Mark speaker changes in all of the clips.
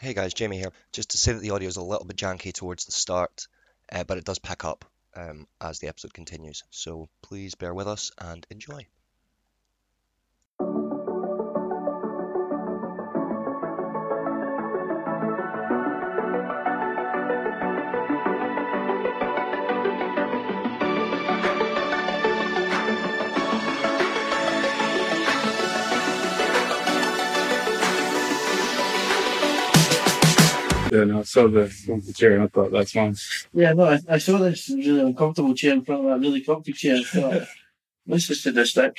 Speaker 1: Hey guys, Jamie here. Just to say that the audio is a little bit janky towards the start, uh, but it does pick up um, as the episode continues. So please bear with us and enjoy.
Speaker 2: Yeah, no, I saw the, the chair and I thought that's mine.
Speaker 3: Yeah, no, I, I saw this really uncomfortable chair in front of that really comfy chair. I thought, This is to the stick.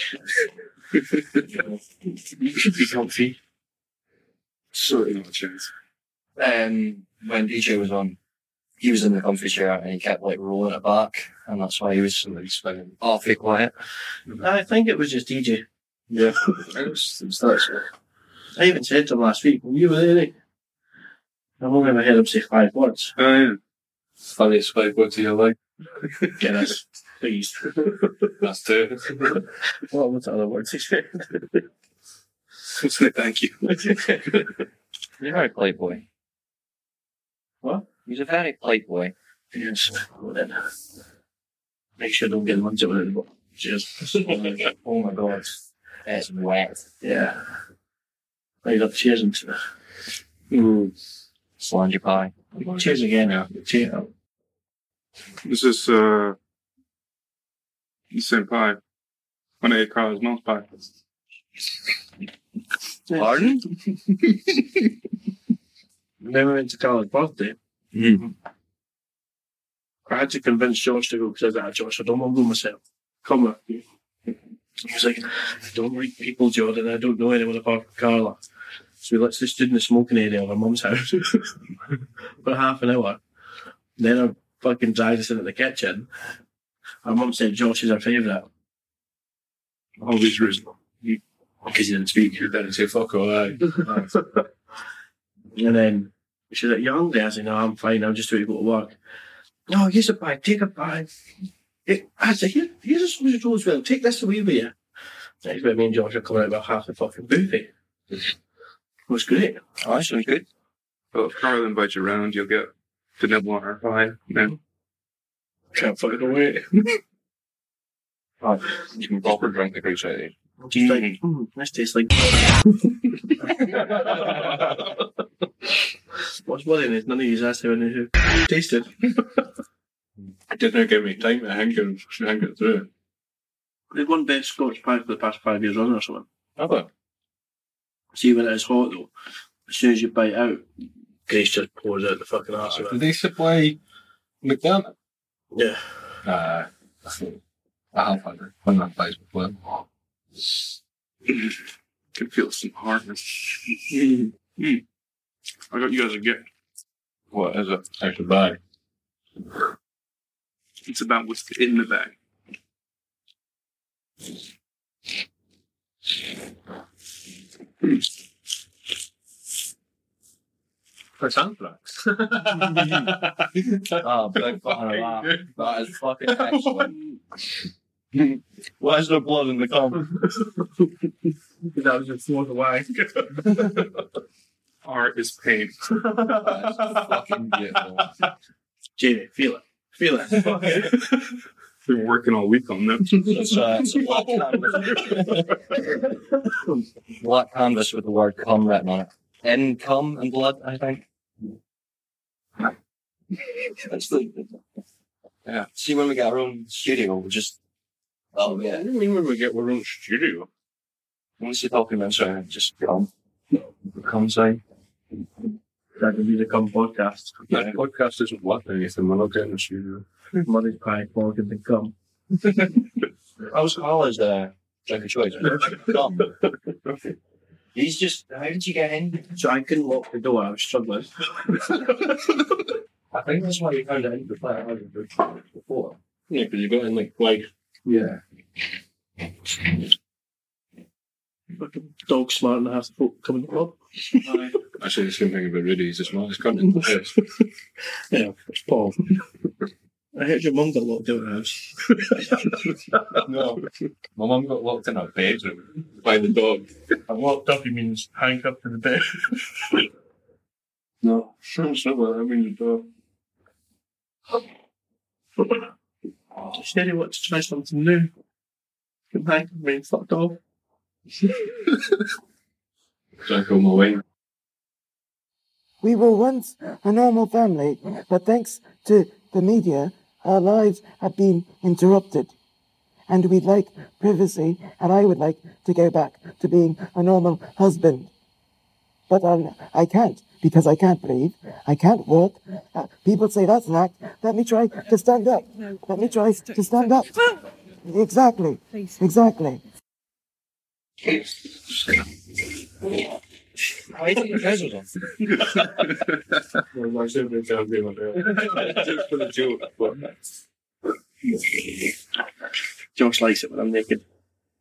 Speaker 3: you should be comfy.
Speaker 2: Surely not a chance.
Speaker 4: um, when DJ was on, he was in the comfy chair and he kept like rolling it back, and that's why he was so like, spinning awfully quiet.
Speaker 3: I think it was just DJ.
Speaker 2: Yeah. it was, it was that
Speaker 3: I even said to him last week, "Were you were there, eh?" I've only ever heard him say five words.
Speaker 2: oh, yeah. Funniest five words of your life.
Speaker 3: Guinness, please.
Speaker 2: That's two.
Speaker 3: What was the other words he said?
Speaker 2: Thank you.
Speaker 4: You're a polite boy.
Speaker 3: What?
Speaker 4: He's a very polite boy.
Speaker 3: Yes. well then. Make sure I don't get lunch over the Cheers.
Speaker 4: oh my god, it's wet.
Speaker 3: yeah. Right up, cheers into the
Speaker 4: Slangy pie.
Speaker 3: cheers again. Yeah. Cheers.
Speaker 2: This is uh, the same pie. One of Carlos mom's pie.
Speaker 4: Pardon?
Speaker 3: Then we went to Carla's birthday.
Speaker 2: Mm.
Speaker 3: I had to convince George to go because I was like, "Ah, George, I don't want to go myself. Come with me. He was like, I don't like people, Jordan. I don't know anyone apart from Carla. So we literally stood in the smoking area of our mum's house for half an hour. Then I fucking dragged us into the kitchen. Our mum said Josh is her favourite
Speaker 2: Always reasonable.
Speaker 3: because he didn't speak.
Speaker 2: You're down to fuck all right.
Speaker 3: And then she's like, You're hungry? I said, No, I'm fine. I'm just ready to go to work. No, here's a bag. Take a bag. It, I said, Here, Here's a sausage roll as well. Take this away with you. That's where me and George are coming out about half the fucking buffet. It was great.
Speaker 4: Oh, that sounds good.
Speaker 2: Well, if Carl invites you around, you'll get to nibble on her pie. No.
Speaker 3: Can't fucking wait.
Speaker 4: You can proper drink the grease out
Speaker 2: eh?
Speaker 4: of it.
Speaker 3: I'm just like, mm, this tastes like. What's worrying is none of you asked anyone who tasted.
Speaker 2: I didn't give me time to hang it, hang it through.
Speaker 3: They've won best Scotch pie for the past five years running or something.
Speaker 2: Other.
Speaker 3: See when it is hot though, as soon as you bite out, grease just pours out the fucking arse of it.
Speaker 2: they supply McDonald's?
Speaker 3: Yeah.
Speaker 2: Uh, I have had one that place before. Can feel some hardness. Mm. I got you guys a gift. What is it? It's a bag. It's about what's in the bag. For sunflocks.
Speaker 4: Oh, big fan of that. That is fucking excellent.
Speaker 3: Why is there blood in the cum? that was your fourth wine.
Speaker 2: Art is pain.
Speaker 4: That is fucking beautiful.
Speaker 3: Jamie, feel it. Feel it.
Speaker 2: Been working all week on them.
Speaker 4: It's, uh, it's a black canvas. black canvas with the word cum written on it. In cum and blood, I think. That's the,
Speaker 2: Yeah.
Speaker 4: See, when we get our own studio, we'll just. Oh, yeah.
Speaker 2: do you mean when we get our own studio?
Speaker 4: Once you're talking about something, just cum. Cum sign.
Speaker 3: That could be the cum podcast.
Speaker 2: That podcast isn't worth anything. We're not getting a studio.
Speaker 3: Mother's pie, pork, and the cum.
Speaker 4: Alcohol is a drink of uh, choice. Cum. He's just. How did you get in?
Speaker 3: So I couldn't lock the door. I was struggling.
Speaker 4: I think that's why you found it in the flat before.
Speaker 2: Yeah, because you got in like twice.
Speaker 4: Yeah.
Speaker 3: Fucking dog smart and half the folk coming to the club.
Speaker 2: I say the same thing about Rudy. He's the smartest cunt in the house.
Speaker 3: Yeah, it's Paul. I heard your mum got locked out of the house.
Speaker 4: No. My mum got locked in her bedroom.
Speaker 2: By the dog.
Speaker 3: And locked up, he means handcuffed to the bed.
Speaker 5: No, sure, so I mean, uh,
Speaker 3: She really wanted to try something new. Good night, I mean, fucked off.
Speaker 5: don't go my way.
Speaker 6: We were once a normal family, but thanks to the media, our lives have been interrupted. And we'd like privacy, and I would like to go back to being a normal husband. But I'm, I can't, because I can't breathe. I can't walk. Uh, people say that's an act. Let me try to stand up.
Speaker 7: No.
Speaker 6: Let me try to stand up. Exactly.
Speaker 7: Please.
Speaker 6: Exactly.
Speaker 3: I think the guys are
Speaker 5: Well, I said they can't be like that. Just for the joke, but
Speaker 3: Josh likes it when I'm naked.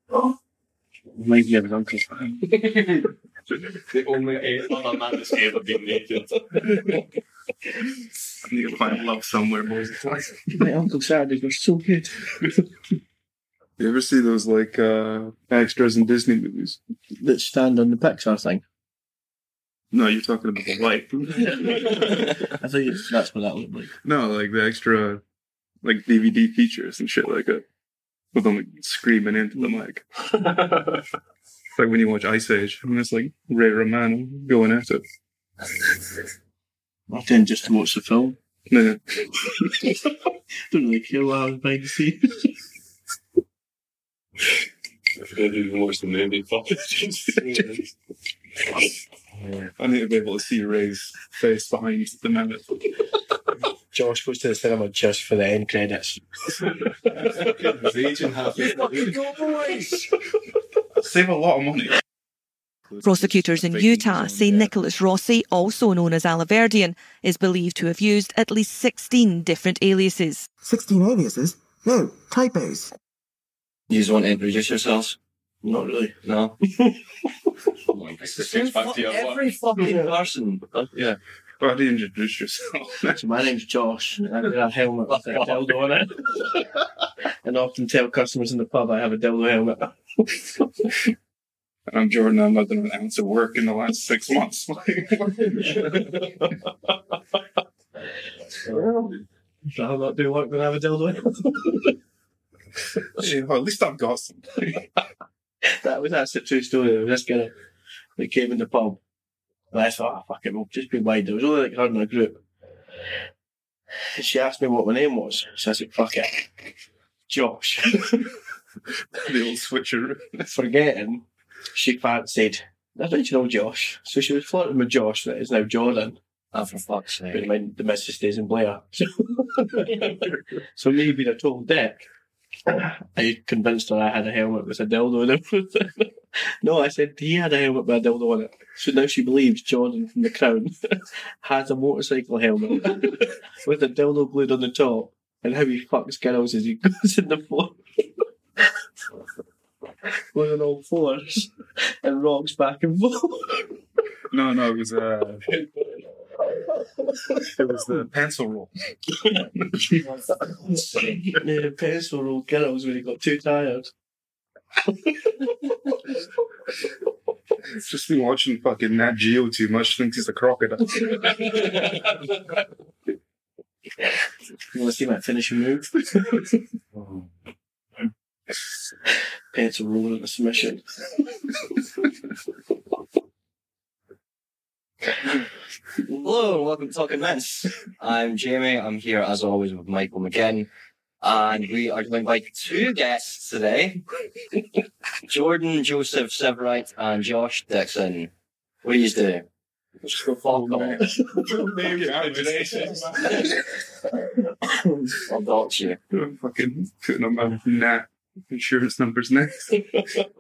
Speaker 3: Reminds me of his uncle.
Speaker 5: the only other man that's ever been naked. I need to find love somewhere most of the time.
Speaker 3: My uncle Saturdays were so good.
Speaker 2: You ever see those like uh, extras in Disney movies?
Speaker 3: That stand on the Pixar thing.
Speaker 2: No, you're talking about the wife.
Speaker 3: I think it's, that's what that looked like.
Speaker 2: no, like the extra like DVD features and shit like that. With them like, screaming into the mic. It's like when you watch Ice Age and it's like Ray Romano going at it.
Speaker 3: I tend just to watch the film.
Speaker 2: Yeah.
Speaker 3: Don't really care what I was behind the scenes.
Speaker 5: They didn't watch the movie. fuck.
Speaker 2: I need to be able to see Ray's face behind the mammoth.
Speaker 3: Josh goes to the cinema just for the end credits.
Speaker 2: Save a lot of money.
Speaker 7: Prosecutors in Utah say Nicholas Rossi, also known as Aliverdian, is believed to have used at least 16 different aliases.
Speaker 6: 16 aliases? No, typos.
Speaker 4: You just want to introduce yourselves?
Speaker 3: Not really.
Speaker 4: No.
Speaker 5: It's the same fact here, what?
Speaker 4: Every fucking person.
Speaker 2: Yeah. Well, how do you introduce yourself?
Speaker 3: So my name's Josh, and I wear a helmet with a dildo on it. and I often tell customers in the pub I have a dildo helmet.
Speaker 2: I'm Jordan. I've not done an ounce of work in the last six months.
Speaker 3: I'd rather not do work than have a dildo.
Speaker 2: Yeah, well, at least I've got some.
Speaker 3: that was that's a true story. There was this girl that came in the pub. And I thought, oh, fuck it, we'll just be wide. There was only like her in a group. And she asked me what my name was. So I said, fuck it. Josh.
Speaker 2: the old switcheroo.
Speaker 3: Forgetting, she fancied, I don't you know Josh. So she was flirting with Josh, that is now Jordan.
Speaker 4: Oh, for fuck's
Speaker 3: Bear
Speaker 4: sake.
Speaker 3: in mind, the missus stays in Blair. so me being a total dick, I convinced her I had a helmet with a dildo in it. no, I said he had a helmet with a dildo on it. So now she believes Jordan from The Crown has a motorcycle helmet with a dildo glued on the top and how he fucks girls as he goes in the floor. Goes on all fours and rocks back and forth.
Speaker 2: No, no, it was uh, it was the pencil roll.
Speaker 3: yeah, pencil roll girls when he got too tired.
Speaker 2: It's just been watching fucking Nat Geo too much. Thinks he's a crocodile.
Speaker 3: You want to see my finishing move? Pencil roll in a submission.
Speaker 4: Hello and welcome to Talking Mints. I'm Jamie. I'm here as always with Michael McGinn. And we are joined by two guests today Jordan Joseph Severite and Josh Dixon. What do you do? Just go fuck off.
Speaker 2: Maybe I'm
Speaker 4: I'll dox you.
Speaker 2: fucking putting up my Nat insurance numbers next.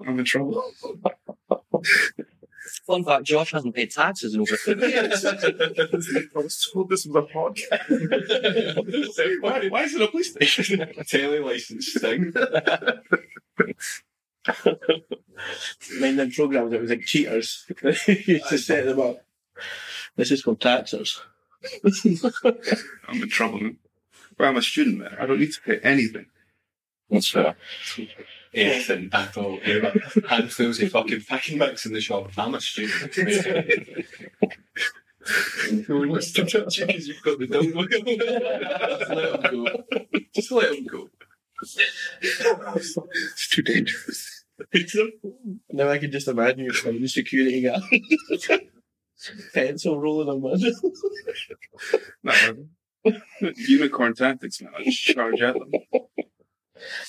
Speaker 2: I'm in trouble.
Speaker 4: Fun fact Josh hasn't paid taxes in over 50 years.
Speaker 2: I was told this was a podcast. why, why is it a police station?
Speaker 5: Tele license thing.
Speaker 3: Mind them programs, it was like cheaters. They used to set them up. This is called taxers.
Speaker 2: I'm in trouble. man. Well, I'm a student there. I don't need to pay anything.
Speaker 4: That's fair.
Speaker 5: Anything at all. Yeah. Handfuls of fucking packing mix in the shop. I'm a student. Chickens, you've got the dumb Just let them go. Just let them go.
Speaker 3: It's too dangerous.
Speaker 4: Now I can just imagine you're playing the security guy. Pencil rolling a mud.
Speaker 2: Unicorn tactics, man. I just charge at them.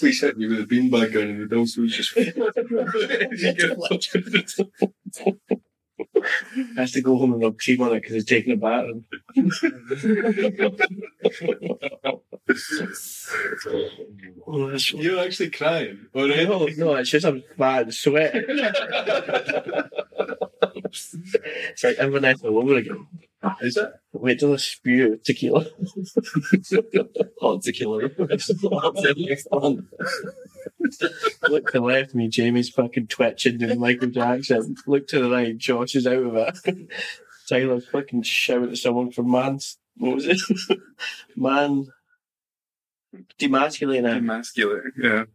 Speaker 5: We sent you with a beanbag gun and the dogs was just.
Speaker 3: Has to go home and rub cream on it because he's taking a bath. Oh, that's
Speaker 5: You're actually crying. Or
Speaker 3: no, no, it's just I'm bad sweat. it's like Inverness all over again.
Speaker 5: Is it?
Speaker 3: Wait till I spew tequila.
Speaker 5: Oh,
Speaker 4: Hot tequila.
Speaker 3: Look to the left, me, Jamie's fucking twitching doing Michael Jackson. Look to the right, Josh is out of it. Tyler's fucking shouting at someone for man's. What was it? Man. Demasculating.
Speaker 2: Emasculate. Yeah.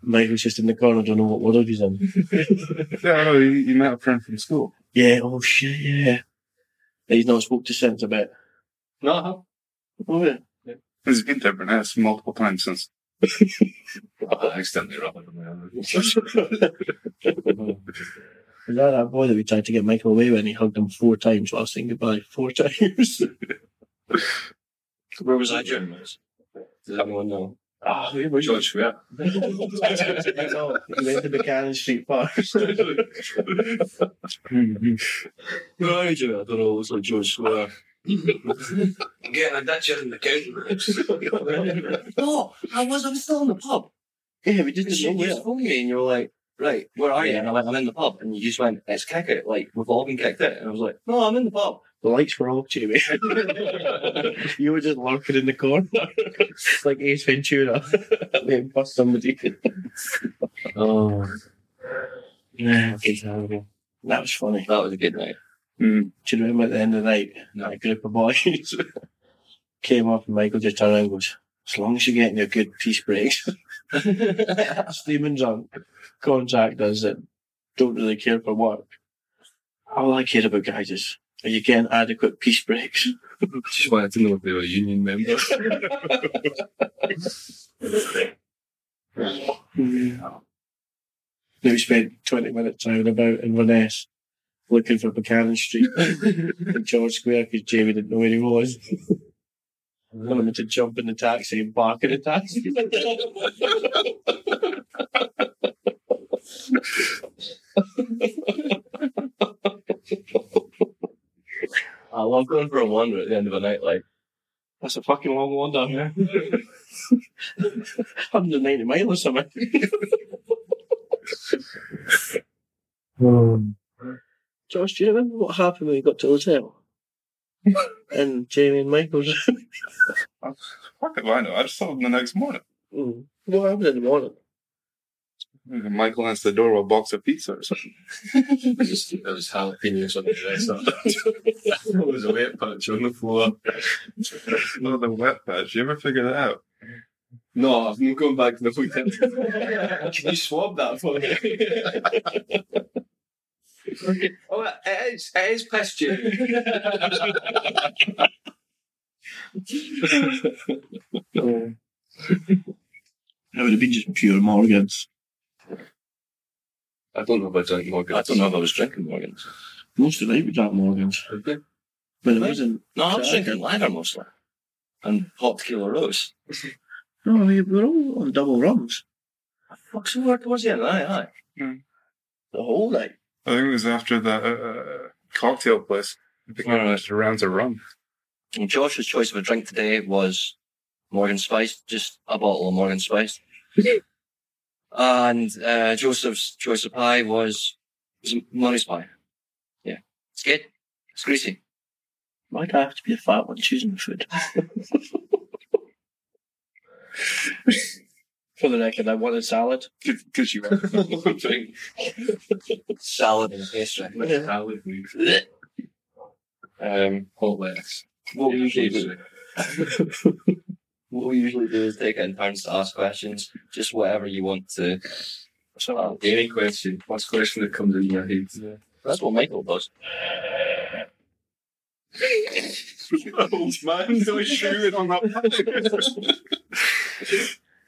Speaker 3: Michael's just in the corner, don't know what world he's
Speaker 4: Mm-hmm.
Speaker 3: in.
Speaker 2: Yeah, I know. You, you met a friend from school.
Speaker 3: Yeah, oh shit, yeah. He's not spoke to since about.
Speaker 5: Not how.
Speaker 3: Oh, yeah.
Speaker 2: He's been to Inverness multiple times since.
Speaker 5: I accidentally rubbed it on my
Speaker 3: Was that that boy that we tried to get Michael away when he hugged him four times while saying goodbye? Four times.
Speaker 4: Where was I during this? Does anyone know?
Speaker 3: Ah, oh, where
Speaker 5: George Square.
Speaker 3: No, he went to Buchanan Street Park.
Speaker 4: Where are you doing? I don't know. It looks like George Square. I'm getting a ditcher in the county. no, I was. I was still in the pub.
Speaker 3: yeah, we just
Speaker 4: Because you
Speaker 3: didn't know where.
Speaker 4: just phoned me and you were like, right, where are you?
Speaker 3: Yeah.
Speaker 4: And I went, I'm in the pub. And you just went, it's kick it. Like, we've all been kicked out. And I was like, no, I'm in the pub.
Speaker 3: The lights were off, Jamie. you were just lurking in the corner. like Ace Ventura. Waiting for somebody.
Speaker 4: Oh,
Speaker 3: Yeah, it's terrible. That was funny. Hmm.
Speaker 4: that was a good night.
Speaker 2: Mm.
Speaker 3: Do you remember at the end of the night,
Speaker 4: No.
Speaker 3: a group of boys came up and Michael just turned around and goes, as long as you're getting your good peace breaks, steaming drunk, contractors that don't really care for work. All I care about, guys, is are you getting adequate peace breaks?
Speaker 5: Just wanted to know if they were union members.
Speaker 3: Now we spent 20 minutes round about Inverness looking for Buchanan Street in George Square because Jamie didn't know where he was. I wanted him to jump in the taxi and bark at the taxi.
Speaker 4: I love going for a wander at the end of a night. Like,
Speaker 3: That's a fucking long wander. Yeah. 190 miles or something. Josh, do you remember what happened when we got to the hotel? and Jamie and Michael's.
Speaker 2: Fuck if I know. I just saw them the next morning.
Speaker 3: Mm. what happened in the morning?
Speaker 2: Michael answered the door with a box of pizza or something.
Speaker 5: it was it was jalapenos on the dresser. it was a wet patch on the floor.
Speaker 2: Oh, the wet patch. You ever figure that out?
Speaker 5: No, I'm not going back to the weekend.
Speaker 4: can you swab that for me? oh, it is. It is pissed you.
Speaker 3: It would have been just pure Morgans.
Speaker 5: I don't know if I drank more.
Speaker 4: I don't know if I was drinking Morgan's.
Speaker 3: Most of the night we drank Morgans.
Speaker 5: Okay.
Speaker 3: But it
Speaker 4: Right.
Speaker 3: wasn't.
Speaker 4: No, I was drinking lager mostly. And hot tequila rose.
Speaker 3: No, we were all on double rums.
Speaker 4: Fuck's the word towards the end of the night, aye?
Speaker 3: The whole night.
Speaker 2: I think it was after that uh, cocktail place. I think it was rounds of rum.
Speaker 4: And Josh's choice of a drink today was Morgan Spice, just a bottle of Morgan Spice. and uh, Joseph's choice of pie was, was Murray's pie. Yeah. It's good. It's greasy.
Speaker 3: Why do I have to be a fat one choosing the food? For the record, I wanted salad.
Speaker 2: Because you were.
Speaker 5: drink.
Speaker 4: Salad and pastry.
Speaker 3: Yeah.
Speaker 5: Salad leaves. Um, hot lettuce.
Speaker 4: What we usually do, what we usually do is take it in turns to ask questions, just whatever you want to.
Speaker 3: So
Speaker 5: Any question? What's the question that comes in your head?
Speaker 4: That's what Michael does.
Speaker 5: Old man, no shoes on that.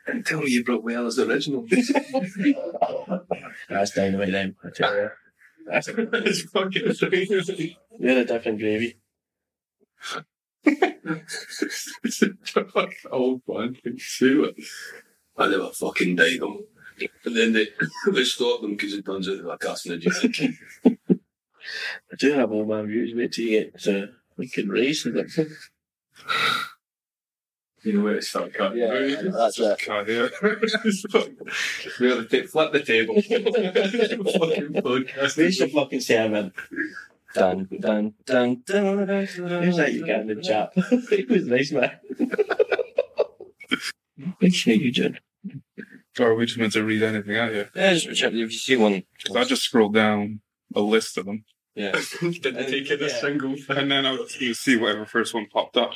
Speaker 3: And tell me you brought Wells original.
Speaker 4: That's dynamite then.
Speaker 3: I tell you. That's
Speaker 5: It's fucking crazy.
Speaker 3: they're a different gravy.
Speaker 5: it's a fucking old man can see it.
Speaker 8: I never fucking died them. And then they, they stopped them because it turns out they were carcinogenic.
Speaker 3: I do have old man views. Wait till you get to fucking race and it.
Speaker 5: You know where to start cutting.
Speaker 4: Yeah, yeah, yeah, that's it.
Speaker 5: Cut here. It's fucking- Where the ta- flip the table. fucking podcast.
Speaker 3: Where's your fucking sermon?
Speaker 4: Dun, dun, dun, dun, dun, dun,
Speaker 3: Who's that you got in the chat? it was nice, man. Which name you, John?
Speaker 2: Or are we just meant to read anything out here?
Speaker 4: Yeah, just check if you see one.
Speaker 2: 'Cause I just scrolled down a list of them,
Speaker 4: Yeah.
Speaker 5: Didn't take in a
Speaker 4: Yeah.
Speaker 5: single
Speaker 2: and
Speaker 5: thing.
Speaker 2: then I was going to see whatever first one popped up.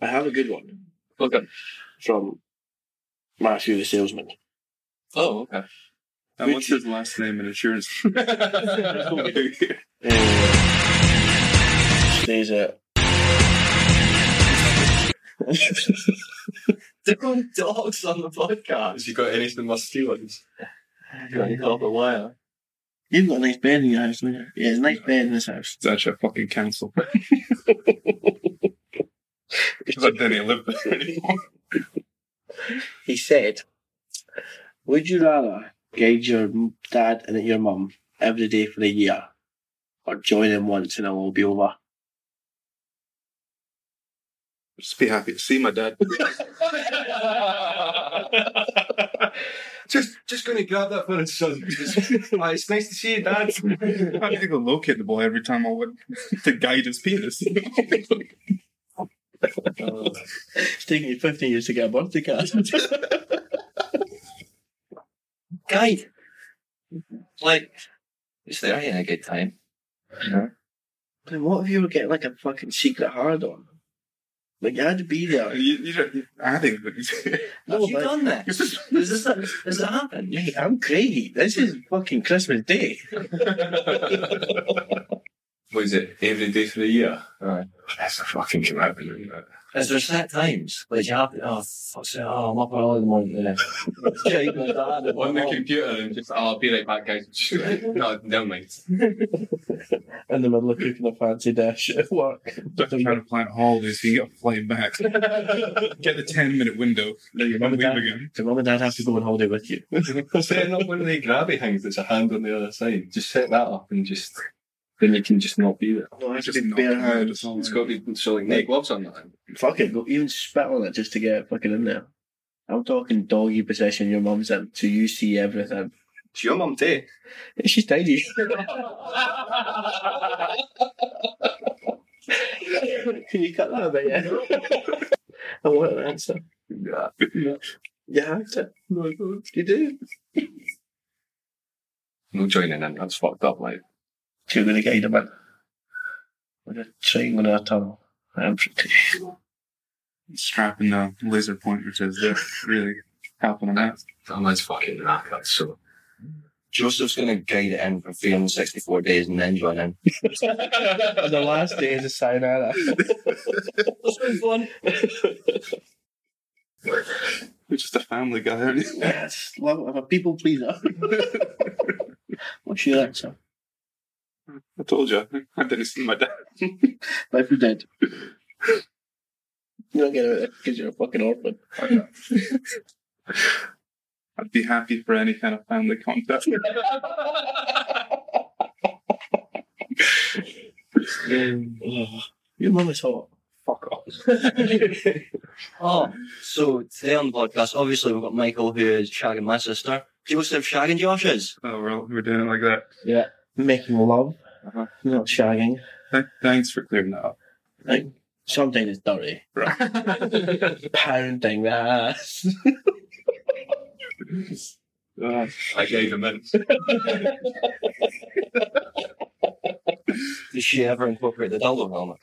Speaker 3: I have a good one
Speaker 5: Okay.
Speaker 3: from Matthew the salesman.
Speaker 5: Oh, okay.
Speaker 2: And what's his last name and insurance?
Speaker 3: Uh, stays at
Speaker 4: Different dogs on the podcast.
Speaker 5: Has you got anything worth stealing?
Speaker 3: off the wire. You've got a nice bed in your house, haven't you? Yeah, it's a nice bed in this house.
Speaker 2: It's actually a fucking council. Because I didn't live there anymore.
Speaker 3: He said, Would you rather guide your m- dad and your mum every day for a year or join him once and it'll all be over?
Speaker 2: Just be happy to see my dad.
Speaker 5: just just going to grab that for his son. Ah, it's nice to see you, Dad.
Speaker 2: I need to go locate the boy every time I went to guide his penis.
Speaker 3: It's taking you 15 years to get a birthday card.
Speaker 4: Guide. Like, just there having a good time.
Speaker 3: Then what if you were getting like a fucking secret hard on? Like, you had to be
Speaker 2: you,
Speaker 3: there.
Speaker 2: you don't, you, I think that-
Speaker 4: Have you
Speaker 3: but-
Speaker 4: done that? Does this does it happen?
Speaker 3: Mate, I'm crazy. This is fucking Christmas Day.
Speaker 5: What is it? Every day for a year?
Speaker 4: Aye.
Speaker 5: That's a fucking commitment, isn't it?
Speaker 4: Is there set times? Like you have to, oh fuck's sake, oh I'm up early in the morning today. Guide my dad and my
Speaker 5: On the
Speaker 4: mum.
Speaker 5: computer and just, oh, I'll be right back, guys. no, never mind.
Speaker 3: In the middle of cooking a fancy dish at work.
Speaker 2: I'm trying to plan holidays so you get a flight back. Get the 10 minute window.
Speaker 3: No, your
Speaker 2: One
Speaker 3: mum
Speaker 2: week
Speaker 3: and dad.
Speaker 2: again.
Speaker 3: Your mum and dad have to go on holiday with you.
Speaker 5: Setting up one of the grabby things that's a hand on the other side. Just set that up and just. Then you can just not be there.
Speaker 3: No, I have to
Speaker 2: Just
Speaker 3: be
Speaker 2: knock
Speaker 3: bare
Speaker 2: them out,
Speaker 3: hands.
Speaker 2: it's all
Speaker 5: It's
Speaker 2: right.
Speaker 5: got to be so like neck gloves on that.
Speaker 3: Fuck it, go even spit on it just to get it fucking in there. I'm talking doggy possession your mum's in, so you see everything.
Speaker 5: It's your mum too.
Speaker 3: She's tidy. Can you cut that a bit, yeah? I want an answer.
Speaker 5: Yeah.
Speaker 3: You have to. No, You do.
Speaker 5: No joining in. That's fucked up. Like
Speaker 3: So you're going to guide him in. With a triangle and a tunnel. I'm pretty.
Speaker 2: Strapping the laser pointers is there. Really helping him out.
Speaker 5: that man's fucking knackered. So
Speaker 4: Joseph's gonna guide it in for 364 days and then join in.
Speaker 3: And the last day is a sayonara.
Speaker 2: We're just a family guy.
Speaker 3: Yes, love, I'm a people pleaser. What's your answer?
Speaker 2: I told you. I didn't see my dad.
Speaker 3: Life or dead? You're not getting out of it because you're a fucking orphan.
Speaker 2: I'd be happy for any kind of family contact.
Speaker 3: Mm. Your mum is hot.
Speaker 2: Fuck off.
Speaker 4: Oh, so today on the podcast, obviously we've got Michael who is shagging my sister. Joseph shagging Josh's.
Speaker 2: Oh, we're, we're doing it like that.
Speaker 3: Making love,
Speaker 2: Uh-huh.
Speaker 3: not shagging.
Speaker 2: Th- thanks for clearing that up. Uh,
Speaker 3: Like, sometimes it's dirty.
Speaker 2: Right.
Speaker 3: Pounding the ass.
Speaker 2: Uh,
Speaker 5: I gave him in.
Speaker 4: Did she ever incorporate the dildo helmet?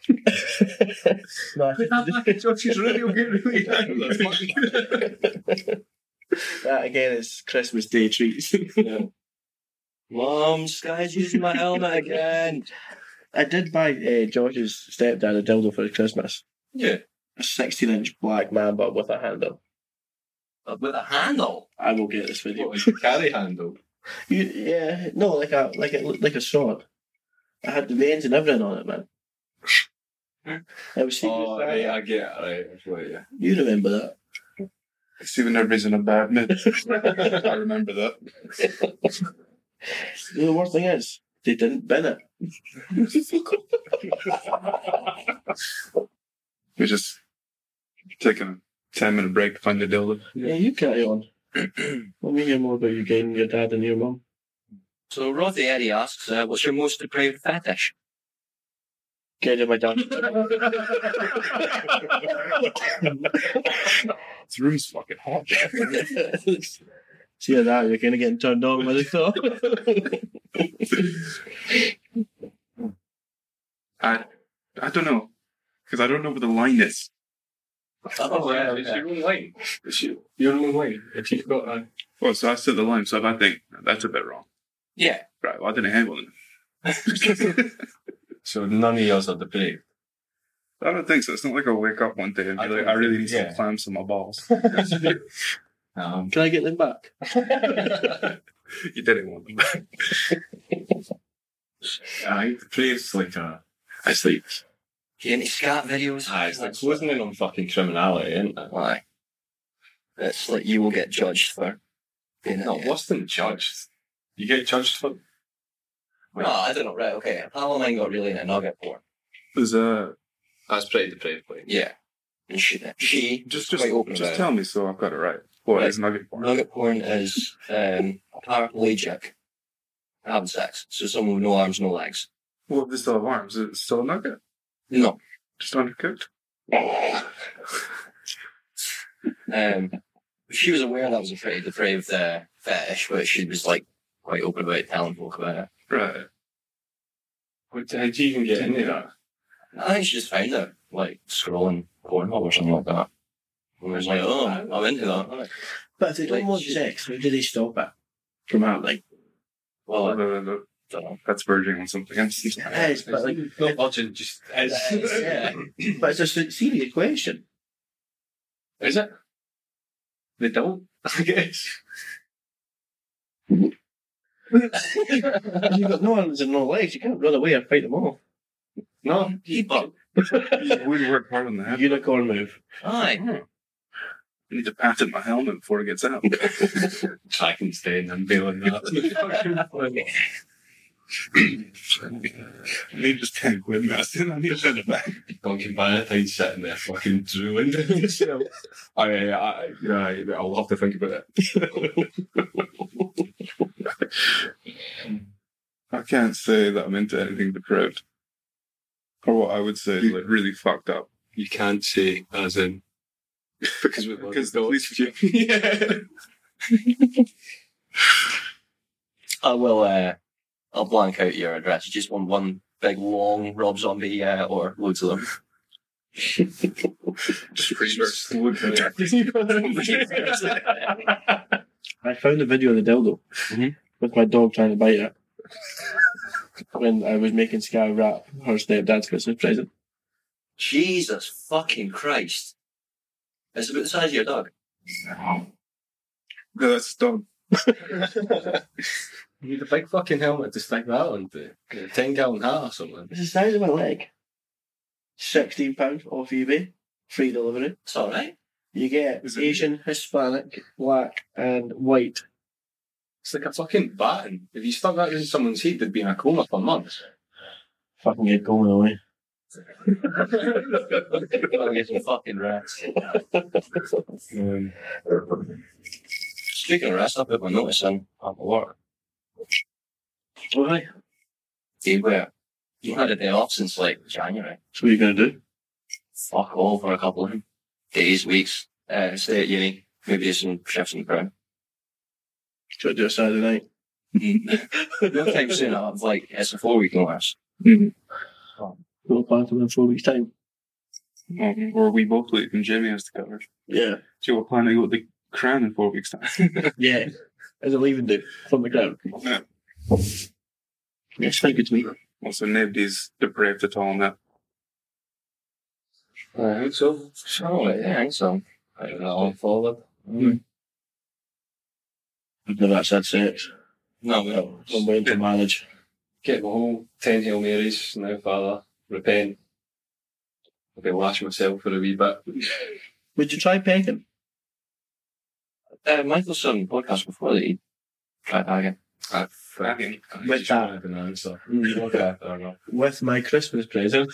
Speaker 3: No, I think
Speaker 5: Josh's radio getting really down. That's fucking-
Speaker 3: that again is Christmas Day treats.
Speaker 4: Mom, Sky's using my helmet again.
Speaker 3: I did buy uh, George's stepdad a dildo for Christmas.
Speaker 8: Yeah.
Speaker 3: A 16 inch black mamba with a handle.
Speaker 4: But with a handle.
Speaker 3: I will get this video.
Speaker 8: What, like a carry handle?
Speaker 3: You, yeah, no, like a like it looked like a sword. I had the veins and everything on it, man. It was secret.
Speaker 8: Oh, right, I get it, right. That's what, yeah.
Speaker 3: you remember that?
Speaker 2: See when everybody's in a bad mood. I remember that.
Speaker 3: The worst thing is they didn't bin it.
Speaker 2: We're just taking a 10 minute break to find the dildo.
Speaker 3: Yeah, you carry on. Let me hear more about you getting your dad and your mum.
Speaker 4: So Roddy Eddie asks, uh, what's your most depraved fetish?
Speaker 3: Getting my dad.
Speaker 2: This room's fucking hot.
Speaker 3: See that you're kind of getting turned on with it though.
Speaker 2: I, I don't know. Because I don't know where the line is.
Speaker 8: Oh, yeah, it's your own line. It's your, your own line. If you've got a.
Speaker 2: Well, so I set the line, so if I think that's a bit wrong.
Speaker 4: Yeah.
Speaker 2: Right, well, I didn't have one. I
Speaker 8: So none of yours are depraved.
Speaker 2: don't think so. It's not like I'll wake up one day and be
Speaker 8: I
Speaker 2: like,
Speaker 8: don't
Speaker 2: I really need
Speaker 8: think-
Speaker 2: some
Speaker 8: yeah.
Speaker 2: clamps on my balls.
Speaker 8: Um,
Speaker 3: Can I get them back?
Speaker 2: you didn't want them.
Speaker 8: I praise like a. It's like
Speaker 4: You into scat videos?
Speaker 8: aye, Ah, it's like closing in on fucking criminality, isn't it?
Speaker 4: Aye. It's like you will get judged for being
Speaker 8: Not worse than judged. You get judged for
Speaker 4: No, I don't know. Right, okay. How mine got really into nugget porn.
Speaker 2: There's a.
Speaker 8: that's pretty depraved. Like.
Speaker 4: Yeah. And she, she
Speaker 2: Just,
Speaker 4: was
Speaker 2: just,
Speaker 4: quite open
Speaker 2: just
Speaker 4: about it.
Speaker 2: tell me so I've got it right. What
Speaker 4: Right.
Speaker 2: is nugget porn?
Speaker 4: Nugget porn is um, a paraplegic having sex. So someone with no arms, no legs.
Speaker 2: Well, if they still have arms, is it still a nugget?
Speaker 4: No.
Speaker 2: Just undercooked?
Speaker 4: Um, she was aware that was a pretty depraved uh, fetish, but she was like quite open about telling folk about it.
Speaker 2: Right.
Speaker 8: What, how'd you even get into that?
Speaker 4: I think she just found it like scrolling Pornhub or something like that. And was like, oh, I'm into that.
Speaker 3: But if they don't
Speaker 4: Like,
Speaker 3: want
Speaker 4: she-
Speaker 3: sex, how do they stop it from happening?
Speaker 4: Well,
Speaker 2: Oh, No,
Speaker 4: I
Speaker 2: no, no.
Speaker 4: don't know.
Speaker 2: That's verging on something else.
Speaker 3: It is, but like,
Speaker 8: not budging, just is.
Speaker 4: Yeah.
Speaker 3: but it's a se- serious question.
Speaker 8: Is it? They don't, I guess.
Speaker 3: If you've got no arms and no legs, you can't run away and fight them off.
Speaker 8: No,
Speaker 4: People.
Speaker 2: you would work hard on that.
Speaker 3: Unicorn move.
Speaker 4: Aye.
Speaker 2: Hmm. I need to patent my helmet before it gets out.
Speaker 8: tracking staying and bailing that.
Speaker 2: I need just 10 quid, Master. I need to send it back.
Speaker 8: Duncan Valentine sitting there fucking drooling down himself. I, Oh, I, I, I'll have to think about it.
Speaker 2: I can't say that I'm into anything depraved. Or what I would say is like really fucked up.
Speaker 8: you can't say, as in, because we love
Speaker 2: Because
Speaker 8: the
Speaker 2: the
Speaker 8: dog.
Speaker 2: police would-
Speaker 8: yeah.
Speaker 4: I will, uh, I'll blank out your address. You just want one big long Rob Zombie uh, or loads of them.
Speaker 2: just pretty much look at it.
Speaker 3: I found a video of the dildo
Speaker 8: Mhm.
Speaker 3: with my dog trying to bite it when I was making Sky wrap her stepdad's Christmas present.
Speaker 4: Jesus fucking Christ. It's about the size of your dog.
Speaker 2: No, that's done.
Speaker 8: You need a big fucking helmet to stick that onto. A 10 gallon hat or something.
Speaker 3: It's the size of my leg. Sixteen pound off eBay, free delivery.
Speaker 4: It's alright.
Speaker 3: You get
Speaker 2: Is it-
Speaker 3: Asian, Hispanic, black, and white.
Speaker 8: It's like a fucking baton. If you stuck that in someone's head, they'd be in a coma for months.
Speaker 3: Fucking get going away.
Speaker 4: I'll get some fucking rats.
Speaker 8: Um,
Speaker 4: Speaking of rats, I put my notice in at my work.
Speaker 3: Why?
Speaker 4: They were. You had a day off since like January.
Speaker 3: So what are you gonna do?
Speaker 4: Fuck all for a couple of days, weeks. Uh, stay at uni. Maybe do some shifts in the ground.
Speaker 3: Should I do a Saturday night?
Speaker 4: no time soon. I'm uh, like, it's a four week notice.
Speaker 3: We'll plan for in four weeks' time.
Speaker 2: Um, or we both leave and Jamie has to cover.
Speaker 3: Yeah.
Speaker 2: So we're planning to go to the crown in four weeks' time.
Speaker 3: Yeah. As a leaving do from the ground.
Speaker 2: Yeah.
Speaker 3: Yes, thank you to me.
Speaker 2: Well, so nobody's depraved at all now.
Speaker 4: I think so. So, yeah, I think so. I think that all followed.
Speaker 3: No, that's that's it.
Speaker 4: No, we
Speaker 3: No,
Speaker 4: don't.
Speaker 3: I'm waiting to manage.
Speaker 8: Get my whole 10 Hail Marys now, Father. Repent. I'll be lashing myself for a wee bit.
Speaker 3: Would you try pegging?
Speaker 4: Uh, Michael's son podcast before that he tried that again.
Speaker 8: I think I just wanted an answer. Okay, fair enough.
Speaker 3: With my Christmas present.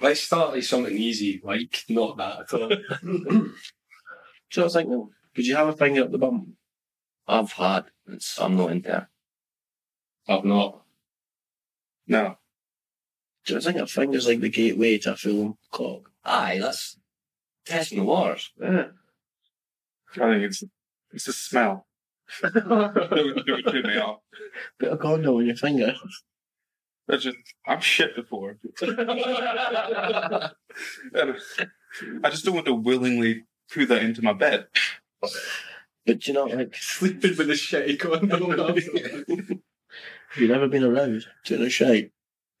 Speaker 8: Let's start like something easy, like not that at all.
Speaker 3: So I was like, no. Could you have a finger up the bum?
Speaker 4: I've had, it's, I'm not in there.
Speaker 8: I've not.
Speaker 2: No.
Speaker 3: Do you think a finger's like the gateway to a full clock?
Speaker 4: Aye, that's testing the waters.
Speaker 3: Yeah.
Speaker 2: I think it's it's a smell. That would, that would trip me off.
Speaker 3: Bit of condom on your finger.
Speaker 2: That's just I've shit before. And I just don't want to willingly poo that into my bed.
Speaker 3: But do you know, like,
Speaker 8: Sleeping with a shitty condom.
Speaker 3: have you never been aroused doing a shite?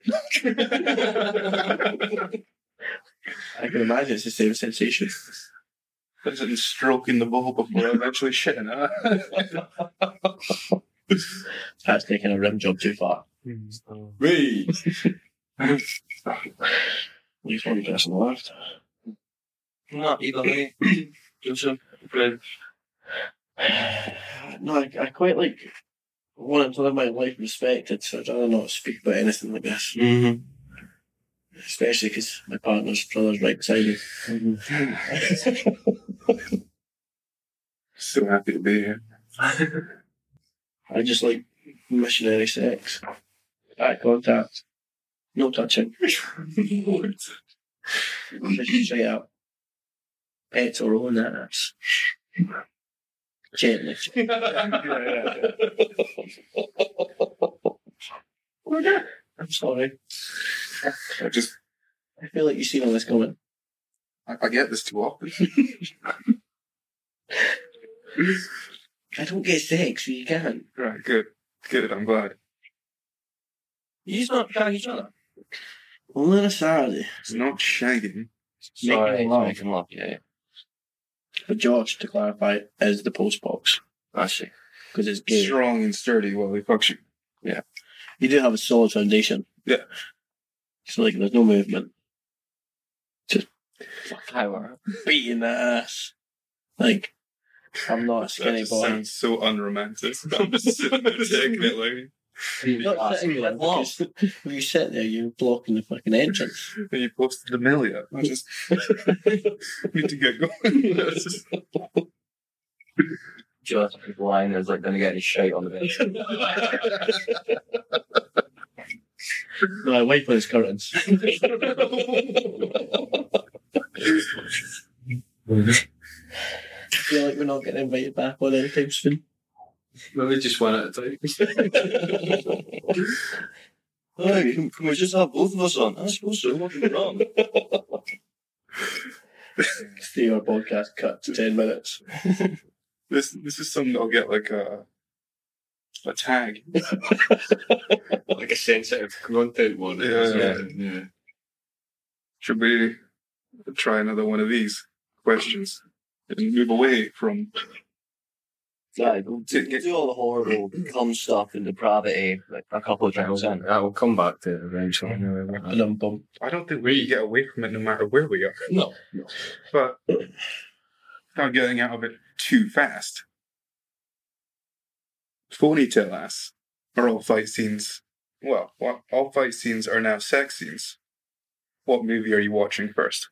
Speaker 3: I can imagine it's the same sensation.
Speaker 2: That's in stroking the ball before eventually shitting it.
Speaker 3: That's taking a rim job too far.
Speaker 8: Wait.
Speaker 3: Leave one person left.
Speaker 4: Not eh? either way. Joseph, Fred.
Speaker 3: no, I, I quite like wanted to live my life respected, so I'd rather not speak about anything like this.
Speaker 4: Mm-hmm.
Speaker 3: Especially because my partner's brother's right beside me.
Speaker 2: so happy to be here.
Speaker 3: I just like missionary sex. Eye contact. No touching. Just straight up. Pets or own that ass. Gently. I'm sorry.
Speaker 2: I just
Speaker 3: I feel like you've seen all this coming.
Speaker 2: I, I get this too often.
Speaker 3: I don't get sex, so you can.
Speaker 2: right, good. Good, I'm glad.
Speaker 3: You just not try each other. Only on a Saturday.
Speaker 2: It's not shagging.
Speaker 4: Sorry,
Speaker 3: Making love.
Speaker 4: making love, yeah, yeah.
Speaker 3: But George, to clarify, is the post box.
Speaker 4: I see.
Speaker 3: Because it's gay.
Speaker 2: Strong and sturdy while he fucks you.
Speaker 3: You do have a solid foundation.
Speaker 2: Yeah.
Speaker 3: So like there's no movement.
Speaker 4: Power.
Speaker 3: Beating the ass. Like I'm not a
Speaker 2: That
Speaker 3: skinny
Speaker 2: just
Speaker 3: boy.
Speaker 2: sounds so unromantic. I'm just sitting there taking it like
Speaker 3: Not sitting there because if you sit there, you're blocking the fucking entrance.
Speaker 2: And you posted Amelia. I just need to get going. That's just-
Speaker 4: Joseph's line is like, gonna get his shite on the bench.
Speaker 3: No, I wipe on his curtains. I feel like we're not getting invited back on anytime soon.
Speaker 8: Maybe just one at a time.
Speaker 4: Hey, can, can we just have both of us on? I suppose so. What can be wrong?
Speaker 3: See our podcast cut to ten minutes.
Speaker 2: this this is something I'll get like a a tag.
Speaker 8: like a sensitive content one.
Speaker 2: Yeah.
Speaker 8: yeah. yeah.
Speaker 2: Should we try another one of these questions and move away from
Speaker 4: Yeah, we'll do, we'll do all the horrible cum stuff and depravity like a couple of times in.
Speaker 8: I will come back to it eventually.
Speaker 3: And I'm bum.
Speaker 2: I don't think we can get away from it no matter where we are.
Speaker 8: No, no.
Speaker 2: But not getting out of it too fast. Ponytail ass are all fight scenes. Well, well, all fight scenes are now sex scenes. What movie are you watching first?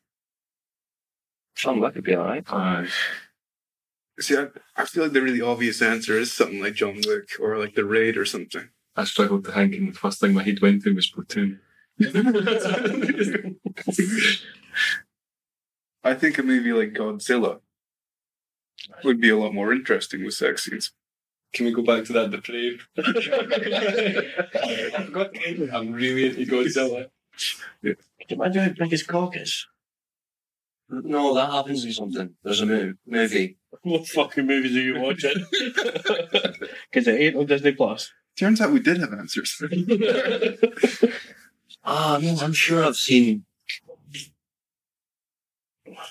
Speaker 4: Some that could be alright.
Speaker 8: Aye.
Speaker 2: See, I, I feel like the really obvious answer is something like John Wick or like The Raid or something.
Speaker 8: I struggled to think, and the first thing my head went to was platoon.
Speaker 2: I think a movie like Godzilla would be a lot more interesting with sex scenes.
Speaker 8: Can we go back to that depraved? I've got- I'm really into Godzilla.
Speaker 3: Can you imagine how big his cock is?
Speaker 4: No, that happens in something. There's a mo- movie.
Speaker 3: What fucking movies are you watching? Because it ain't on Disney Plus.
Speaker 2: Turns out we did have answers.
Speaker 4: Ah, no, I'm sure I've seen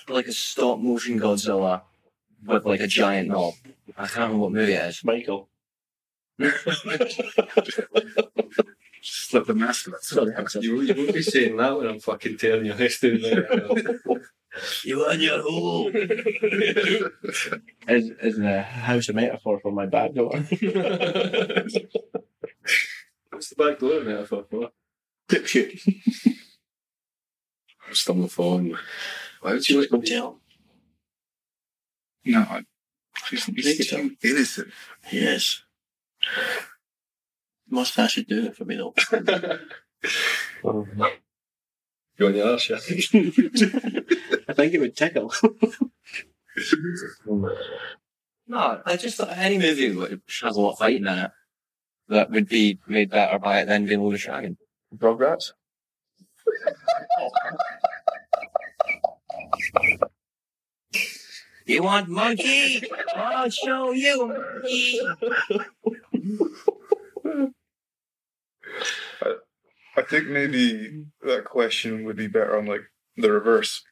Speaker 4: like a stop motion Godzilla with like a giant knob. I can't remember what movie it is.
Speaker 3: Michael.
Speaker 2: Slip the mask on.
Speaker 3: Sorry, I'm sorry.
Speaker 8: You, you won't be saying that when I'm fucking tearing your head down there.
Speaker 4: You and your hole.
Speaker 3: Is is the house a metaphor for my back door?
Speaker 8: What's the back door now for?
Speaker 3: Dipshit.
Speaker 8: I'm still on the phone. Why would you like to
Speaker 3: Hotel.
Speaker 2: No, I- he's,
Speaker 3: Make it
Speaker 2: he's too innocent.
Speaker 3: Yes. Mustache should do it for me though.
Speaker 8: You on your arse, yeah?
Speaker 3: I think it would tickle.
Speaker 4: No, I just thought any movie which has a lot of fighting in it that would be made better by it than being a load of shagging.
Speaker 3: Rugrats.
Speaker 4: You want monkey? I'll show you monkey.
Speaker 2: I think maybe that question would be better on like the reverse.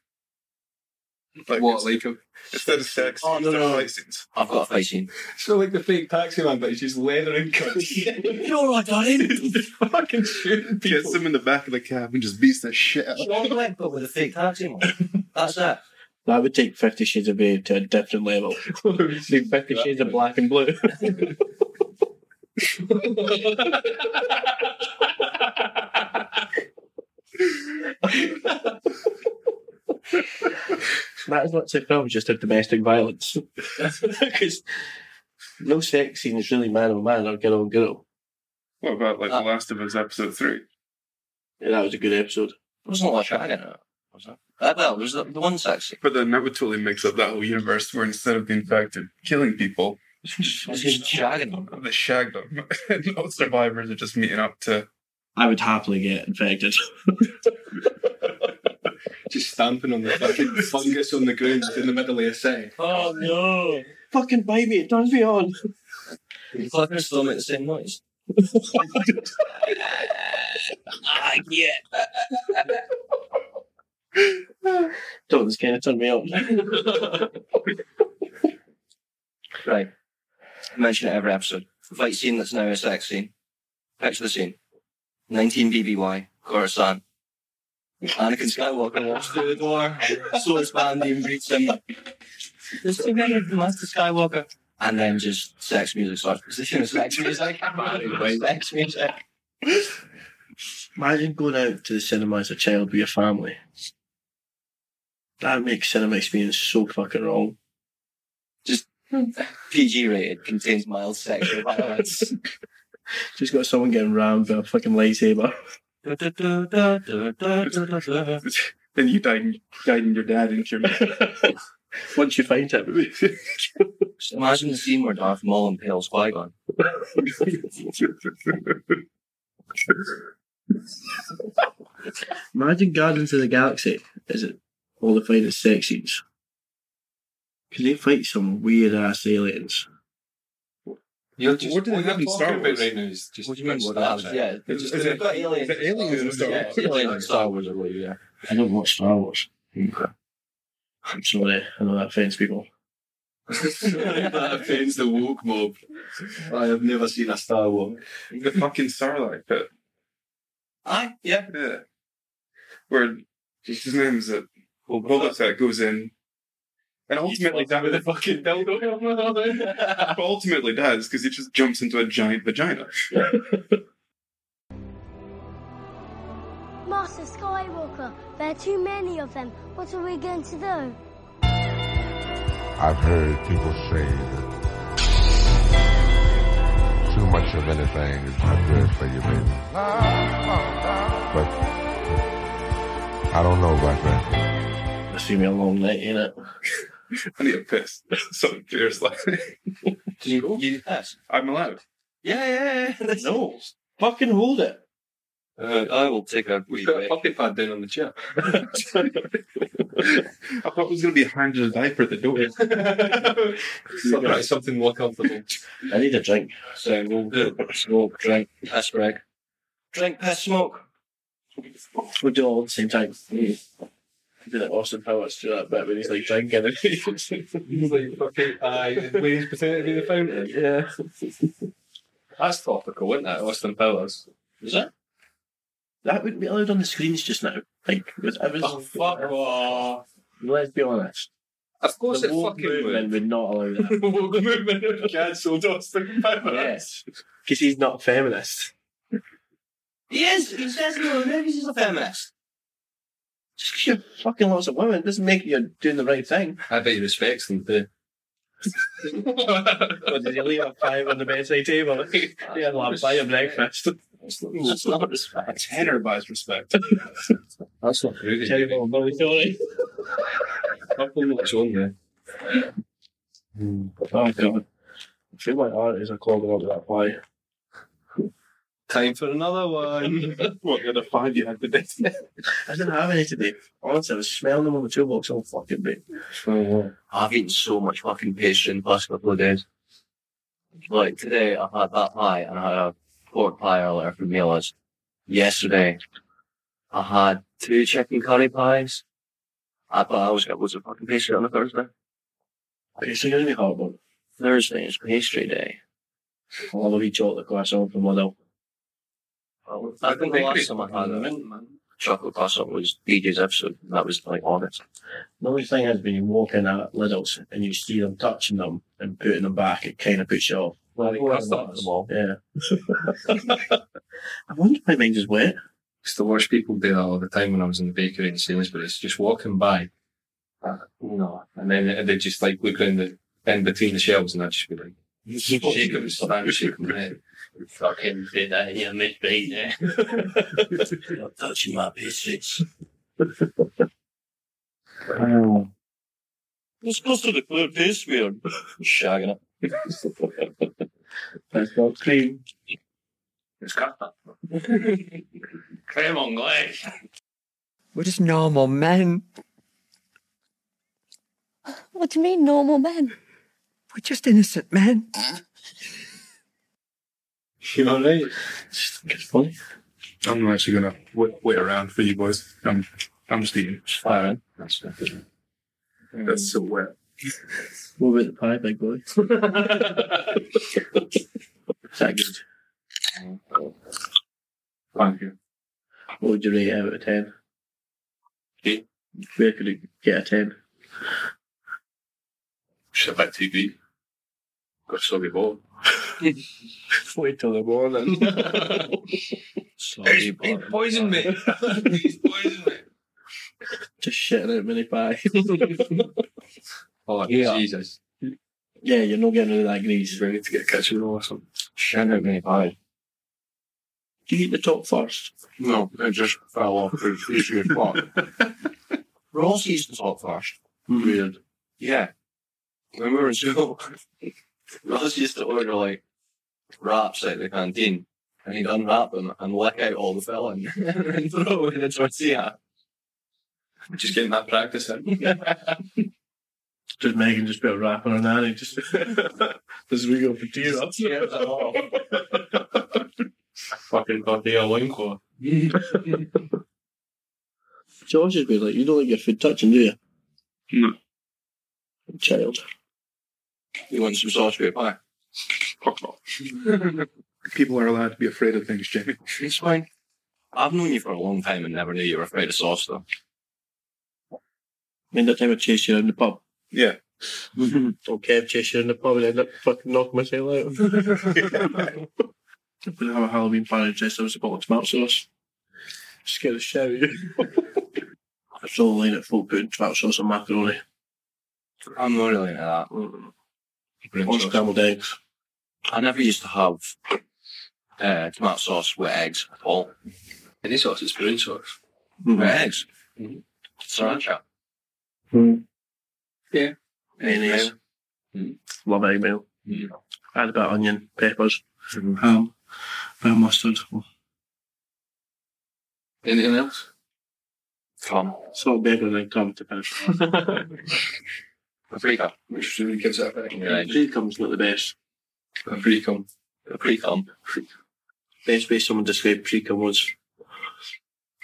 Speaker 2: Like it's-
Speaker 8: what, like a,
Speaker 2: instead of sex,
Speaker 4: Oh, no,
Speaker 2: instead
Speaker 4: no.
Speaker 2: of fight scenes.
Speaker 4: I've got a fight scene.
Speaker 8: so like the fake taxi man, but he's just leathering cunts.
Speaker 4: You're all right, darling.
Speaker 8: He's fucking shooting people.
Speaker 2: Gets him in the back of the cab and just beats the shit out.
Speaker 4: John Wick, but with a fake taxi on. That's it.
Speaker 3: That would take Fifty Shades of Grey to a different level. Do Fifty Shades of Black and Blue. that is lots of films just of domestic violence. Because no sex scene is really man on man or girl on girl.
Speaker 2: What about like
Speaker 4: Uh,
Speaker 2: The Last of Us episode three?
Speaker 3: Yeah, that was a good episode.
Speaker 4: There wasn't a lot of shagging in it. Was there? Uh, well, there was the, the one sex scene.
Speaker 2: But then that would totally mix up that whole universe where instead of being infected, killing people,
Speaker 4: It was just shagging them.
Speaker 2: they shagged them. and all survivors are just meeting up to
Speaker 3: I would happily get infected.
Speaker 8: just stamping on the fucking fungus on the ground in the middle of a set.
Speaker 4: Oh no!
Speaker 3: Fucking baby, it turns me on.
Speaker 4: The clever still make the same noise. ah, yeah.
Speaker 3: Don't this kind of turn me on.
Speaker 4: Right. Mention it every episode. Fight scene that's now a sex scene. Picture the scene. 19 BBY, Coruscant. Anakin Skywalker walks through the door, sword banding, greets him. There's too many of the Master Skywalker. And then just sex music starts. Is this your sex music? sex music.
Speaker 3: Imagine going out to the cinema as a child with your family. That makes cinema experience so fucking wrong.
Speaker 4: PG rated, contains mild sexual violence.
Speaker 3: Just got someone getting rammed by a fucking lightsaber.
Speaker 2: Then you died guiding your dad into your
Speaker 3: Once you find it,
Speaker 4: Just imagine the scene where Darth Maul impales Qui-Gon.
Speaker 3: imagine Guardians of the Galaxy. Is it all the fight is sex scenes? Because they fight some weird ass aliens.
Speaker 8: You're
Speaker 2: What do they have in
Speaker 8: you're
Speaker 2: Star
Speaker 8: talking
Speaker 2: Wars?
Speaker 8: about right now is just
Speaker 4: What do you mean?
Speaker 8: about
Speaker 4: What that?
Speaker 8: Star Trek.
Speaker 4: Yeah,
Speaker 2: Is-
Speaker 4: just-
Speaker 2: is
Speaker 4: they've
Speaker 2: it-
Speaker 4: got aliens.
Speaker 2: is it aliens in Star
Speaker 4: Yeah,
Speaker 2: Wars?
Speaker 4: it's aliens in Star Wars, I believe. Yeah.
Speaker 3: I don't watch Star Wars. I'm sorry, I know that offends people.
Speaker 8: that offends the woke mob. I have never seen a Star Wars.
Speaker 2: the fucking Sarlacc pit.
Speaker 4: Aye, yeah.
Speaker 2: Yeah. Where his name's it. Boba goes in. And ultimately
Speaker 8: that with a
Speaker 2: dies.
Speaker 8: fucking dildo helmet on it.
Speaker 2: But ultimately dies because he just jumps into a giant vagina.
Speaker 9: Master Skywalker, there are too many of them. What are we going to do?
Speaker 10: I've heard people say that too much of anything is not good for you, baby. But I don't know about that.
Speaker 3: It's gonna be a long night, ain't it?
Speaker 2: I need a piss. so seriously.
Speaker 4: Do you, you yes.
Speaker 2: I'm allowed.
Speaker 4: Yeah, yeah, yeah.
Speaker 3: No. Fucking hold it.
Speaker 4: Uh, I will take a wee
Speaker 8: We've got a
Speaker 4: break.
Speaker 8: puppy pad down on the chair.
Speaker 2: I thought it was going to be a hand and a diaper at the door.
Speaker 8: Right, something more comfortable.
Speaker 4: I need a drink. So we'll do smoke, drink, piss break. Drink, piss, smoke.
Speaker 3: We do it all at the same time. I did it Austin Powers do that bit when he's like drinking and
Speaker 8: He's like, fucking, aye, ladies pretending to be the fountain.
Speaker 3: Yeah.
Speaker 8: That's topical, isn't it? Austin Powers.
Speaker 3: Is that? That wouldn't be allowed on the screens just now. Like with everything.
Speaker 8: Oh, fuck off.
Speaker 3: Let's be honest.
Speaker 8: Of course
Speaker 3: the
Speaker 8: it
Speaker 3: woke
Speaker 8: fucking
Speaker 3: movement
Speaker 8: would.
Speaker 3: would not allow that.
Speaker 8: Woke movement cancelled Austin Powers.
Speaker 3: yes. Because he's not a feminist.
Speaker 4: He is. He says in the movies he's a feminist.
Speaker 3: Just because you're fucking lots of women doesn't make you doing the right thing.
Speaker 8: I bet he respects them too.
Speaker 3: But did you leave a five on the bedside table? yeah, lad, buy your breakfast.
Speaker 4: That's not respect.
Speaker 8: Tenor buys respect. That's not rude.
Speaker 3: Terrible, very sorry.
Speaker 8: Fucking what's on there.
Speaker 2: Hmm.
Speaker 3: Oh god. I feel like art is a clogging up that pie.
Speaker 8: Time for another one.
Speaker 2: what, the other five you had today?
Speaker 3: I didn't have any today. Honestly, I was smelling them on the toolbox all fucking day. Oh,
Speaker 4: I've eaten so much fucking pastry in the past couple of days. Like today, I had that pie and I had a pork pie earlier from Mila's. Yesterday, I had two chicken curry pies. I, but I always get loads of fucking pastry on a Thursday.
Speaker 3: Pastry gives me heartburn.
Speaker 4: Thursday is pastry day.
Speaker 3: I'll have a wee chocolate croissant for mother.
Speaker 4: Well, I think the last time I had a chocolate croissant was DJ's episode. and That was like August.
Speaker 3: The only thing is when you walk in at Lidl's and you see them touching them and putting them back, it kind of puts you off.
Speaker 8: Well, they cussed at us.
Speaker 3: Yeah. I wonder if my mind is wet.
Speaker 8: Used to watch people do that all the time when I was in the bakery in Sainsbury's, just walking by. Uh, no. And then they- they'd just like look around the in between the shelves and I'd just be like, shake them, stand, shake them head.
Speaker 4: Fucking did that here midday there. Not touching my pastries. You're supposed to declare pastry on shagging it.
Speaker 3: That's not cream.
Speaker 8: It's custard. Creme anglaise.
Speaker 11: We're just normal men.
Speaker 9: What do you mean, normal men?
Speaker 11: We're just innocent men.
Speaker 8: You all right?
Speaker 3: It's it's funny.
Speaker 2: I'm not actually going to wait, wait around for you boys. I'm, I'm just eating.
Speaker 3: It's firing.
Speaker 8: That's
Speaker 2: That's so wet.
Speaker 3: What about the pie, big boy? is that good?
Speaker 8: Thank you.
Speaker 3: What would you rate it out of 10?
Speaker 8: Eight.
Speaker 3: Where could it get a 10?
Speaker 8: Shit about TV. Got soggy ball.
Speaker 3: Wait till the morning.
Speaker 4: Sorry, but-
Speaker 8: poisoned me. He's poisoned me.
Speaker 3: Just shitting out mini pie.
Speaker 8: Oh,
Speaker 4: Yeah.
Speaker 8: Jesus.
Speaker 3: yeah, you're not getting rid of that grease.
Speaker 8: We need to get a kitchen roll or something.
Speaker 4: Shit out many pies.
Speaker 3: Do you eat the top first?
Speaker 5: No, it just fell off. It's easy as fuck.
Speaker 4: Ross used the top first.
Speaker 5: Weird.
Speaker 4: Mm. Yeah. When we were in school, Ross used to order like wraps out the canteen and he'd unwrap them and lick out all the filling and throw away the tortilla.
Speaker 8: Just getting that practice in.
Speaker 3: Does Megan just put a wrap on her nanny? Just does we go for tea?
Speaker 4: Tears it off.
Speaker 8: Fucking tortilla loincloth.
Speaker 3: George has been like, you don't like your food touching, do you?
Speaker 2: No.
Speaker 3: Child.
Speaker 4: You want some sausage pie?
Speaker 2: Fuck off. People are allowed to be afraid of things, Jamie.
Speaker 4: It's fine. I've known you for a long time and never knew you were afraid of sauce though.
Speaker 3: When that time I chased you around the pub.
Speaker 2: Yeah.
Speaker 3: Or Kev chased you around the pub and I ended up fucking knocking myself out. I'm going to have a Halloween party dressed up as a bottle of tomato sauce. Scared the shit out of you. I saw a line at folk putting tomato sauce on macaroni.
Speaker 4: I'm not really into that.
Speaker 3: On scrambled eggs.
Speaker 4: I never used to have uh, tomato sauce with eggs at all.
Speaker 8: Any sauce is brown sauce.
Speaker 3: Mm.
Speaker 4: With eggs? Mm-hmm. Sriracha.
Speaker 3: Mayonnaise. Hmm.
Speaker 8: Mm.
Speaker 3: Love eggmail. Hmm.
Speaker 8: Mm.
Speaker 3: Add a bit of onion, peppers, ham, bit of mustard.
Speaker 5: Anything else? Come.
Speaker 3: So better than come to finish.
Speaker 5: A pre-cum. Which really gives it a bit.
Speaker 3: Yeah, pre-cum's not the best.
Speaker 5: A pre-cum.
Speaker 3: A pre-cum. Best way someone described pre-cum was,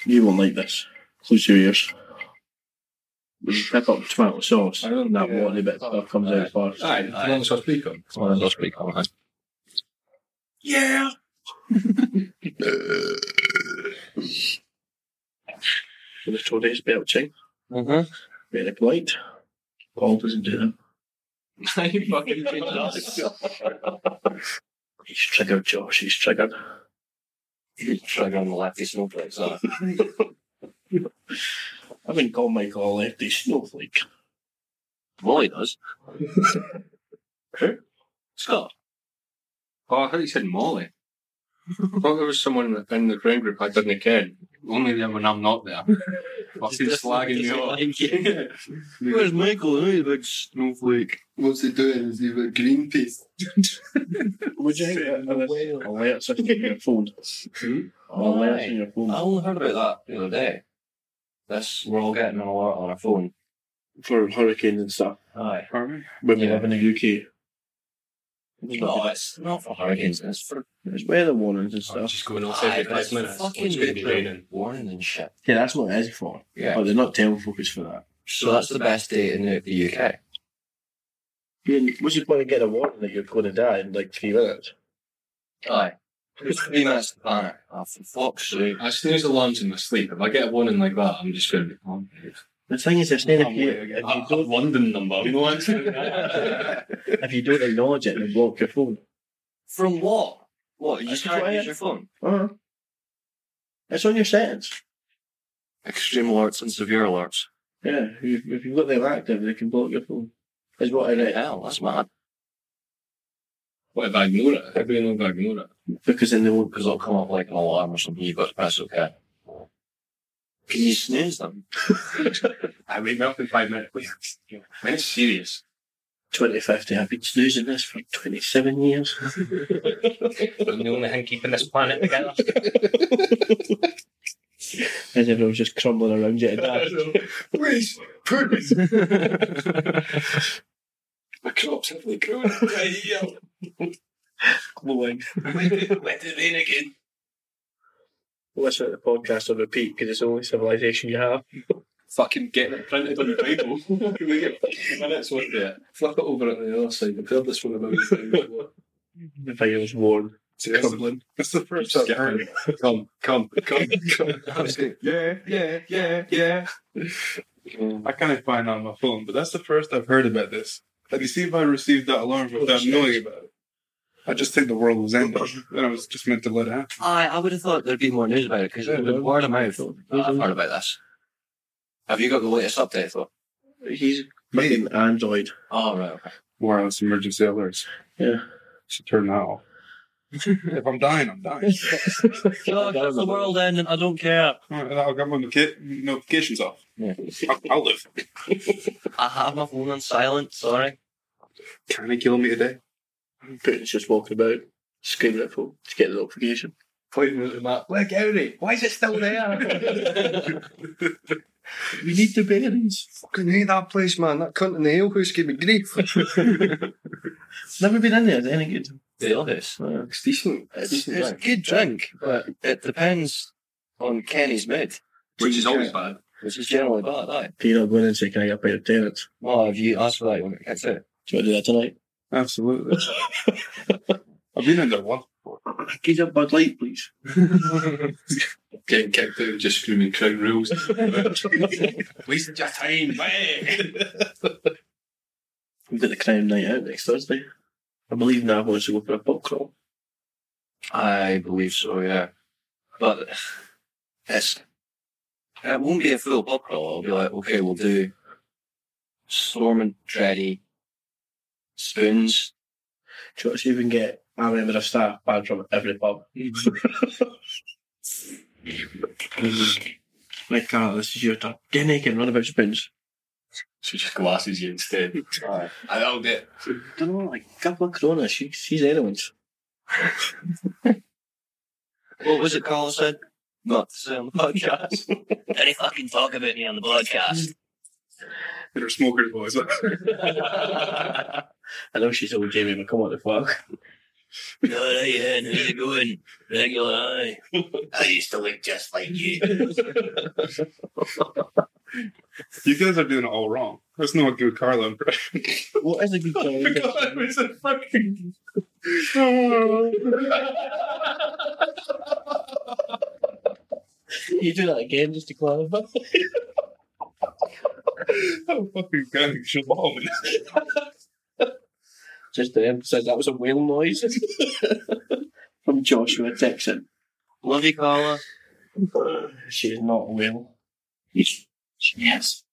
Speaker 3: you won't like this. Close your ears. When you pick up tomato sauce, I don't uh, that watery bit of stuff comes out first.
Speaker 8: Aye, tomato sauce pre-cum. Tomato sauce pre-cum, aye.
Speaker 3: Yeah. With the Tories belching.
Speaker 8: Mm-hmm.
Speaker 3: Very polite. Paul doesn't do that.
Speaker 8: you fucking genius.
Speaker 3: He's triggered, Josh. He's triggered.
Speaker 4: Trigger on the lefty snowflake, so.
Speaker 3: I wouldn't call Michael a lefty snowflake.
Speaker 4: Well, he does.
Speaker 3: Who?
Speaker 8: Scott. Oh, I thought you said Molly. I thought there was someone in the, in the friend group I didn't ken. Only there when I'm not there. Fucking slagging me off.
Speaker 4: Where's Michael? He's a big snowflake.
Speaker 12: What's he doing? Is he with Greenpeace?
Speaker 3: Would you think that alerts on your phone? Alerts on your phone.
Speaker 4: Oh, I only heard about that the other day. This, we're all getting an alert on our phone.
Speaker 3: For hurricanes and stuff.
Speaker 4: Aye.
Speaker 3: When we live in the UK.
Speaker 4: No, it's not for hurricanes. It's for
Speaker 3: There's weather warnings and stuff.
Speaker 8: Just going off
Speaker 4: Aye,
Speaker 8: every
Speaker 4: but
Speaker 8: five
Speaker 4: it's
Speaker 8: minutes.
Speaker 4: fucking
Speaker 8: It's going to be raining.
Speaker 4: warning and shit.
Speaker 3: Yeah, that's what it is for.
Speaker 4: Yeah.
Speaker 3: But they're not telling focus for that.
Speaker 4: So that's the best day in the, the UK.
Speaker 3: Yeah, and what's your point in getting a warning that you're going to die in like three minutes?
Speaker 4: Aye. It's three minutes to panic. Oh, for fuck's sake.
Speaker 8: I snooze alarms in my sleep. If I get a warning like that, I'm just going to be calm.
Speaker 3: The thing is, it's not if
Speaker 8: I'm
Speaker 3: you,
Speaker 8: waiting.
Speaker 3: if
Speaker 8: I-
Speaker 3: you
Speaker 8: I've
Speaker 3: don't
Speaker 8: London number. No one's doing that.
Speaker 3: if you don't acknowledge it, they block your phone.
Speaker 4: From what? What, you
Speaker 3: That's
Speaker 4: can't
Speaker 3: why
Speaker 4: use
Speaker 3: I-
Speaker 4: your phone?
Speaker 3: Uh-huh. It's on your settings.
Speaker 4: Extreme alerts and severe alerts.
Speaker 3: Yeah, if, if you've got them active, they can block your phone. Is what I read.
Speaker 4: Hell, that's mad.
Speaker 8: What if I ignore it? Everyone will ignore it.
Speaker 3: Because then they won't.
Speaker 4: Because it'll come up like an alarm or something, but that's okay. Can you snooze them?
Speaker 8: I wake me up in five minutes. Wait, man, it's serious.
Speaker 3: 2050, I've been snoozing this for 27 years.
Speaker 8: I'm the only thing keeping this planet together.
Speaker 3: As if I was just crumbling around you to death.
Speaker 8: Please, please. My crops heavily grown.
Speaker 3: Glowing.
Speaker 8: When did it rain again?
Speaker 3: Listen to the podcast on repeat because it's the only civilization you have.
Speaker 8: Fucking getting it printed on the Bible. Can we get 15 minutes worth of it? Flip it over on the other side. I've heard this one a million times. before.
Speaker 3: The video's worn.
Speaker 8: Seriously.
Speaker 2: That's the first
Speaker 8: Skip
Speaker 2: I've heard.
Speaker 8: it. Come, come, come, come.
Speaker 2: I was like, yeah, yeah, yeah, yeah. I can't find it on my phone, but that's the first I've heard about this. Like, you see, if I received that alarm without knowing about it, I just think the world was ending, and I was just meant to let it happen.
Speaker 4: I, I would have thought there'd be more news about it because it would have word of mouth. I've heard about this. Have you got the latest update though?
Speaker 3: He's fucking Android.
Speaker 4: Oh, right, okay.
Speaker 2: Wireless emergency alerts.
Speaker 3: Yeah.
Speaker 2: Should turn that off. if I'm dying, I'm dying.
Speaker 4: that's the world ending. I don't care.
Speaker 2: All right, I'll get my notifi- notifications off.
Speaker 4: Yeah.
Speaker 2: I'll, I'll live.
Speaker 4: I have my phone on silent, sorry.
Speaker 2: Can he kill me today?
Speaker 3: Putin's just walking about, screaming at people to get the notification.
Speaker 8: Pointing at the map. Look out it. Why is it still there?
Speaker 3: We need the bearings.
Speaker 8: Fucking hate that place, man. That cunt in the alehouse gave me grief.
Speaker 3: Never been in there, is it any good?
Speaker 4: The others.
Speaker 8: It's decent.
Speaker 4: It's, it's good drink, but it depends on Kenny's mood,
Speaker 8: Which is always bad.
Speaker 4: which is generally bad, aye.
Speaker 3: You're not going in and say, Can I get a pint of tenants?
Speaker 4: Well, if you ask for that, you won't get it.
Speaker 3: Do you want to do that tonight?
Speaker 2: Absolutely. I've been in there once.
Speaker 3: Get a Bud Light, please.
Speaker 8: Getting kicked out, just screaming crown rules. Wasted your time, mate.
Speaker 3: We've got the crime night out next Thursday. I believe Nav wants to go for a pub crawl.
Speaker 4: I believe so, yeah. But it's, it won't be a full pub crawl. I'll be like, okay, we'll do Storm and Dreddy, Spoons.
Speaker 3: Do you want to see if we can get a member of staff banned from every pub? Right, Carl, this is your turn. Get naked and run about spoons.
Speaker 8: So just glasses you instead.
Speaker 4: Aye.
Speaker 8: I loved it.
Speaker 3: don't know, like, a couple of Corona, she, she's anyone's.
Speaker 4: What was it Carl said? Not to say on the podcast. Any fucking talk about me on the podcast.
Speaker 2: They're smokers, boys.
Speaker 3: I know she's old Jamie, but come on, the fuck.
Speaker 4: All right, Hen, how's it going? Regular eye. I used to look just like you.
Speaker 2: You guys are doing it all wrong. That's not a good Carlo impression.
Speaker 3: What is a good
Speaker 2: I forgot it was a fucking.
Speaker 3: you do that again just to clarify.
Speaker 2: I'm fucking going shabalming.
Speaker 3: Just to emphasise, that was a whale noise from Joshua Dixon.
Speaker 4: Love you, uh, Carla.
Speaker 3: She is not a whale. She is.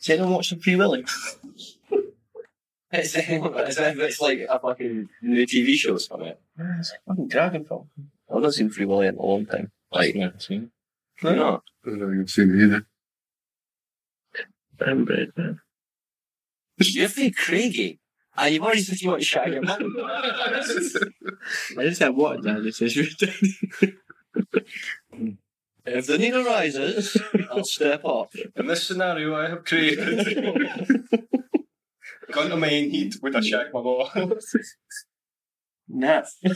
Speaker 3: Has anyone watched the Free Willy?
Speaker 4: It's, it's, it's like a fucking new TV show's come out.
Speaker 3: It's a fucking dragon film.
Speaker 4: I've not seen Free Willy in a long time. Like,
Speaker 8: I've never seen
Speaker 4: why not?
Speaker 12: I don't think I've seen it either.
Speaker 3: I'm bad, man.
Speaker 4: You're pretty craigy. And Ah, you've already said you want to shag your man.
Speaker 3: I just said what, Dad? This is ridiculous.
Speaker 4: If the need arises, I'll step up.
Speaker 8: In this scenario, I have created gone to main heat with a shag my ball.
Speaker 3: Nah. I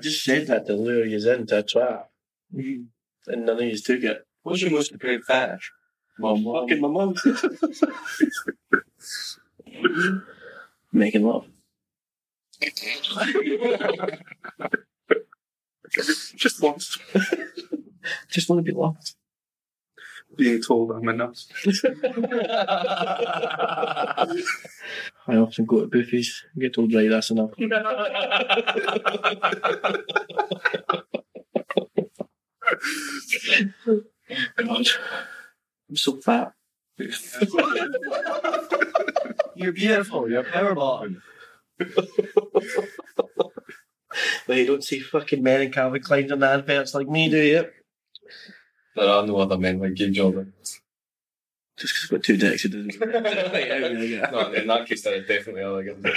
Speaker 3: just said that to lure you into a trap.
Speaker 2: Mm.
Speaker 3: And none of you took it.
Speaker 4: What's your most prepared fetish?
Speaker 3: Mom, fucking my mum. Making love.
Speaker 2: Just once.
Speaker 3: Just want to be loved.
Speaker 2: Being told I'm enough.
Speaker 3: I often go to boofies and get told, right, that's enough. God. I'm so fat.
Speaker 4: You're beautiful. You're a power bottom.
Speaker 3: But you don't see fucking men in Calvin Klein's and adverts like me, do you?
Speaker 8: There are no other men like you, Jordan.
Speaker 3: Just because I've got two dicks, it doesn't
Speaker 8: no, in that case, there are definitely other guys.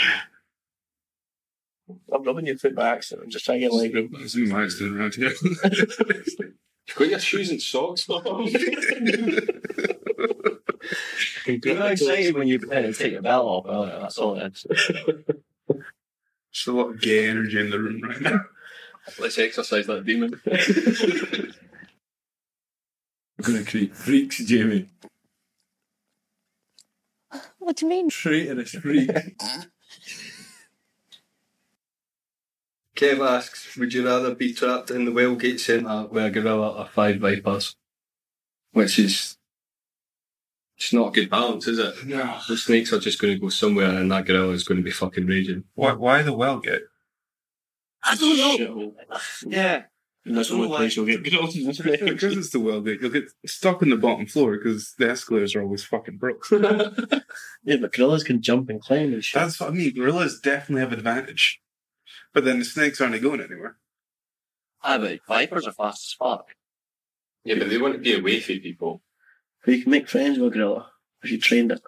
Speaker 3: I'm rubbing your foot by accident. I'm just trying to get leg room.
Speaker 2: It's been my accident around here.
Speaker 8: Got your shoes and socks on.
Speaker 4: You're excited when you pretend to take your belt off. Well, that's all it is.
Speaker 2: There's a lot of gay energy in the room right now.
Speaker 8: Let's exercise that demon. We're going to create freaks, Jamie.
Speaker 9: What do you mean?
Speaker 8: Traitorous freaks. Kev asks, would you rather be trapped in the Wellgate Centre with a gorilla or five vipers? Which is. It's not a good balance, is it?
Speaker 2: No.
Speaker 8: The snakes are just going to go somewhere and that gorilla is going to be fucking raging.
Speaker 2: Why, why the well get?
Speaker 4: I don't know.
Speaker 3: Shithole.
Speaker 4: Yeah.
Speaker 3: oh. And that's the only place you'll get girls in this thing.
Speaker 2: Because it's the well gate, you'll get stuck in the bottom floor because the escalators are always fucking broke.
Speaker 3: Yeah, but gorillas can jump and climb and shit.
Speaker 2: That's what I mean. Gorillas definitely have advantage. But then the snakes aren't going anywhere.
Speaker 4: Ah, but vipers are fast as fuck.
Speaker 8: Yeah, but they want to be away from people.
Speaker 3: But you can make friends with a gorilla if you trained it.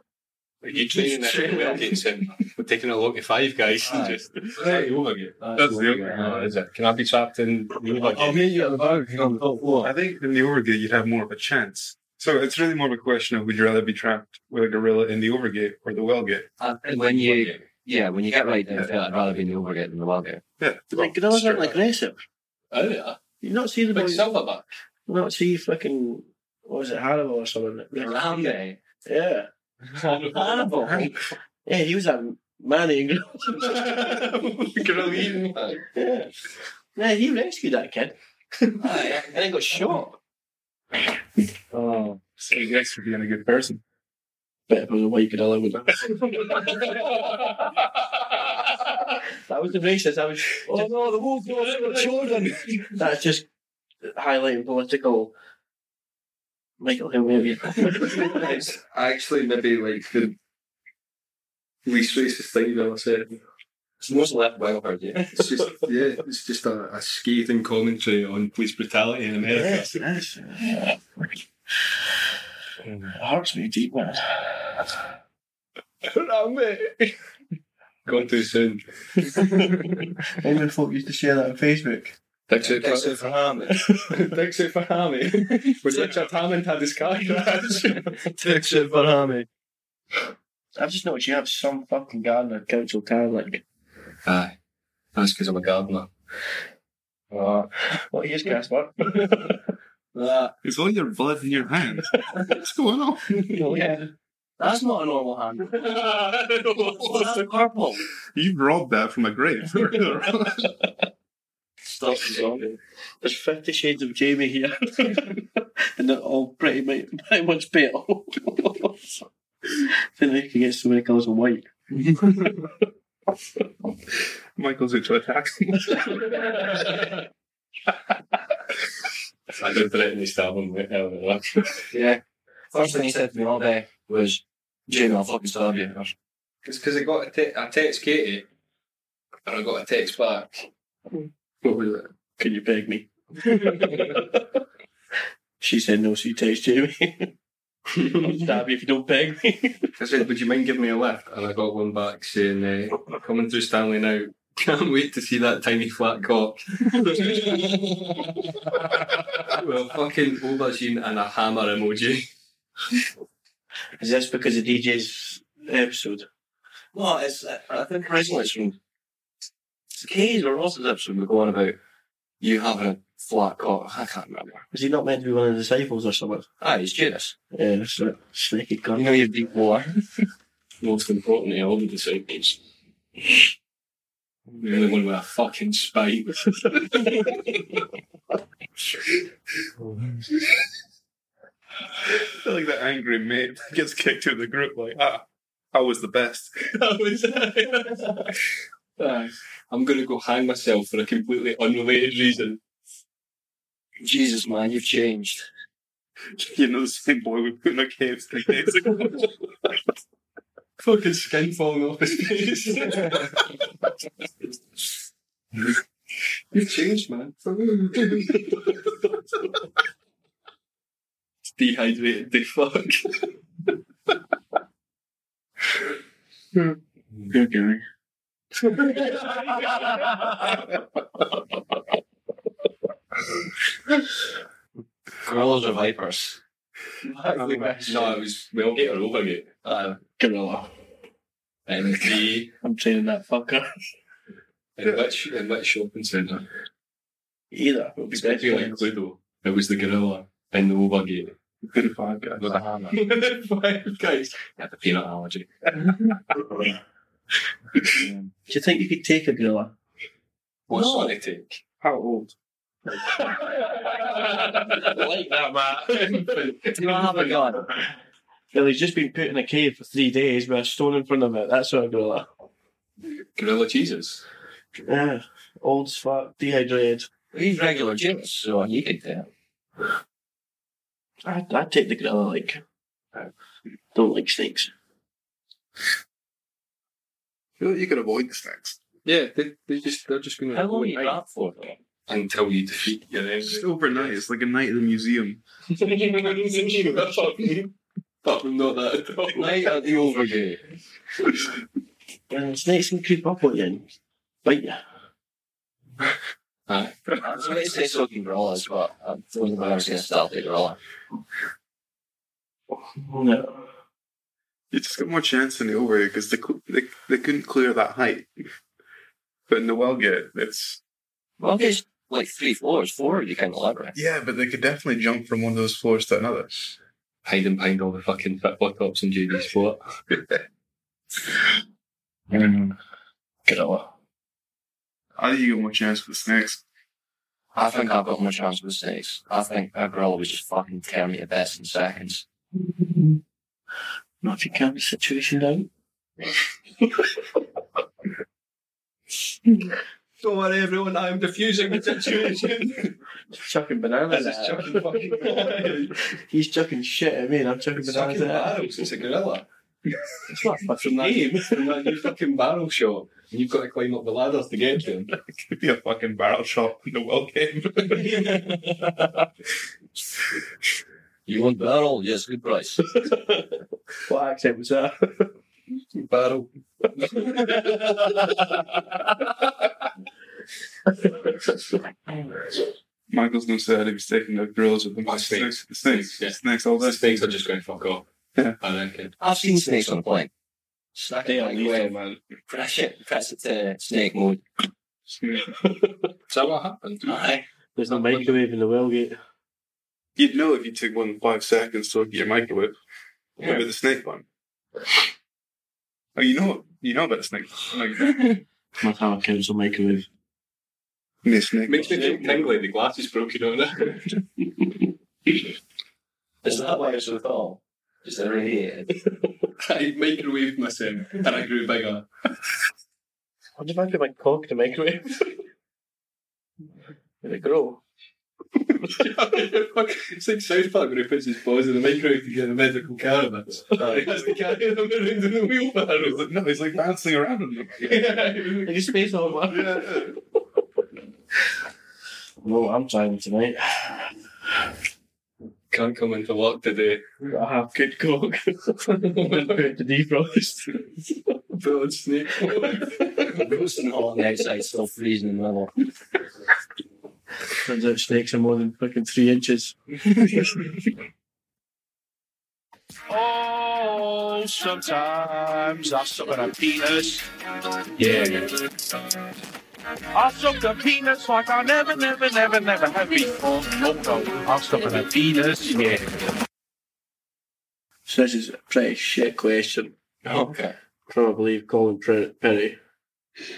Speaker 8: Are you training that in the Wellgate Centre? We're taking a look at five guys and
Speaker 4: Aye.
Speaker 8: just. oh Is that the overview?
Speaker 2: That's the
Speaker 8: No, Oh, is it? Oh, Can I be trapped in the
Speaker 4: I'll
Speaker 8: overview?
Speaker 4: meet you at the balcony on the top
Speaker 2: I
Speaker 4: floor.
Speaker 2: think in the overgate you'd have more of a chance. So it's really more of a question of would you rather be trapped with a gorilla in the overgate or the well gate?
Speaker 4: Uh, And when you, yeah, when you get right down to it, I'd rather be in the overgate than the wellgate.
Speaker 2: Yeah.
Speaker 3: Like, gorillas aren't aggressive.
Speaker 8: Oh, yeah.
Speaker 3: You not see the
Speaker 8: Like
Speaker 3: boys.
Speaker 8: Silverback.
Speaker 3: You not see fucking. What was it, Hannibal or something?
Speaker 4: Rambe.
Speaker 3: Yeah.
Speaker 4: Hannibal.
Speaker 3: Yeah, he was a man in gorilla.
Speaker 8: Gorilla eating.
Speaker 3: Yeah. Yeah, he rescued that kid.
Speaker 4: Aye, and then got shot.
Speaker 3: Oh.
Speaker 2: So you guys for being a good person.
Speaker 3: Bet it was a white gorilla, wouldn't it? That was the racist. I was.
Speaker 4: Oh no, the wolf goes for children.
Speaker 3: That's just highlighting political. Michael, who are you?
Speaker 8: it's actually maybe like the least racist thing you've ever said.
Speaker 4: It's most left well heard, yeah.
Speaker 8: It's just yeah, it's just a, a scathing commentary on police brutality in America.
Speaker 3: Yes, yes. It hurts me deep, man.
Speaker 8: Gone too soon.
Speaker 3: England folk used to share that on Facebook.
Speaker 8: Dicks out,
Speaker 4: Dicks out for Hammond.
Speaker 8: Dicks out for Hammy. When Richard Hammond had his car crash.
Speaker 4: Dicks out for Hammy.
Speaker 3: I've just noticed you have some fucking garden at Council Town, like.
Speaker 8: Aye. That's because I'm a gardener.
Speaker 3: Uh, what year's Casper?
Speaker 2: Is all your blood in your hand? What's going on?
Speaker 4: yeah. That's not a normal hand. That's purple.
Speaker 2: You've robbed that from a grave.
Speaker 3: Stop the zombie. There's 50 shades of Jamie here. and they're all pretty, mu- pretty much better. then I can get so many colours of white.
Speaker 2: Michael's out to attack.
Speaker 8: I don't threaten to stab him. mate. Hell, no.
Speaker 4: Yeah. First thing he said to me all day was, Jamie, I'll fucking stab you.
Speaker 8: It's because I got a te- I text Katie, and I got a text back. What was it?
Speaker 3: Can you beg me? She said no, so you text Jamie. I'll stab you if you don't beg me.
Speaker 8: I said, "Would you mind giving me a lift?" And I got one back saying, uh, "Coming through Stanley now. Can't wait to see that tiny flat cock." well, fucking aubergine and a hammer emoji.
Speaker 3: Is this because of DJ's episode?
Speaker 4: No, it's, uh, I think originally it's from it's Kay's or Ross's episode we're going about you having a flat cock. I can't remember.
Speaker 3: Was he not meant to be one of the disciples or something?
Speaker 4: Ah, it's Judas.
Speaker 3: Yeah, that's right. Snaky cunt.
Speaker 4: You know your deep war.
Speaker 8: Most importantly, all the disciples. The only one with a fucking spite.
Speaker 2: feel like that angry mate that gets kicked out of the group. Like, ah, I was the best.
Speaker 8: Aye. I'm going to go hang myself for a completely unrelated reason.
Speaker 4: Jesus, man, you've changed.
Speaker 2: You know, the same boy we put in a cave three days ago.
Speaker 8: Fucking skin falling off his face. You've changed, man. Dehydrated, the fuck.
Speaker 3: Good guy.
Speaker 4: Gorillas are vipers.
Speaker 8: no, it was well get her over it.
Speaker 4: Uh,
Speaker 3: Gorilla.
Speaker 8: And the
Speaker 3: I'm training that fucker.
Speaker 8: in which in which shopping centre?
Speaker 3: Either. Would be best
Speaker 8: Especially like
Speaker 3: friends.
Speaker 8: Cluedo. It was the gorilla in the overgate
Speaker 2: Good five guys.
Speaker 8: with a hammer.
Speaker 2: Five guys.
Speaker 8: Yeah, the peanut allergy.
Speaker 3: Do you think you could take a gorilla?
Speaker 8: What's
Speaker 4: No.
Speaker 8: on it take?
Speaker 2: How old?
Speaker 8: like that, Matt.
Speaker 4: do not have a gun.
Speaker 3: Well, he's just been put in a cave for three days with a stone in front of it. That's what a gorilla.
Speaker 8: Gorilla cheeses.
Speaker 3: Yeah. Old as fuck, dehydrated.
Speaker 4: He's regular Judas, so he could do it.
Speaker 3: I, I'd take the gorilla, like. I don't like snakes.
Speaker 2: feel like you could avoid the snacks.
Speaker 8: Yeah, they, they just they're just going
Speaker 4: How long are you that for? though?
Speaker 8: until you defeat your enemy.
Speaker 2: Just overnight. It's like a night at the museum.
Speaker 8: Fucking not that at all.
Speaker 4: Night at the Overgate.
Speaker 3: Uh, snakes can creep up on you and bite you.
Speaker 8: Aye.
Speaker 4: I was going to say soaking gorillas, but uh, I don't think I've ever seen a stealthy gorilla.
Speaker 3: No.
Speaker 2: You just got more chance in the over because they, cou- they they couldn't clear that height. But in the well get, it's
Speaker 4: Well, there's like three floors, four you can elaborate.
Speaker 2: yeah. But they could definitely jump from one of those floors to another.
Speaker 8: Hiding behind all the fucking football tops in JD Sport.
Speaker 4: Gorilla.
Speaker 2: I think you got more chance with the snacks.
Speaker 4: I think I've got more chance with snakes. I think a gorilla would just fucking tear me to bits in seconds.
Speaker 3: Not if you calm the situation down.
Speaker 8: Don't worry, everyone. I'm diffusing the situation.
Speaker 3: Chucking bananas.
Speaker 8: This is
Speaker 3: at it.
Speaker 8: chucking fucking-
Speaker 3: He's chucking shit at me and I'm chucking bananas
Speaker 8: fucking
Speaker 3: at it.
Speaker 8: barrels. It's a gorilla.
Speaker 3: It's not
Speaker 8: From
Speaker 3: fucking game.
Speaker 8: that, from that new fucking barrel shot. And you've got to climb up the ladder to get to him.
Speaker 2: Could be a fucking barrel shot in the well game.
Speaker 4: You want barrel? Yes, good price.
Speaker 3: What accent was that?
Speaker 8: Barrel.
Speaker 2: Michael's not sad if he's taking the grills with the snakes. The snakes.
Speaker 8: Yeah.
Speaker 2: Snakes all
Speaker 8: The snakes are just going to fuck off.
Speaker 2: Yeah.
Speaker 8: I don't care.
Speaker 4: I've seen snakes on a plane.
Speaker 3: They are lethal,
Speaker 4: man. Crash it, press it to snake mode.
Speaker 8: Is that what happened?
Speaker 4: Aye.
Speaker 3: There's no microwave in the Wellgate.
Speaker 2: You'd know if you took one in five seconds to look at your microwave. What
Speaker 8: Yeah.
Speaker 2: about the snake one? Oh, you know, you know about the snake. Like,
Speaker 3: Must have a council microwave.
Speaker 2: the snake.
Speaker 8: Makes me think tingly, the glass is broken on it.
Speaker 4: Is that why you're so tall? Just irradiated.
Speaker 8: I microwaved myself and I grew bigger.
Speaker 3: What if I put my cock in the microwave? Did it grow?
Speaker 8: it's like South Park when he puts his paws in the microwave to get a medical cannabis. He has to carry them around in a wheelbarrow.
Speaker 2: No, he's like bouncing around on them.
Speaker 3: Like a space hog,
Speaker 8: Yeah.
Speaker 3: No, I'm trying tonight.
Speaker 8: Can't come into work today.
Speaker 3: I have good cock. Been put to defrost.
Speaker 8: Put on snake.
Speaker 4: Roasting hot on the outside, still freezing in the middle.
Speaker 3: Turns out snakes are more than fucking three inches.
Speaker 13: Oh, sometimes I suck at a penis.
Speaker 8: Yeah.
Speaker 13: I suck a penis like I never, never, never, never have before. Oh no, I suck at a penis. Yeah.
Speaker 3: So this is a pretty shit question.
Speaker 8: Oh. Okay.
Speaker 3: From I believe Colin Pre- Perry.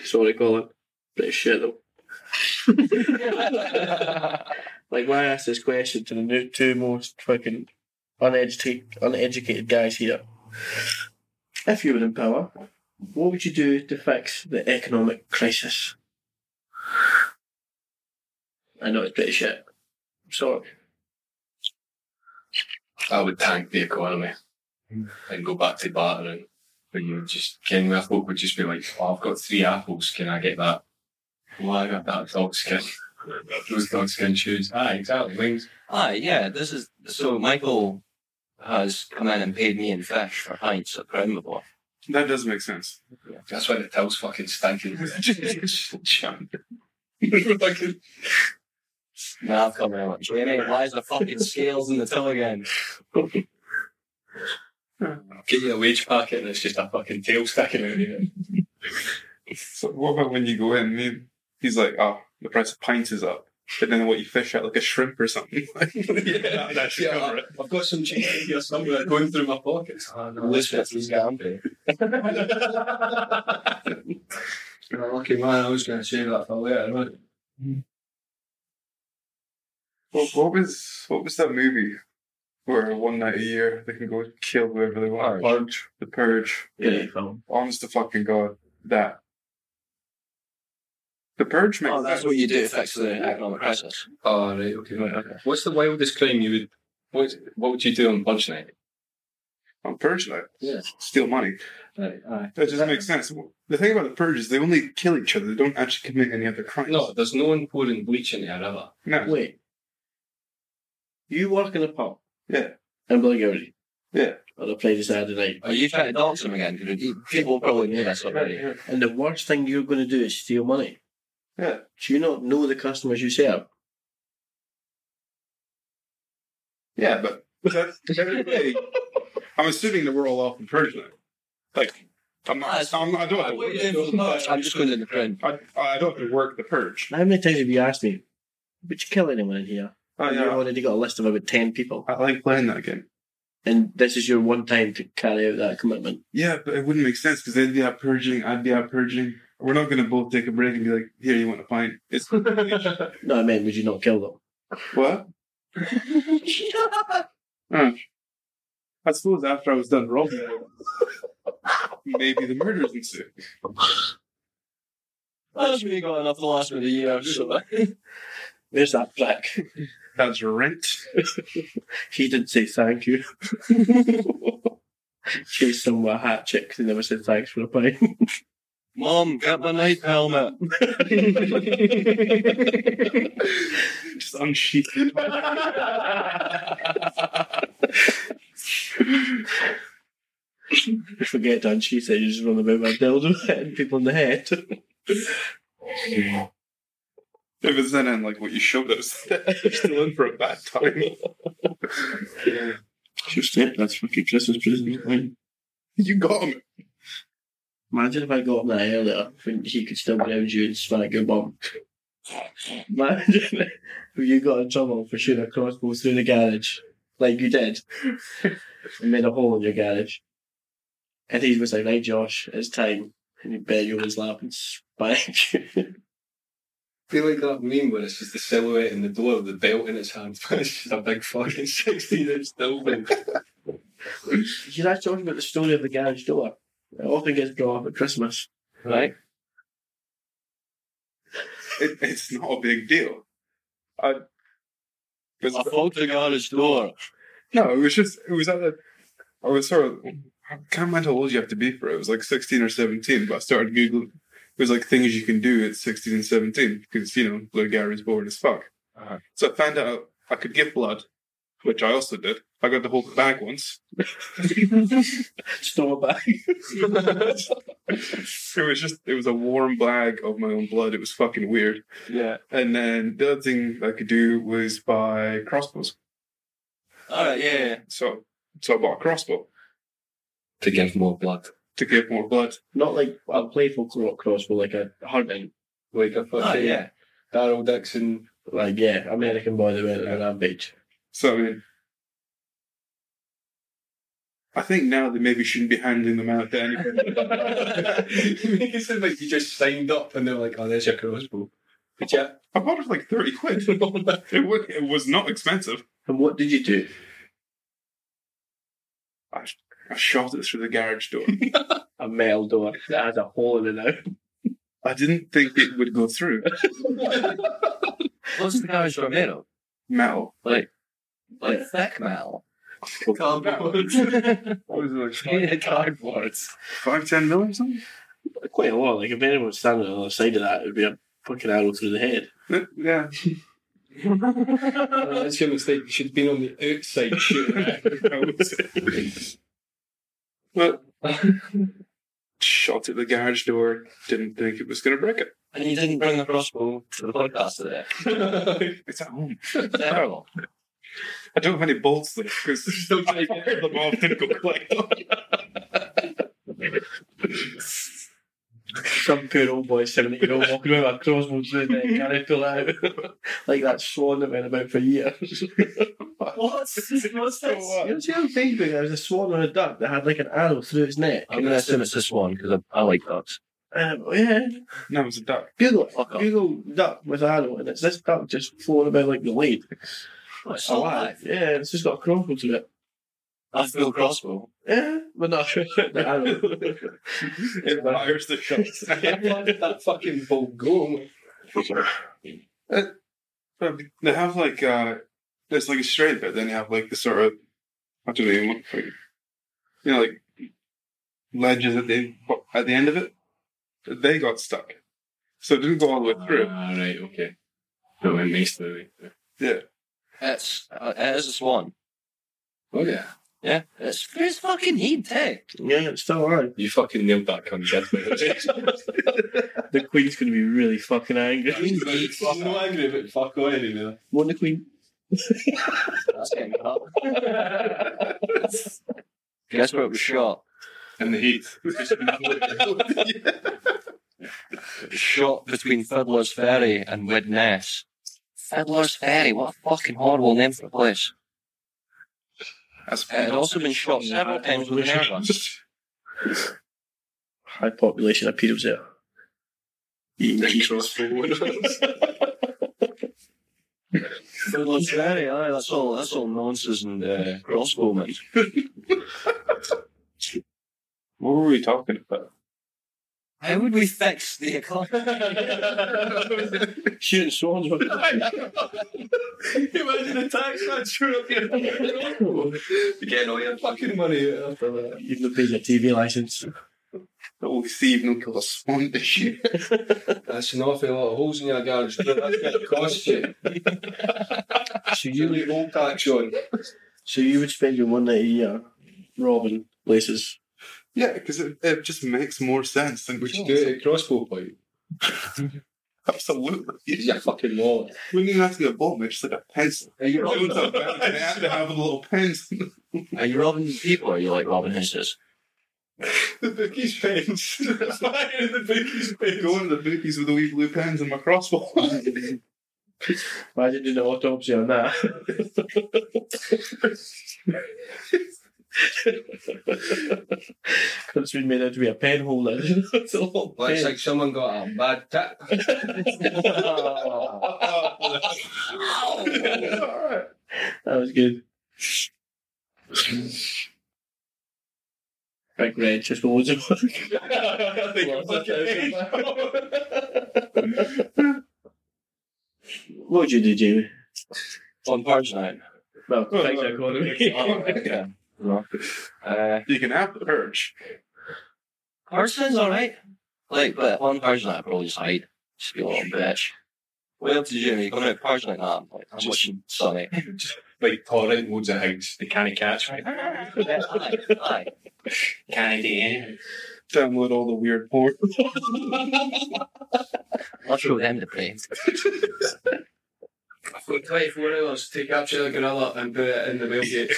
Speaker 3: Sorry, Colin. Pretty shit though. like when I asked this question to the new two most fucking uneducated uneducated guys here. If you were in power, what would you do to fix the economic crisis? I know it's pretty shit. Sorry.
Speaker 8: I would tank the economy and go back to bartering. But you would just, Ken Whiffle would just be like, oh, I've got three apples, can I get that? Well, I got that dog skin. Those dog skin shoes. Ah, exactly. Wings.
Speaker 4: Aye, yeah, this is. So Michael has come in and paid me in fish for pints at Crown before.
Speaker 2: That does make sense.
Speaker 8: That's why the tail's fucking stinking.
Speaker 4: Now I've come in like, Jamie, uh, why is the fucking scales in the till again?
Speaker 8: Get you a wage packet and it's just a fucking tail sticking out of it.
Speaker 2: So what about when you go in? I mean, he's like, oh, the price of pints is up. But then what you fish out, like a shrimp or something.
Speaker 8: yeah,
Speaker 2: that should cover
Speaker 8: I- I've got some change here somewhere going through my pockets. Ah, no,
Speaker 4: Let's get
Speaker 8: this bit's
Speaker 4: these Gambia.
Speaker 8: You're a lucky man, I was going to save that for later. wasn't
Speaker 2: What, what was what was that movie where one night a year they can go kill whoever they want? Purge. The Purge.
Speaker 3: Great film.
Speaker 2: Honest to fucking god, that. The Purge makes
Speaker 4: Oh, that's
Speaker 2: sense.
Speaker 4: what you do to fix the economic crisis.
Speaker 8: it? Oh, right, okay. What's the wildest crime you would. What, what would you do on Purge night?
Speaker 2: On Purge night?
Speaker 8: Yeah.
Speaker 2: Steal money.
Speaker 8: Right, aye.
Speaker 2: That just makes sense. The thing about the Purge is they only kill each other. They don't actually commit any other crimes.
Speaker 8: No, there's no one pouring bleach into a river.
Speaker 2: No.
Speaker 3: Wait. You work in a pub
Speaker 2: Yeah.
Speaker 3: in Blackberry
Speaker 2: Yeah.
Speaker 3: on a Friday, Saturday night.
Speaker 4: Are you trying to dox him again? Because people probably knew this already.
Speaker 3: And the worst thing you're going to do is steal money.
Speaker 2: Yeah.
Speaker 3: Do you not know the customers you serve?
Speaker 2: Yeah, but that's everybody. I'm assuming that we're all off in Purge night. Like, I'm not. I'm not I don't have to work.
Speaker 4: I'm just going to the print.
Speaker 2: I, I don't have to work the Purge.
Speaker 3: How many times have you asked me, would you kill anyone in here?
Speaker 2: Oh,
Speaker 3: And
Speaker 2: yeah.
Speaker 3: You've already got a list of about 10 people.
Speaker 2: I like playing that game.
Speaker 3: And this is your one time to carry out that commitment.
Speaker 2: Yeah, but it wouldn't make sense because they'd be out purging, I'd be out purging. We're not going to both take a break and be like, "Here, you want a pint?" It's
Speaker 3: No, I meant, would you not kill them?
Speaker 2: what? Huh. I suppose after I was done robbing, maybe the murders ensue.
Speaker 4: That's me got enough the last of the year. So.
Speaker 3: There's that prick.
Speaker 2: That's rent.
Speaker 3: he didn't say thank you. Chased some with a hat chick who never said thanks for a pint.
Speaker 4: Mom, get my knife helmet.
Speaker 2: Just unsheathed. it.
Speaker 3: You forget to unsheath it, you just run about with a dildo hitting people in the head.
Speaker 2: If it's then in like what you showed us, you're still in for a bad time.
Speaker 3: Just it. That's fucking Christmas present. man.
Speaker 2: You got him.
Speaker 3: Imagine if I got him that earlier, when he could still ground you and smack your bum. Imagine if you got in trouble for shooting a crossbow through the garage, like you did, and made a hole in your garage. And he was like, right, Josh, it's time. And he bent you on his lap and spanked you.
Speaker 8: feel like that meme where it's just the silhouette in the door with the belt in its hand. it's just a big fucking 16 inch dildo.
Speaker 3: You're not talking about the story of the garage door. It often gets brought up at Christmas.
Speaker 8: Right.
Speaker 2: It, it's not a big deal. I,
Speaker 4: I thought the garage door.
Speaker 2: No, it was just it was at the. I was sort of I can't remember how old you have to be for it. It was like sixteen or seventeen, but I started googling. It was like things you can do at sixteen and seventeen because you know little Gary's bored as fuck. So I found out I could give blood, which I also did. I got the whole bag once.
Speaker 3: Store bag.
Speaker 2: it was just it was a warm bag of my own blood. It was fucking weird.
Speaker 8: Yeah.
Speaker 2: And then the other thing I could do was buy crossbows.
Speaker 4: Alright, yeah, yeah.
Speaker 2: So so I bought a crossbow
Speaker 8: to give more blood.
Speaker 2: to give more blood.
Speaker 3: Not like a playful cro- crossbow, like a hunting.
Speaker 8: Like a fucking
Speaker 3: Oh, yeah.
Speaker 8: Daryl Dixon.
Speaker 3: Like, yeah, American boy that went on a rampage.
Speaker 2: So I mean, I think now they maybe shouldn't be handing them out to anybody.
Speaker 8: you make it sound like you just signed up and they're like, oh, there's your crossbow. But yeah.
Speaker 2: I bought it for like thirty quid. it was it was not expensive.
Speaker 3: And what did you do?
Speaker 2: I, I shot it through the garage door.
Speaker 3: A metal door that has a hole in it now.
Speaker 2: I didn't think it would go through
Speaker 4: What's the garage door made of?
Speaker 2: metal.
Speaker 4: Like, like thick metal.
Speaker 8: Cardboard.
Speaker 2: What was it like? Five,
Speaker 4: Yeah, cardboard.
Speaker 2: five ten mil or something?
Speaker 3: Quite a lot. Like, if anyone was standing on the other side of that, it would be a fucking arrow through the head.
Speaker 2: Yeah.
Speaker 8: Oh, that's your mistake. You should have been on the outside shooting. at it.
Speaker 2: That was it. But shot at the garage door. Didn't think it was going to break it.
Speaker 4: And you didn't bring the crossbow to the podcast today.
Speaker 2: It's at home.
Speaker 4: Terrible.
Speaker 2: I don't have any bolts left because
Speaker 8: Don't
Speaker 2: I
Speaker 8: take it.
Speaker 2: fired them off. Didn't go collect them.
Speaker 3: Some poor old boy, 70 year old, walking around with a crossbow through the head, can't pull it out. like that swan that went about for years.
Speaker 4: What's, what's this?
Speaker 3: You know, see how big thing? There was a swan and a duck that had like an arrow through its neck.
Speaker 4: I'm going to assume it's this one because I, I like ducks.
Speaker 3: Um, yeah.
Speaker 2: No, it was a duck.
Speaker 3: Google it.
Speaker 4: Fuck off.
Speaker 3: Google duck with arrow, and it's this duck just floating about like the lead.
Speaker 4: Oh, it's alive.
Speaker 3: Yeah, it's just got a crossbow to it.
Speaker 4: I feel crossbow.
Speaker 3: Yeah, but not the arrow.
Speaker 2: It fires the shots.
Speaker 8: Where did that fucking ball go?
Speaker 2: Uh, But they have like uh, there's like a straight bit. Then you have like the sort of I don't even want like, you know like ledges at the at the end of it. They got stuck, so it didn't go all the way through.
Speaker 8: Ah, right, okay. No, it makes the way. through.
Speaker 2: Yeah,
Speaker 4: It's, uh, it is a swan.
Speaker 8: Oh, yeah.
Speaker 4: Yeah. It's for his fucking heat, hey.
Speaker 3: yeah, it's still alright.
Speaker 8: You fucking nailed that cunt, kid.
Speaker 3: The queen's gonna be really fucking angry.
Speaker 8: I'm not angry, but fuck on anyway.
Speaker 3: Won the queen.
Speaker 4: That's getting cut. Guess where it was shot?
Speaker 8: In the heat.
Speaker 4: It was shot between Fiddler's Ferry and Widnes. Fiddler's Ferry, what a fucking horrible name for a place.
Speaker 2: that's
Speaker 4: It had also been shot several times with an airgun.
Speaker 3: High population of pedos there.
Speaker 4: Fiddler's Ferry, aye, that's all, that's all nonsense and uh, crossbowmen.
Speaker 2: what were we talking about?
Speaker 4: How would we fix the economy?
Speaker 3: Shooting swans with
Speaker 8: Imagine a tax man showing up here. Getting all your fucking money out after that.
Speaker 3: Even the paid a TV license.
Speaker 2: The only thief no killed a swan this year.
Speaker 8: That's an awful lot of holes in your garage. That's going to cost you.
Speaker 3: So
Speaker 8: You need old tax on.
Speaker 3: So you would spend your one night a year robbing places.
Speaker 2: yeah, because it, it just makes more sense than
Speaker 8: Would you do it at crossbow point?
Speaker 2: Absolutely. Use your fucking wallet. We didn't even have to get a ball, it's just like a pencil.
Speaker 4: Are you
Speaker 2: It was a bad- they had to have a little pencil.
Speaker 4: Are you robbing people or are you like robbing houses?
Speaker 2: the bookies pens. the bookies pens. Going to the bookies with the wee blue pens and my crossbow.
Speaker 3: Imagine doing an autopsy on that. That's been made out to be a pen holder. it's a little
Speaker 8: Well, it's
Speaker 3: pen.
Speaker 8: like someone got a bad tip.
Speaker 3: That was good. Big red, just loads of What would you do, Jamie?
Speaker 4: On Purge Night.
Speaker 3: Well, thanks, I called
Speaker 4: him. Uh,
Speaker 2: you can have the purge.
Speaker 4: Purge Night's alright. Like, but on Purge Night, I probably just hide. Just be a little bitch. What up to you? You're coming out Purge Night now. I'm like, I'm watching Sunny.
Speaker 8: like torrent loads of house. They can't catch me.
Speaker 4: Aye, aye.
Speaker 8: Can't do anything.
Speaker 2: Download all the weird porn.
Speaker 4: I'll show them the place.
Speaker 8: I've got 24 hours to capture the gorilla and put it in the whale gate.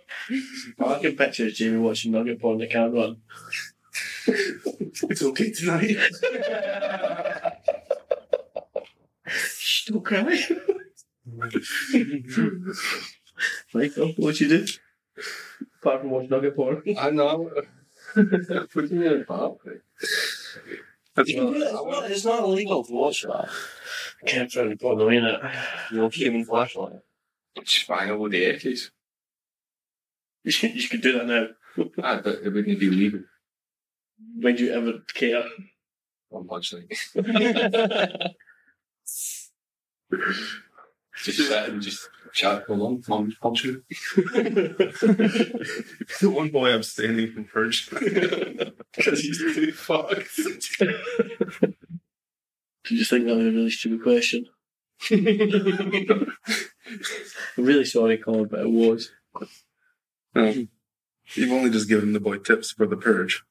Speaker 3: I can picture Jamie watching Nugget Porn that can't run.
Speaker 2: it's okay tonight.
Speaker 3: Shh, don't cry. Michael, what oh, you do? Apart from watch Nugget Porn.
Speaker 8: I know. Put me in a bar.
Speaker 4: You can do it. It's not- It's not illegal to watch that.
Speaker 3: Can't turn the porn away in it.
Speaker 4: No human flashlight.
Speaker 8: Just bang all the echoes.
Speaker 3: You should- you could do that now.
Speaker 8: Ah, but it wouldn't be legal
Speaker 3: When do you ever care?
Speaker 8: on Punchline. Just sit and just chat along. Mum's punching.
Speaker 2: the one boy abstaining from purge. Because he's too fucked.
Speaker 3: Do you think that was a really stupid question? I'm really sorry, Colin, but it was.
Speaker 2: Um, you've only just given the boy tips for the purge.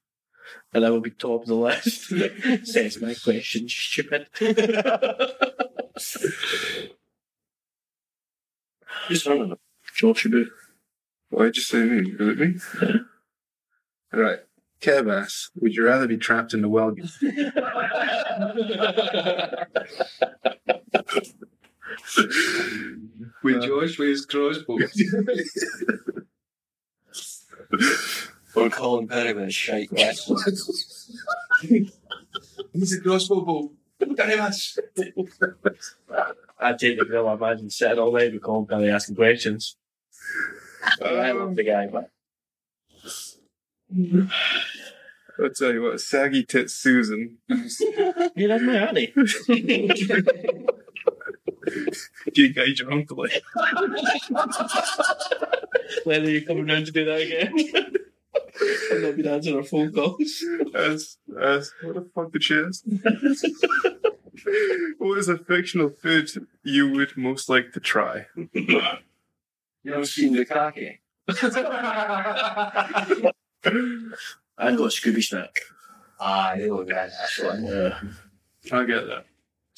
Speaker 3: And I will be top of the list. Says my question, stupid. Who's running it? Josh Abu.
Speaker 2: Why'd you say me? Was it me? Right. Kevass, would you rather be trapped in the well gate? Uh,
Speaker 8: With Josh with his crossbow.
Speaker 4: Or Colin Perry with a shite question.
Speaker 8: He's a crossbow bow. Very much.
Speaker 3: I take the grill, I imagine, sitting all night with Colin Perry asking questions. I
Speaker 2: Um,
Speaker 3: love the guy, but.
Speaker 2: I'll tell you what, saggy tit Susan.
Speaker 3: You that's my honey.
Speaker 2: Do you guys your uncle? eh?
Speaker 3: When are you coming round to do that again? I've not been answering our phone calls.
Speaker 2: As, as, what the fuck did she ask? what is a fictional food you would most like to try?
Speaker 4: You ever seen Dukaki?
Speaker 3: I got Scooby Snack.
Speaker 4: Ah, they look at that one.
Speaker 3: Yeah.
Speaker 2: I get that.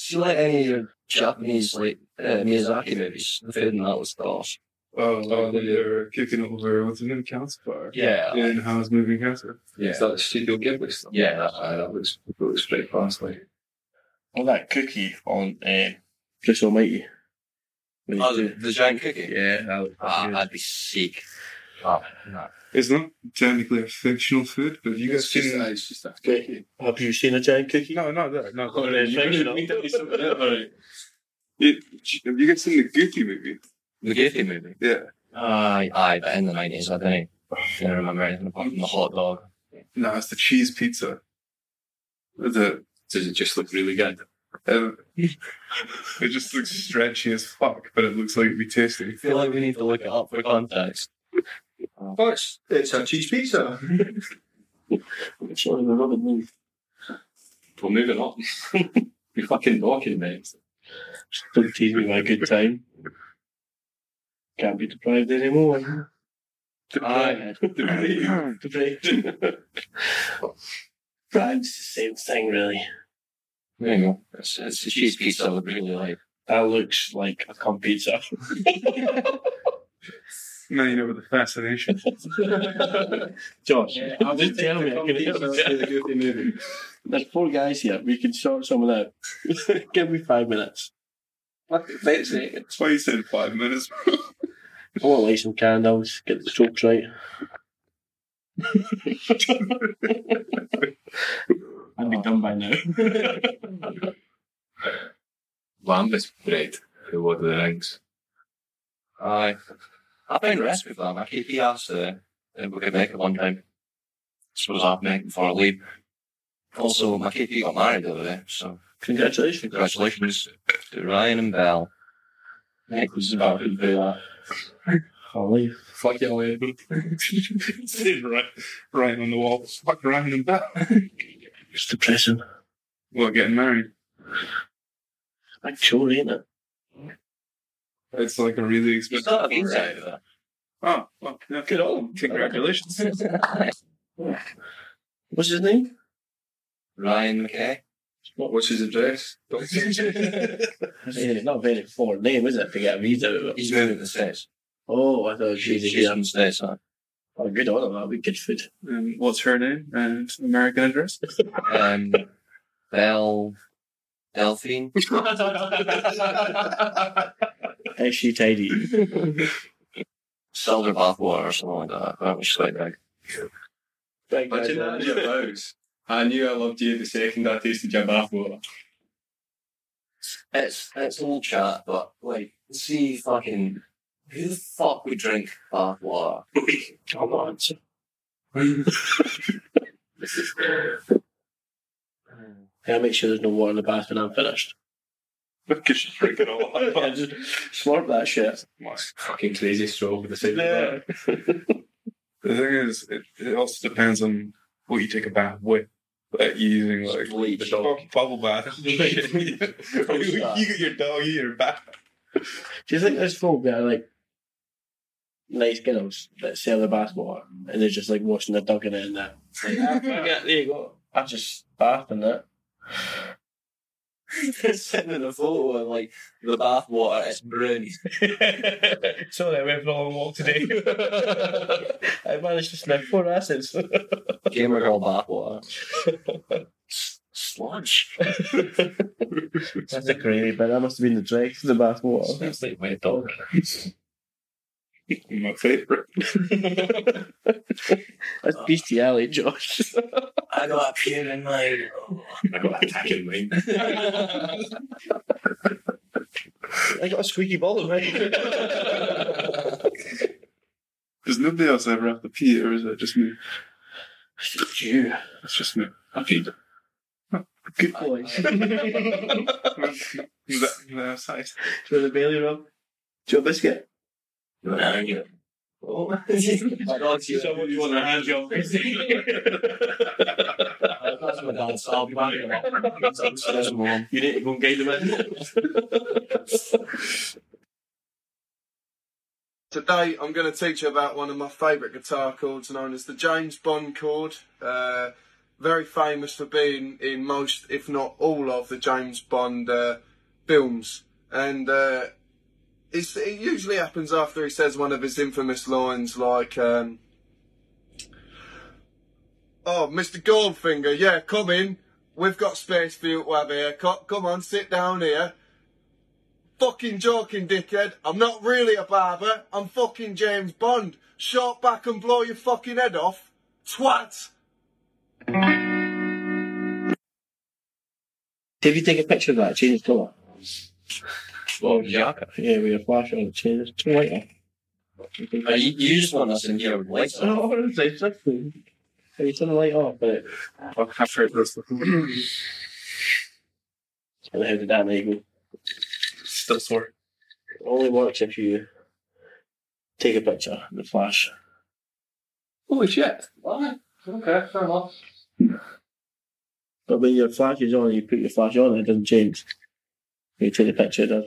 Speaker 4: Do you like any of your Japanese, like uh, Miyazaki movies? The food in that was gosh.
Speaker 2: Oh, oh they're kicking over what's his name, Council Fire.
Speaker 4: Yeah.
Speaker 2: In How's Moving Castle.
Speaker 8: Yeah. Is that the Studio Ghibli stuff?
Speaker 4: Yeah, that's
Speaker 8: Aye, that looks, that looks pretty fast. Like.
Speaker 3: Well, that cookie on uh, Chris Almighty. When you
Speaker 4: Oh,
Speaker 3: do-
Speaker 4: the, the giant cookie.
Speaker 3: Yeah, that was
Speaker 4: Ah, I'd be sick. Ah, no.
Speaker 2: It's not technically a fictional food, but have you guys seen it?
Speaker 8: It's just a
Speaker 3: Okay. Have you seen a giant cookie?
Speaker 2: No, not that. Not
Speaker 3: Oh,
Speaker 2: that.
Speaker 3: it's
Speaker 2: You guys-
Speaker 3: fictional.
Speaker 2: It- have you guys seen the Goofy movie?
Speaker 4: The Goofy movie.
Speaker 2: Yeah.
Speaker 4: Aye, aye, but in the 90s, I didn't, didn't remember anything apart from the hot dog.
Speaker 2: No, it's the cheese pizza. The
Speaker 8: Does it just look really good?
Speaker 2: um, it just looks stretchy as fuck, but it looks like it'd be tasty.
Speaker 4: I feel like we need to look it up for context.
Speaker 8: Oh, it's, it's a cheese pizza.
Speaker 3: Sorry, the Robin Lee.
Speaker 8: We're moving on. You're fucking knocking, mate.
Speaker 3: Don't tease me my good time. Can't be deprived anymore.
Speaker 4: Aye.
Speaker 3: Deprived. Deprived. Bribe's the same thing, really.
Speaker 4: There you go. It's, it's a cheese pizza I would really like.
Speaker 3: That looks like a cum pizza.
Speaker 2: Now you know what the fascination. is.
Speaker 3: Josh, I would tell me. I can hear movie. There's four guys here. We can sort someone out. Give me five minutes.
Speaker 2: That's why you said five minutes.
Speaker 3: I want to light some candles, get the strokes right. I'd be done by now.
Speaker 4: Lambus bread, the Lord of the Rings. Aye. I found a recipe for that. I keep he asked uh, if we could make it one time. Suppose I'll make it before I leave. Also, my KP got married the other day, so
Speaker 3: Congratulations.
Speaker 4: congratulations to Ryan and Belle. Nick was about to uh, do that.
Speaker 3: Holly.
Speaker 4: Fuck you,
Speaker 8: eh?
Speaker 4: Liam.
Speaker 2: Said Ry- Ryan on the wall. Fuck Ryan and Bell.
Speaker 3: It's depressing.
Speaker 2: What, getting married?
Speaker 3: Like chore, ain't it?
Speaker 2: It's like a really
Speaker 4: He's
Speaker 2: expensive.
Speaker 4: not a visa over there.
Speaker 2: Oh, well, yeah.
Speaker 3: Good on
Speaker 2: Congratulations.
Speaker 3: What's his name?
Speaker 4: Ryan McKay. What's his address? He's
Speaker 3: It's not a very foreign name, is it, to get a visa out of it?
Speaker 4: moving to the States.
Speaker 3: Oh, I thought it was
Speaker 4: She's,
Speaker 3: visa
Speaker 4: she's
Speaker 3: here.
Speaker 4: from the States, huh?
Speaker 3: Oh, good on him. That'd be good food.
Speaker 2: Um, what's her name and American address?
Speaker 4: Um, Belle. Delphine?
Speaker 3: Actually tidy.
Speaker 4: Seltzer bathwater or something like that. That was quite big.
Speaker 3: Thank
Speaker 14: Imagine
Speaker 3: you.
Speaker 14: that in your house. I knew I loved you the second I tasted your bathwater.
Speaker 4: It's it's all chat, but like, see, fucking, who the fuck would drink bath water?
Speaker 3: Come on. sir. I'll make sure there's no water in the bath when I'm finished.
Speaker 2: Because she's drinking a
Speaker 3: Yeah,
Speaker 2: lot.
Speaker 3: just slurp that shit.
Speaker 4: Fucking crazy straw with the side of
Speaker 3: Yeah.
Speaker 2: The thing is, it, it also depends on what you take a bath with. Like you using like
Speaker 4: Bleach.
Speaker 2: the dog bubble bath. you get your dog, you get your bath.
Speaker 3: Do you think there's folk that are like nice girls that sell the bath water and they're just like washing their dog in it and that? Like, "Ah, fuck it, there you go. I just bath in that.
Speaker 4: They're sending a photo of like the bath water, it's brown.
Speaker 3: Sorry, I went for a long walk today. I managed to sniff four acids.
Speaker 4: Gamer girl bath water. S- Sludge.
Speaker 3: That's a crazy but That must have been the dregs of the bath water.
Speaker 4: That's like wet dog.
Speaker 2: My favorite.
Speaker 3: That's bestiality, Josh.
Speaker 4: I got a pure in my.
Speaker 2: I got attack in mine.
Speaker 3: I got a squeaky bottom, right?
Speaker 2: Does nobody else ever have to pee, or is it just me?
Speaker 3: you.
Speaker 2: It's just me. I peed.
Speaker 3: Good boy.
Speaker 2: Is that, is that outside?
Speaker 3: Do you want a Bailey rub? Do you want a biscuit?
Speaker 4: Oh, my dog's here.
Speaker 3: Someone want a hand job?
Speaker 4: That's my dad, so I'll be back in a minute. Upstairs, mum.
Speaker 3: You need to go and guide them in.
Speaker 8: Today, I'm going to teach you about one of my favourite guitar chords known as the James Bond chord. Uh, very famous for being in most, if not all, of the James Bond uh, films. And uh, it's, it usually happens after he says one of his infamous lines like, um, Oh, Mr. Goldfinger, yeah, come in. We've got space for you to have here. Co- Come on, sit down here fucking joking, dickhead. I'm not really a barber. I'm fucking James Bond. Short back and blow your fucking head off. Twat!
Speaker 3: If you take a picture of that, change the colour.
Speaker 4: Well, yeah.
Speaker 3: Yeah, with a flash on it, change it to lighter.
Speaker 4: Uh, You, you just want us in here with lights on.
Speaker 3: Oh, it's exactly. Have you turn the light off? But
Speaker 2: I've heard this before.
Speaker 3: and how did that make me?
Speaker 2: Still sore.
Speaker 3: It only works if you take a picture in the flash.
Speaker 4: Holy shit. Alright. Okay, fair enough.
Speaker 3: But when your flash is on, you put your flash on, it doesn't change. When you take the picture, it does.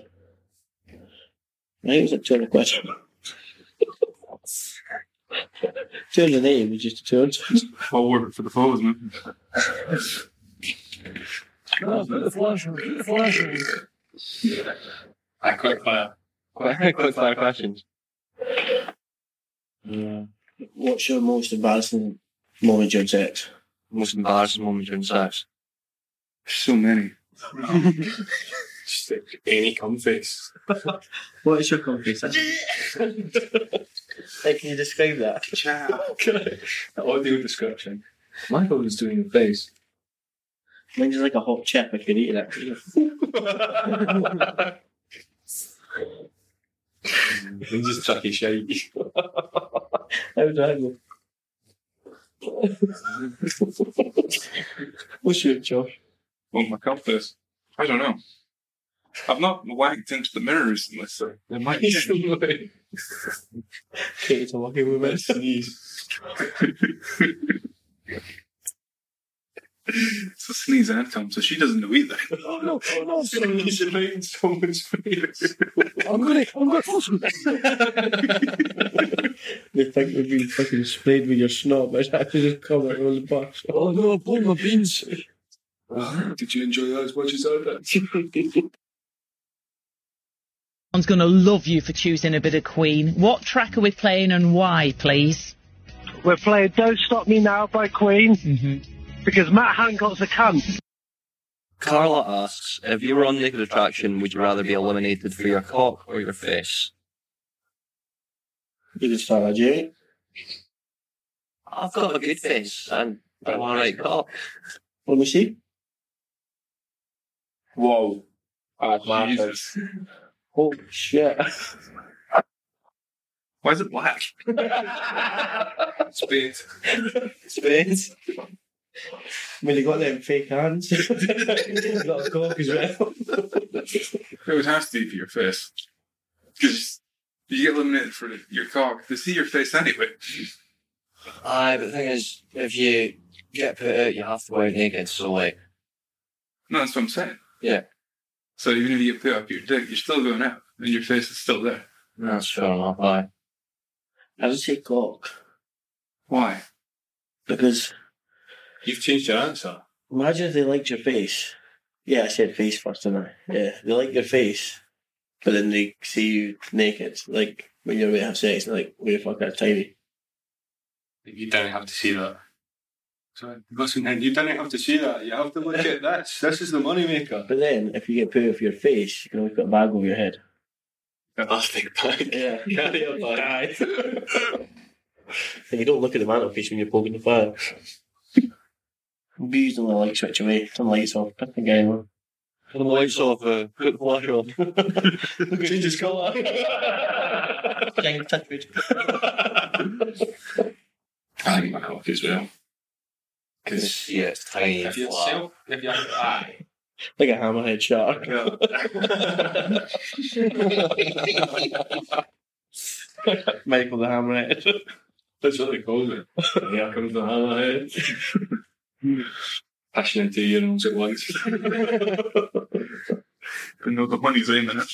Speaker 3: I think it was like 200 quid. 280 was just a turn.
Speaker 2: I'll work it for the foes, man.
Speaker 8: I quick fire. Quick, quick fire questions.
Speaker 3: Yeah. What's your most embarrassing moment during sex?
Speaker 8: Most embarrassing moment during sex?
Speaker 2: So many.
Speaker 8: Just like any cum face.
Speaker 3: What is your country?
Speaker 4: Hey, can you describe that?
Speaker 8: Okay. Audio description. Michael was doing a face.
Speaker 3: Mine's like a hot chip if you're eating it.
Speaker 8: He just chuck E. his shite.
Speaker 3: How do I go?
Speaker 2: What's your job? Well, Oh, my compass. I don't know. I've not wagged into the mirror recently, so it might change.
Speaker 3: Katie to lucky woman.
Speaker 2: sneeze. it's a sneeze and come, so she doesn't know either.
Speaker 3: Oh no! Oh no!
Speaker 2: He's in someone's face.
Speaker 3: I'm gonna, I'm gonna force him. they think we've been fucking sprayed with your snot, but it's actually just covered on the bus. Oh no! I blew my beans.
Speaker 12: Did you enjoy that as much as I
Speaker 3: did?
Speaker 15: Everyone's going to love you for choosing a bit of Queen. What track are we playing and why, please?
Speaker 16: We're playing Don't Stop Me Now by Queen because Matt Hancock's a cunt.
Speaker 4: Carla asks, if you were on Naked Attraction, would you rather be eliminated for your cock or your face?
Speaker 3: You just start with Jamie.
Speaker 4: I've got a good face and an alright cock.
Speaker 3: Let me see.
Speaker 8: Whoa. Ah, Jesus.
Speaker 3: Oh shit!
Speaker 2: Why is it black?
Speaker 8: Spades.
Speaker 4: Spades.
Speaker 3: When they got them fake hands, got a cock as well.
Speaker 2: It would have to be for your face. Because you get eliminated for your cock. They see your face anyway.
Speaker 4: Aye, but the thing is, if you get put out, you have to wear naked, so like,
Speaker 2: No, that's what I'm saying.
Speaker 4: yeah,
Speaker 2: So even if you get put up your dick, you're still going out, and your face is still there.
Speaker 4: that's fair enough, aye.
Speaker 3: I would say cock
Speaker 2: Why?
Speaker 3: because
Speaker 8: You've changed your answer.
Speaker 3: Imagine if they liked your face. Yeah, I said face first, didn't I? Yeah, they like your face, but then they see you naked, like when you're about to have sex, and they're like, where the fuck that's tiny?
Speaker 8: You don't have to see that. So listen, you don't have to see that. You have to look at this. This is the moneymaker.
Speaker 3: But then, if you get put off your face, you can always put a bag over your head.
Speaker 8: A big bag.
Speaker 3: Yeah.
Speaker 8: Carry a bag.
Speaker 3: And you don't look at the mantelpiece when you're poking the fire. Bees don't like switch away, turn the lights off, put the guy on.
Speaker 4: Turn the lights off, uh, put the flash on.
Speaker 3: Change his colour. Gang touch wood.
Speaker 8: I think my cock as well.
Speaker 4: Because yeah, it's tiny.
Speaker 8: If
Speaker 4: and
Speaker 8: you're
Speaker 4: flat.
Speaker 8: self, if you're ah, aye.
Speaker 3: Like a hammerhead shark. Michael the hammerhead.
Speaker 8: That's what they call it. Here comes the hammerhead. Passion into your arms at once.
Speaker 2: But no, the money's in it.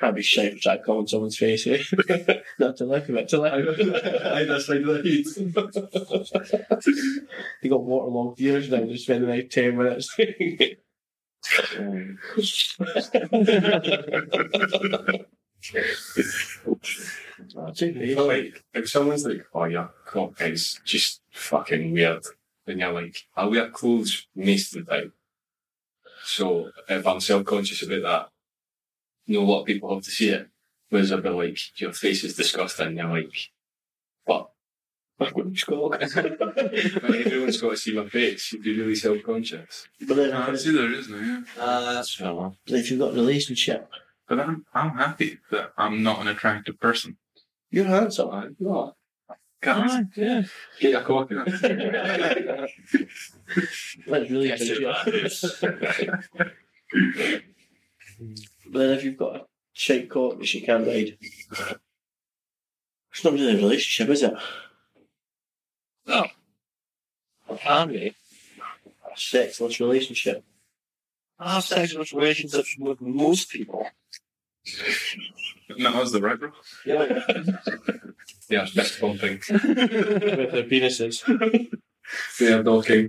Speaker 3: That'd be shame if that got on someone's face, eh? Not to look at it, to look
Speaker 8: Either side of the
Speaker 3: They got waterlogged ears now, they spend the next 10 minutes.
Speaker 8: heat. like, if someone's like, oh, your cock is just fucking weird, then you're like, I wear clothes most of the time. So if I'm self conscious about that, you know, a lot of people have to see it. Whereas I'd be like, your face is disgusting. You're like, what? Everyone's got to see my face. You'd be really self conscious.
Speaker 3: But then,
Speaker 2: I see there is now, yeah.
Speaker 4: Ah, that's fair enough.
Speaker 3: but if you've got a relationship,
Speaker 2: But I'm, I'm happy that I'm not an attractive person.
Speaker 3: you're handsome, man. You are.
Speaker 2: Guys,
Speaker 3: yeah.
Speaker 8: Get your cock out.
Speaker 3: That's really
Speaker 8: Yes,
Speaker 3: good.
Speaker 8: you
Speaker 3: yeah.
Speaker 8: are.
Speaker 3: But then if you've got a shite cock that she can't ride, it's not really a relationship, is it?
Speaker 4: No. Can be.
Speaker 3: A sexless relationship. Ah,
Speaker 4: I have sexual relationships with most people.
Speaker 2: No, that was the right bro.
Speaker 8: Yeah. yeah, it's best bumping.
Speaker 3: with their penises.
Speaker 8: Yeah, talking.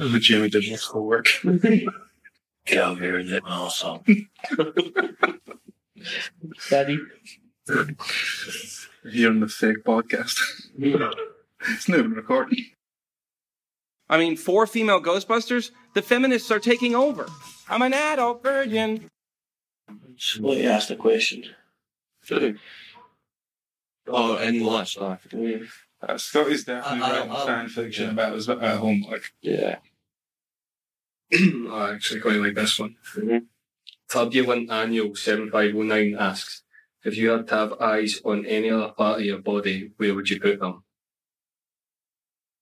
Speaker 2: The Jimmy did most of the work.
Speaker 3: Get over here and hit my own song.
Speaker 2: Daddy. Here on the fake podcast. it's not even recorded.
Speaker 17: I mean, four female Ghostbusters? The feminists are taking over. I'm an adult virgin.
Speaker 3: Somebody asked a question.
Speaker 4: Oh, in last life.
Speaker 2: Uh, Scotty's definitely
Speaker 4: I- I-
Speaker 2: writing
Speaker 4: I-
Speaker 2: fan fiction about his uh, homework.
Speaker 8: Yeah. I Oh, actually quite like this one. Turbulent Annual 7509 asks If you had to have eyes on any other part of your body, where would you put them?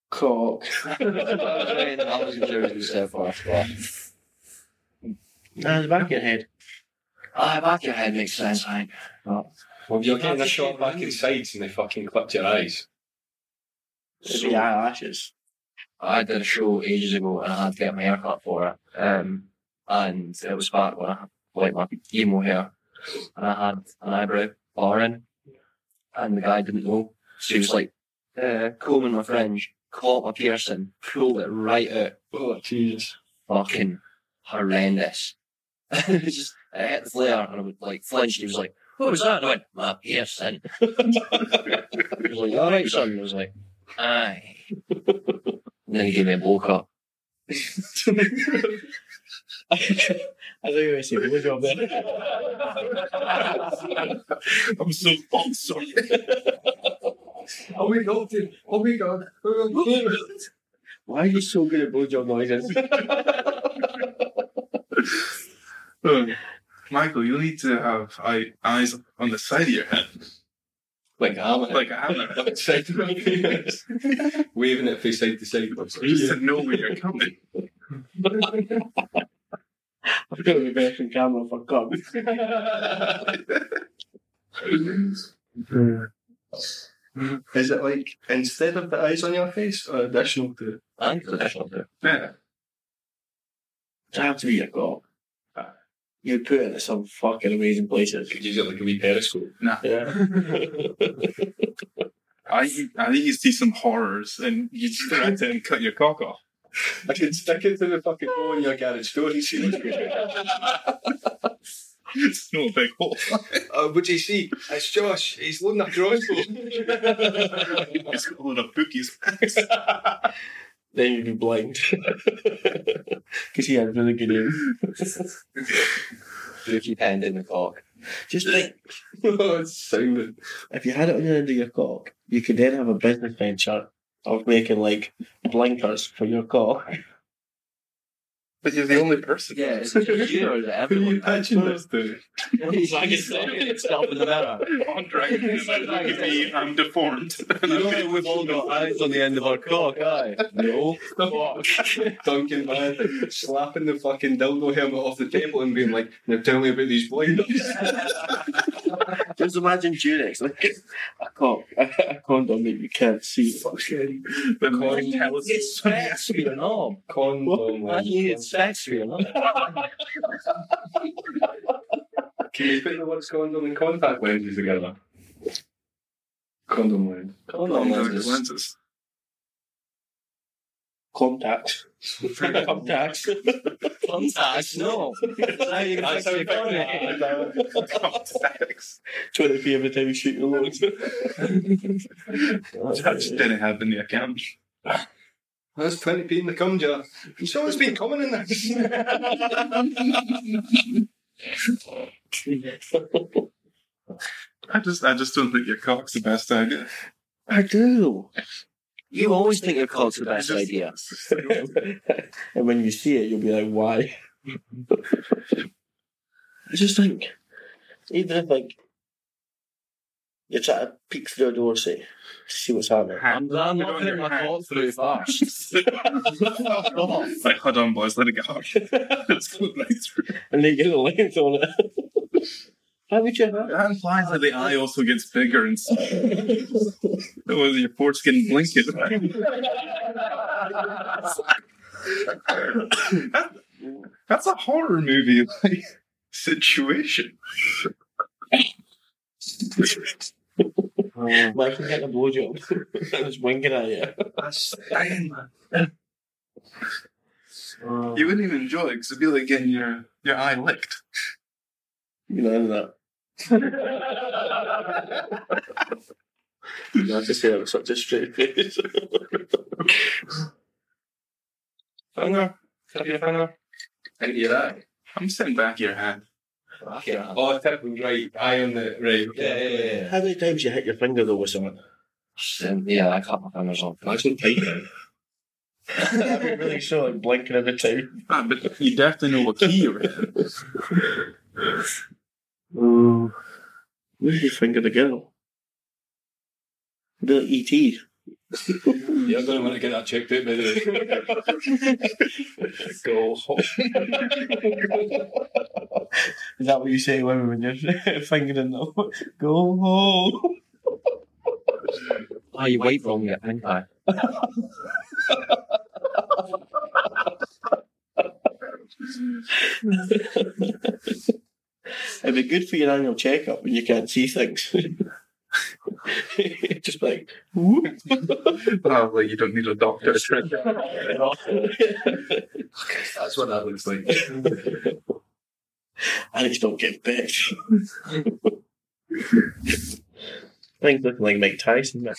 Speaker 3: Cock.
Speaker 4: I was going to step off that.
Speaker 3: And the back of your head.
Speaker 4: Ah, back of your head makes sense, I
Speaker 8: Well, you're getting a shot back in sides and they fucking clipped your eyes.
Speaker 4: So, eyelashes. I did a show ages ago and I had to get my hair cut for it. Um, and it was back when I had like my emo hair and I had an eyebrow bar in and the guy didn't know. So he was like, uh, combing my fringe, caught my piercing, pulled it right out.
Speaker 8: Oh, Jesus.
Speaker 4: Fucking horrendous. it just, it hit the flare and I would like flinch. He was like, what was that? And I went, my piercing. he was like, all right, son. I was like, aye. And then he gave me a blow cut.
Speaker 3: I thought you were going to say blowjob there.
Speaker 2: I'm so I'm sorry.
Speaker 8: oh my god, dude. Oh my god. Oh my god.
Speaker 3: Why are you so good at blowjob noises?
Speaker 2: Uh, Michael, you need to have eye, eyes on the side of your head.
Speaker 8: Like a hammer.
Speaker 2: Like a hammer.
Speaker 8: Side to side. Waving it from side to side.
Speaker 2: Just to know where you're coming.
Speaker 3: I'm going to be best in camera for cum.
Speaker 8: Is it like instead of the eyes on your face or additional to?
Speaker 4: I think it's additional to.
Speaker 8: Yeah.
Speaker 3: It have to be your cock. You'd put it in some fucking amazing places.
Speaker 8: Could use it like a wee periscope.
Speaker 2: Nah.
Speaker 3: Yeah.
Speaker 2: I, I think you see some horrors and you just try to cut your cock off.
Speaker 8: I could stick it to the fucking hole in your garage door and see what's going
Speaker 2: It's not a big hole.
Speaker 8: Uh, would you see? It's Josh. He's loading a crossbow.
Speaker 2: He's got a lot of bookies.
Speaker 3: Then you'd be blind. Because he had really good aim.
Speaker 4: Dookie penned in the cock.
Speaker 3: Just like.
Speaker 8: oh, it's sounding.
Speaker 3: If you had it on the end of your cock, you could then have a business venture of making like blinkers for your cock.
Speaker 2: But you're the only person.
Speaker 4: Yeah, is it just you or is it
Speaker 2: Who are you
Speaker 4: everyone?
Speaker 2: patching this to?
Speaker 4: He's like, it's not- it's not in the mirror.
Speaker 2: On Dragon, look at me, I'm um, deformed.
Speaker 4: we've all got eyes on the end of our cock, aye?
Speaker 2: Oh,
Speaker 4: No.
Speaker 8: Duncan man slapping the fucking dildo helmet off the table and being like, "Now tell me about these blinders."
Speaker 3: Just imagine Durex, like a cock, a, condom that you can't see. Fucking
Speaker 2: the mind tells
Speaker 4: It's sex with an arm.
Speaker 8: Condom.
Speaker 4: I need sex with an arm.
Speaker 8: Can you put the words condom and contact lenses together? Condom lens.
Speaker 4: Condom lenses.
Speaker 2: lenses.
Speaker 3: contacts. contacts.
Speaker 4: Contacts, no. Now you can fix your cock.
Speaker 2: Contacts.
Speaker 3: 20p every time you shoot your loads.
Speaker 2: That just didn't have in the account.
Speaker 8: That's 20p in the cum jar. Someone's been coming in this.
Speaker 2: I just, I just don't think your cock's the best idea.
Speaker 3: I do.
Speaker 4: You always think your cock's the best idea.
Speaker 3: and when you see it, you'll be like, why? I just think, even if like you're trying to peek through a door, say, to see what's happening.
Speaker 4: I'm, I'm not putting my cock through first.
Speaker 2: Like, hold on, boys, let it go. Let's go right through.
Speaker 3: And they get a length on it. How would you have
Speaker 2: That implies that the eye also gets bigger and smaller. That was your foreskin blanket. That- that's a horror movie like situation.
Speaker 3: Michael getting a blowjob. I was winking at you. That's dying, man.
Speaker 2: You wouldn't even enjoy it because it'd be like getting your, your eye licked.
Speaker 3: You know that. I just said it was such a straight face.
Speaker 2: Finger. Tip your finger.
Speaker 8: Into your eye.
Speaker 2: I'm sitting back your hand.
Speaker 8: Oh, tip and right. Eye on the right. Yeah, yeah, yeah.
Speaker 3: How many times you hit your finger though with something?
Speaker 4: yeah, I cut my fingers off.
Speaker 3: Imagine tight then. I'd be really sure, like blinking every time.
Speaker 2: Ah, but you definitely know what key you're in.
Speaker 3: Oh, where's your finger to go? E Be like E.T.
Speaker 8: You're going to want to get that checked out by the
Speaker 3: Go home. Is that what you say to women when you're fingering them? Go home.
Speaker 4: Oh, you wait wrong yet, didn't I?
Speaker 3: It'd be good for your annual checkup when you can't see things. Just like, whoop.
Speaker 2: Oh, well, you don't need a doctor to check it.
Speaker 8: That's what that looks like.
Speaker 3: I just don't get picked. Things looking like Mike Tyson. I'm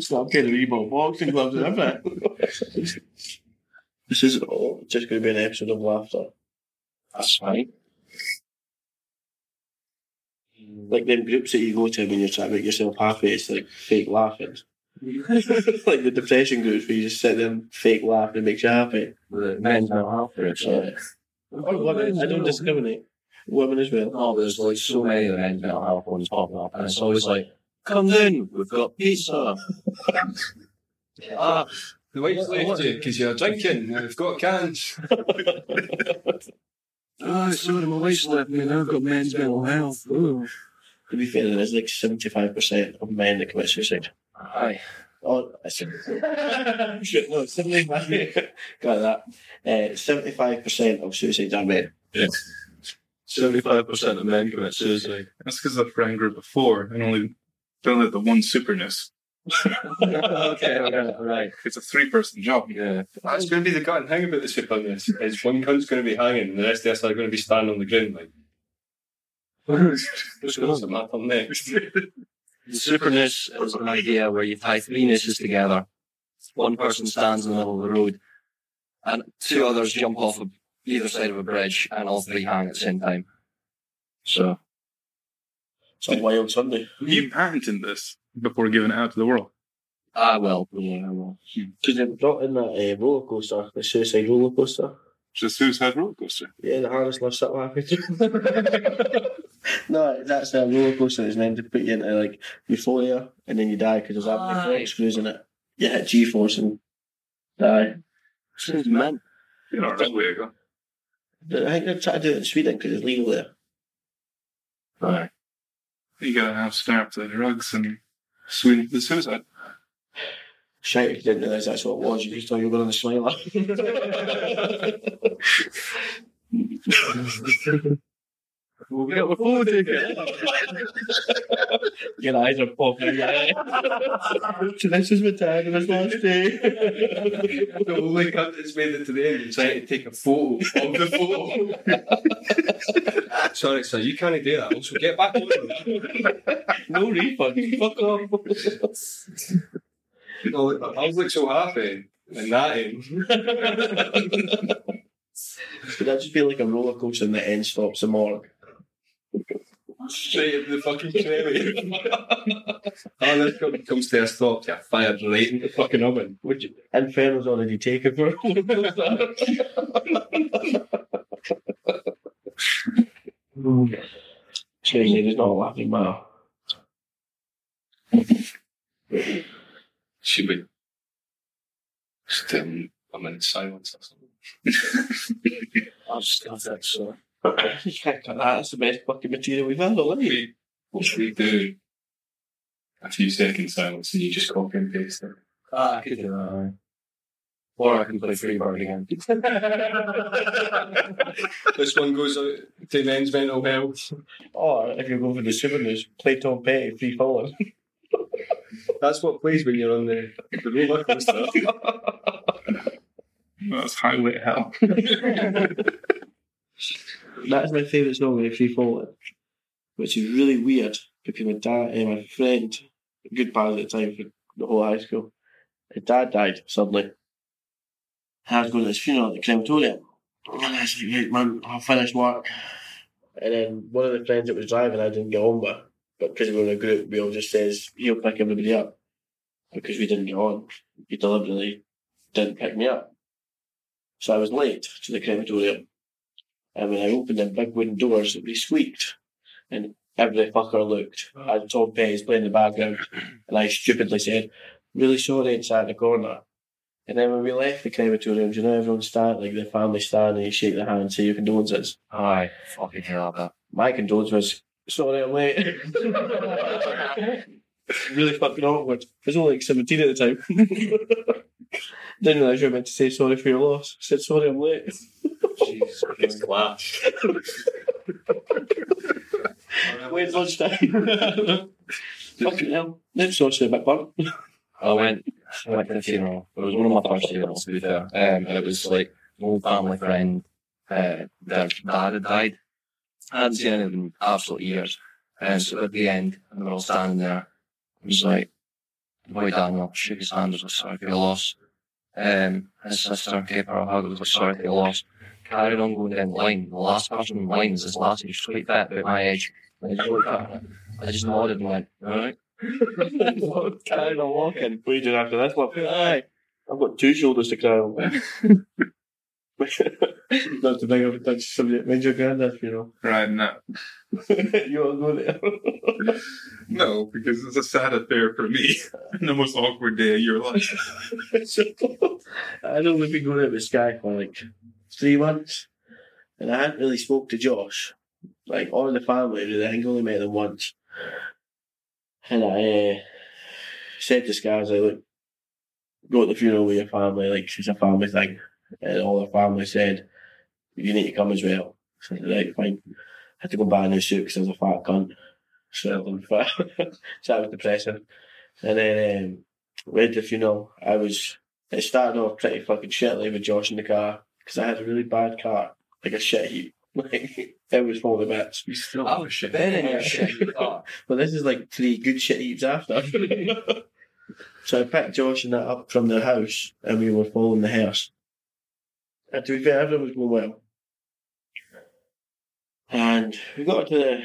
Speaker 3: stop getting Reebok boxing gloves and everything. This is all just going to be an episode of laughter. That's fine. Like them groups that you go to when you're trying to make yourself happy, it's like fake laughing. like the depression groups where you just sit there and fake laugh and it makes you happy.
Speaker 4: The men's mental health groups, yeah.
Speaker 3: Or women, I don't discriminate. Women as well.
Speaker 4: Oh, there's like so many of the men's mental health ones popping up, and it's always like, come in, we've got pizza.
Speaker 8: Ah, the wife's left you because you're drinking. and We've got cans.
Speaker 4: oh,
Speaker 16: Ah, so my wife's left me now. I've got men's mental health. Ooh.
Speaker 3: To be fair, there is like 75% of men that commit suicide.
Speaker 4: Aye.
Speaker 3: Oh, I said. Shit, no, 75. Got that. Uh, 75% of suicides are men.
Speaker 8: Yes. 75% of men commit suicide.
Speaker 2: That's because I've friend group before and only don't let the one superness.
Speaker 8: okay, okay, right.
Speaker 2: It's a three person job.
Speaker 8: Yeah. That's going to be the gut hang about the ship on this. Is one cunt's going to be hanging and the rest of us are going to be standing on the ground like, what's going to happen next?
Speaker 4: Superness is an idea where you tie three nooses together. One person stands in the middle of the road, and two others jump off of either side of a bridge, and all three hang at the same time. So,
Speaker 3: It's a wild Sunday.
Speaker 2: You patented this before giving it out to the world.
Speaker 4: I will. ah, Yeah, I will.
Speaker 3: Because they brought in that uh, roller coaster, the suicide roller coaster.
Speaker 2: It's a suicide roller coaster.
Speaker 3: Yeah, the harness lifts up halfway through. no, that's a roller coaster that's meant to put you into like euphoria and then you die because there's that many corkscrews in it. You hit G force and die. It's meant.
Speaker 2: You know, that's where you go.
Speaker 3: I think they're trying to do it in Sweden because it's legal there.
Speaker 2: Right. You gotta have snap to the drugs and swing the suicide.
Speaker 3: Shite if you didn't realise that's what it was. You just thought you were going on the smiler.
Speaker 8: We'll get the full ticket.
Speaker 3: Your eyes are popping. so this is my time and this last day.
Speaker 8: The only cunt that's made it to the end and trying to take a photo of the photo. Sorry, sir, you can't do that. Also, get back on
Speaker 3: no refund. Fuck off.
Speaker 8: No, I was like so happy. And that end.
Speaker 3: Would that just be like a roller coaster and the end stops the morgue?
Speaker 8: Straight into the fucking cremate. oh, this come- comes to a stop. Yeah, fired right into the fucking oven.
Speaker 3: Would you, Inferno's already taken for a roller coaster. It's crazy, there's not a laughing matter.
Speaker 8: Should we just um, a minute silence or something?
Speaker 3: I'll just have that, so. you can't cut that, that's the best fucking material we've had already.
Speaker 8: We, we do a few seconds silence and you just copy and paste it.
Speaker 4: Ah, I could do that. aye.
Speaker 8: Or I can play Freebird again. this one goes out to men's mental health.
Speaker 18: Or Oh, if you go for the souvenirs, play Tom Petty, free falling.
Speaker 8: That's what plays when you're on the, the roller coaster.
Speaker 2: That's highway hell.
Speaker 3: That is my favourite song when I free fall it, which is really weird because my dad and my friend, a good pal at the time for the whole high school, his dad died suddenly. I was going to his funeral at the crematorium. And I was like, right, man, I've finished work. And then one of the friends that was driving, I didn't get on with. But because we were in a group, we all just says, he'll pick everybody up. Because we didn't get on. He deliberately didn't pick me up. So I was late to the crematorium. And when I opened them big wooden doors, they squeaked. And every fucker looked. And Tom Petty's playing in the background. And I stupidly said, really sorry, and sat in the corner. And then when we left the crematorium, do you know everyone stand, like the family stand and you shake their hand, say your condolences?
Speaker 4: Aye, fucking hell, that.
Speaker 3: My condolence was, sorry I'm late. really fucking awkward. I was only like 17 at the time. Didn't realise you were meant to say sorry for your loss. said, sorry I'm late.
Speaker 8: It's class.
Speaker 3: Where's lunchtime? fucking hell. Then sorted a bit, burnt.
Speaker 4: I went, I went to the funeral. It was one of my first funerals, to be fair. Um, and it was like an old family friend, uh, their dad had died. I hadn't seen him in absolute years. And so at the end, and we were all standing there. It was like, the boy Daniel shook his hand, was like, sorry for your loss. Um, his sister gave her a hug, was like, sorry for your loss. Carried on going down the line. The last person in line was this lassie, she was quite fat, about my age. And I just looked at her. I just nodded and went, alright.
Speaker 3: Carrying on walking. What are you doing after this one? Aye. I've got two shoulders to cry on. Not to bring up a touch somebody that made your granddad's funeral.
Speaker 2: Right, no.
Speaker 3: you all go there.
Speaker 2: No, because it's a sad affair for me. and the most awkward day of your life.
Speaker 3: I'd only been going out with Sky for like three months, and I hadn't really spoke to Josh, like or the family. Really, I think I only met them once, and I uh, said to Sky, I was like, "Look, go to the funeral with your family. Like it's a family thing," and all the family said, "You need to come as well." So I said, "Right, fine." I had to go and buy a new suit because I was a fat cunt. So, I'm fat. so that was depressing. And then um, we had the funeral. I was it started off pretty fucking shitly with Josh in the car because I had a really bad car, like a shit heap. Like it was full of bits.
Speaker 8: You still
Speaker 4: have a Oh, shit heap. been in your shit heap car.
Speaker 3: but this is like three good shit heaps after. so I picked Josh and that up from their house, and we were following the hearse. And to be fair, everything was going well. And we got to the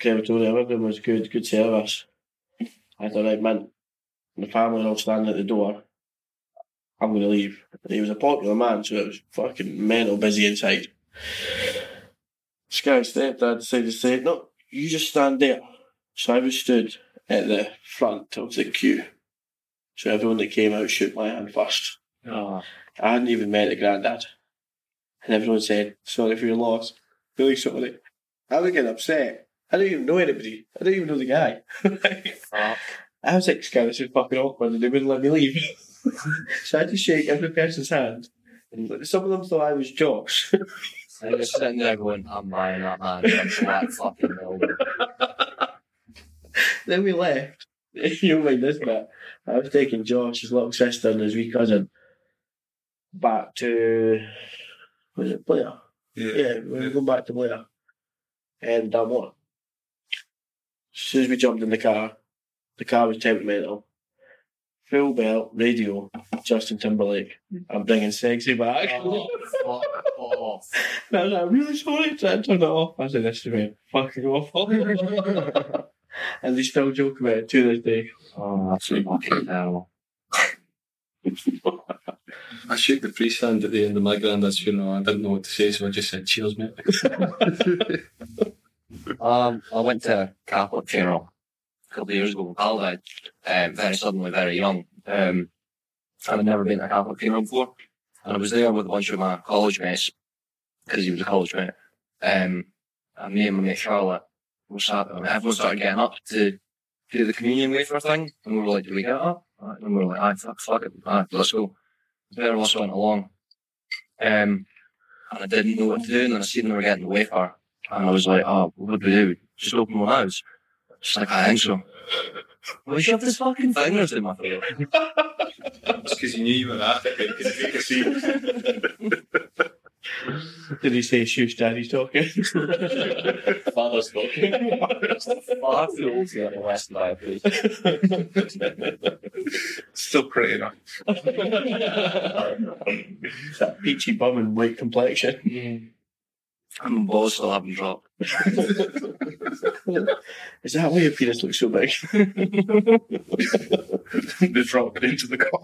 Speaker 3: crematorium. Everything was good, good service. I thought, right, man, the family are all standing at the door. I'm going to leave. And he was a popular man, so it was fucking mental busy inside. Sky stepdad decided to say, no, you just stand there. So I was stood at the front of the queue. So everyone that came out shook my hand first. I hadn't even met the granddad. And everyone said, sorry for your loss. Really sorry. I was getting upset. I didn't even know anybody. I didn't even know the guy. I was like, Sky, this is fucking awkward, and they wouldn't let me leave. so I had to shake every person's hand. And some of them thought I was Josh.
Speaker 4: I was sitting there going, I'm buying that man. I'm flat fucking over.
Speaker 3: then we left. you mind this bit. I was taking Josh, his little sister, and his wee cousin back to was it Blair?
Speaker 2: Yeah.
Speaker 3: we were going back to Blair and Dunmore. As soon as we jumped in the car, the car was temperamental. Full belt, radio, Justin Timberlake. I'm bringing sexy back.
Speaker 4: Oh, fuck off.
Speaker 3: And I was like, I'm really sorry, so I turned it off. I said, this is been fucking awful. and they still joke about it to this day.
Speaker 4: Oh, that's fucking terrible.
Speaker 8: I shook the priest hand at the end of my granddad's funeral. I didn't know what to say, so I just said, cheers, mate.
Speaker 4: Um, I went to a Catholic funeral a couple of years ago when Pal died, um, very suddenly, very young. Um, and I'd never been to a Catholic funeral before. And I was there with a bunch of my college mates, because he was a college mate. Um, and me and my mate Charlotte were sat there, and everyone started getting up to do the communion wafer thing. And we were like, do we get up? And we were like, aye, fuck, fuck it, aye, let's go. Better also went along. Um, and I didn't know what to do, and then I seen they were getting the wafer. And I was like, oh, what do we do? Just open one eyes. She's like, I think so. Well, she have this fucking fingers in my face.
Speaker 8: It's because you knew you were after it. Could make a scene.
Speaker 3: Did he say, shush, daddy's talking?
Speaker 4: Father's talking. Far too old to get molested by a priest.
Speaker 2: Still pretty enough.
Speaker 3: that peachy bum and white complexion.
Speaker 4: And my balls still haven't dropped.
Speaker 3: Is that why your penis looks so big?
Speaker 2: they drop it into the car.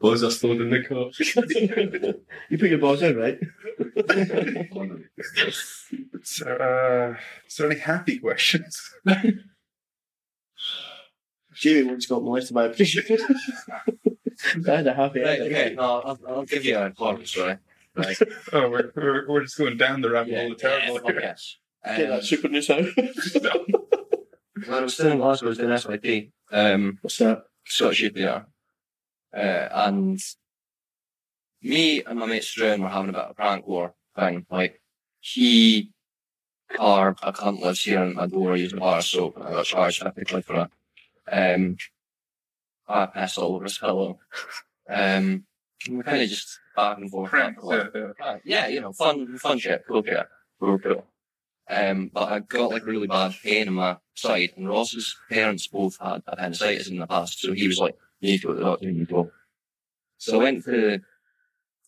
Speaker 8: Balls are stored in the car.
Speaker 3: you put your balls in, right?
Speaker 2: So, uh, is there any happy questions?
Speaker 3: Jamie once got molested by a priest. I had a happy
Speaker 4: Right,
Speaker 3: ending.
Speaker 4: okay, no, I'll, I'll give you a horror story. Right.
Speaker 2: oh, we're, we're, we're just going down the rabbit hole of terrible.
Speaker 4: fuck yes.
Speaker 8: Um,
Speaker 3: Get that super news out.
Speaker 4: When I was still in Glasgow, I was doing SYT. Um,
Speaker 3: What's that?
Speaker 4: Scottish UPR. Uh, and me and my mate Struan were having a bit of a prank war thing. Like, he carved a cunt lives here in my door using bar soap, and I got charged 50 quid for it. Um, I passed all over his pillow. Um, and we kind of just back and forth. back and forth. yeah, you know, fun, fun shit, cool shit. We were cool. Um, but I got like really bad pain in my side, and Ross's parents both had appendicitis in the past, so he was like, "You need to go to the doctor, you need to go." So I went to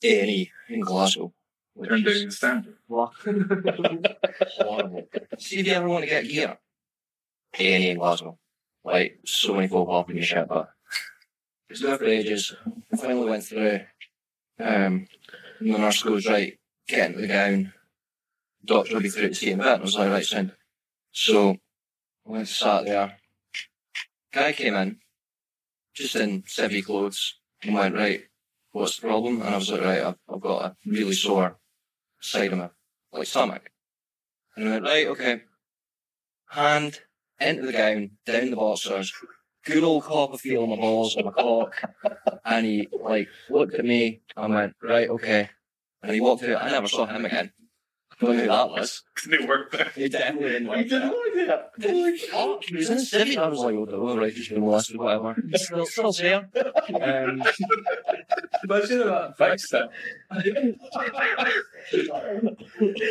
Speaker 4: A and E in Glasgow. which
Speaker 2: Turned
Speaker 4: is
Speaker 2: down the standard.
Speaker 4: horrible. See if you ever want to get gear. A and E in Glasgow, like so many folk popping your shit, but it's there for ages. Finally went through. Um, and the nurse goes right, get into the gown doctor will be through at the same bit. And I was like, right, son. So I went to sat there. Guy came in, just in civvy clothes, and went, right, what's the problem? And I was like, right, I've, I've got a really sore side of my like stomach. And I went, right, okay. Hand into the gown, down the boxers, good old Copperfield on my balls, on my cock. And he like looked at me and went, right, okay. And he walked out. I never saw him again. Don't know who that was.
Speaker 2: Didn't work there.
Speaker 4: He definitely didn't
Speaker 3: You
Speaker 4: work
Speaker 3: didn't
Speaker 4: there.
Speaker 3: like that.
Speaker 4: Oh, he was in civvy. I was like, oh, all right, he's been molested, whatever. Still, still there. Um,
Speaker 8: Imagine if that fixed it.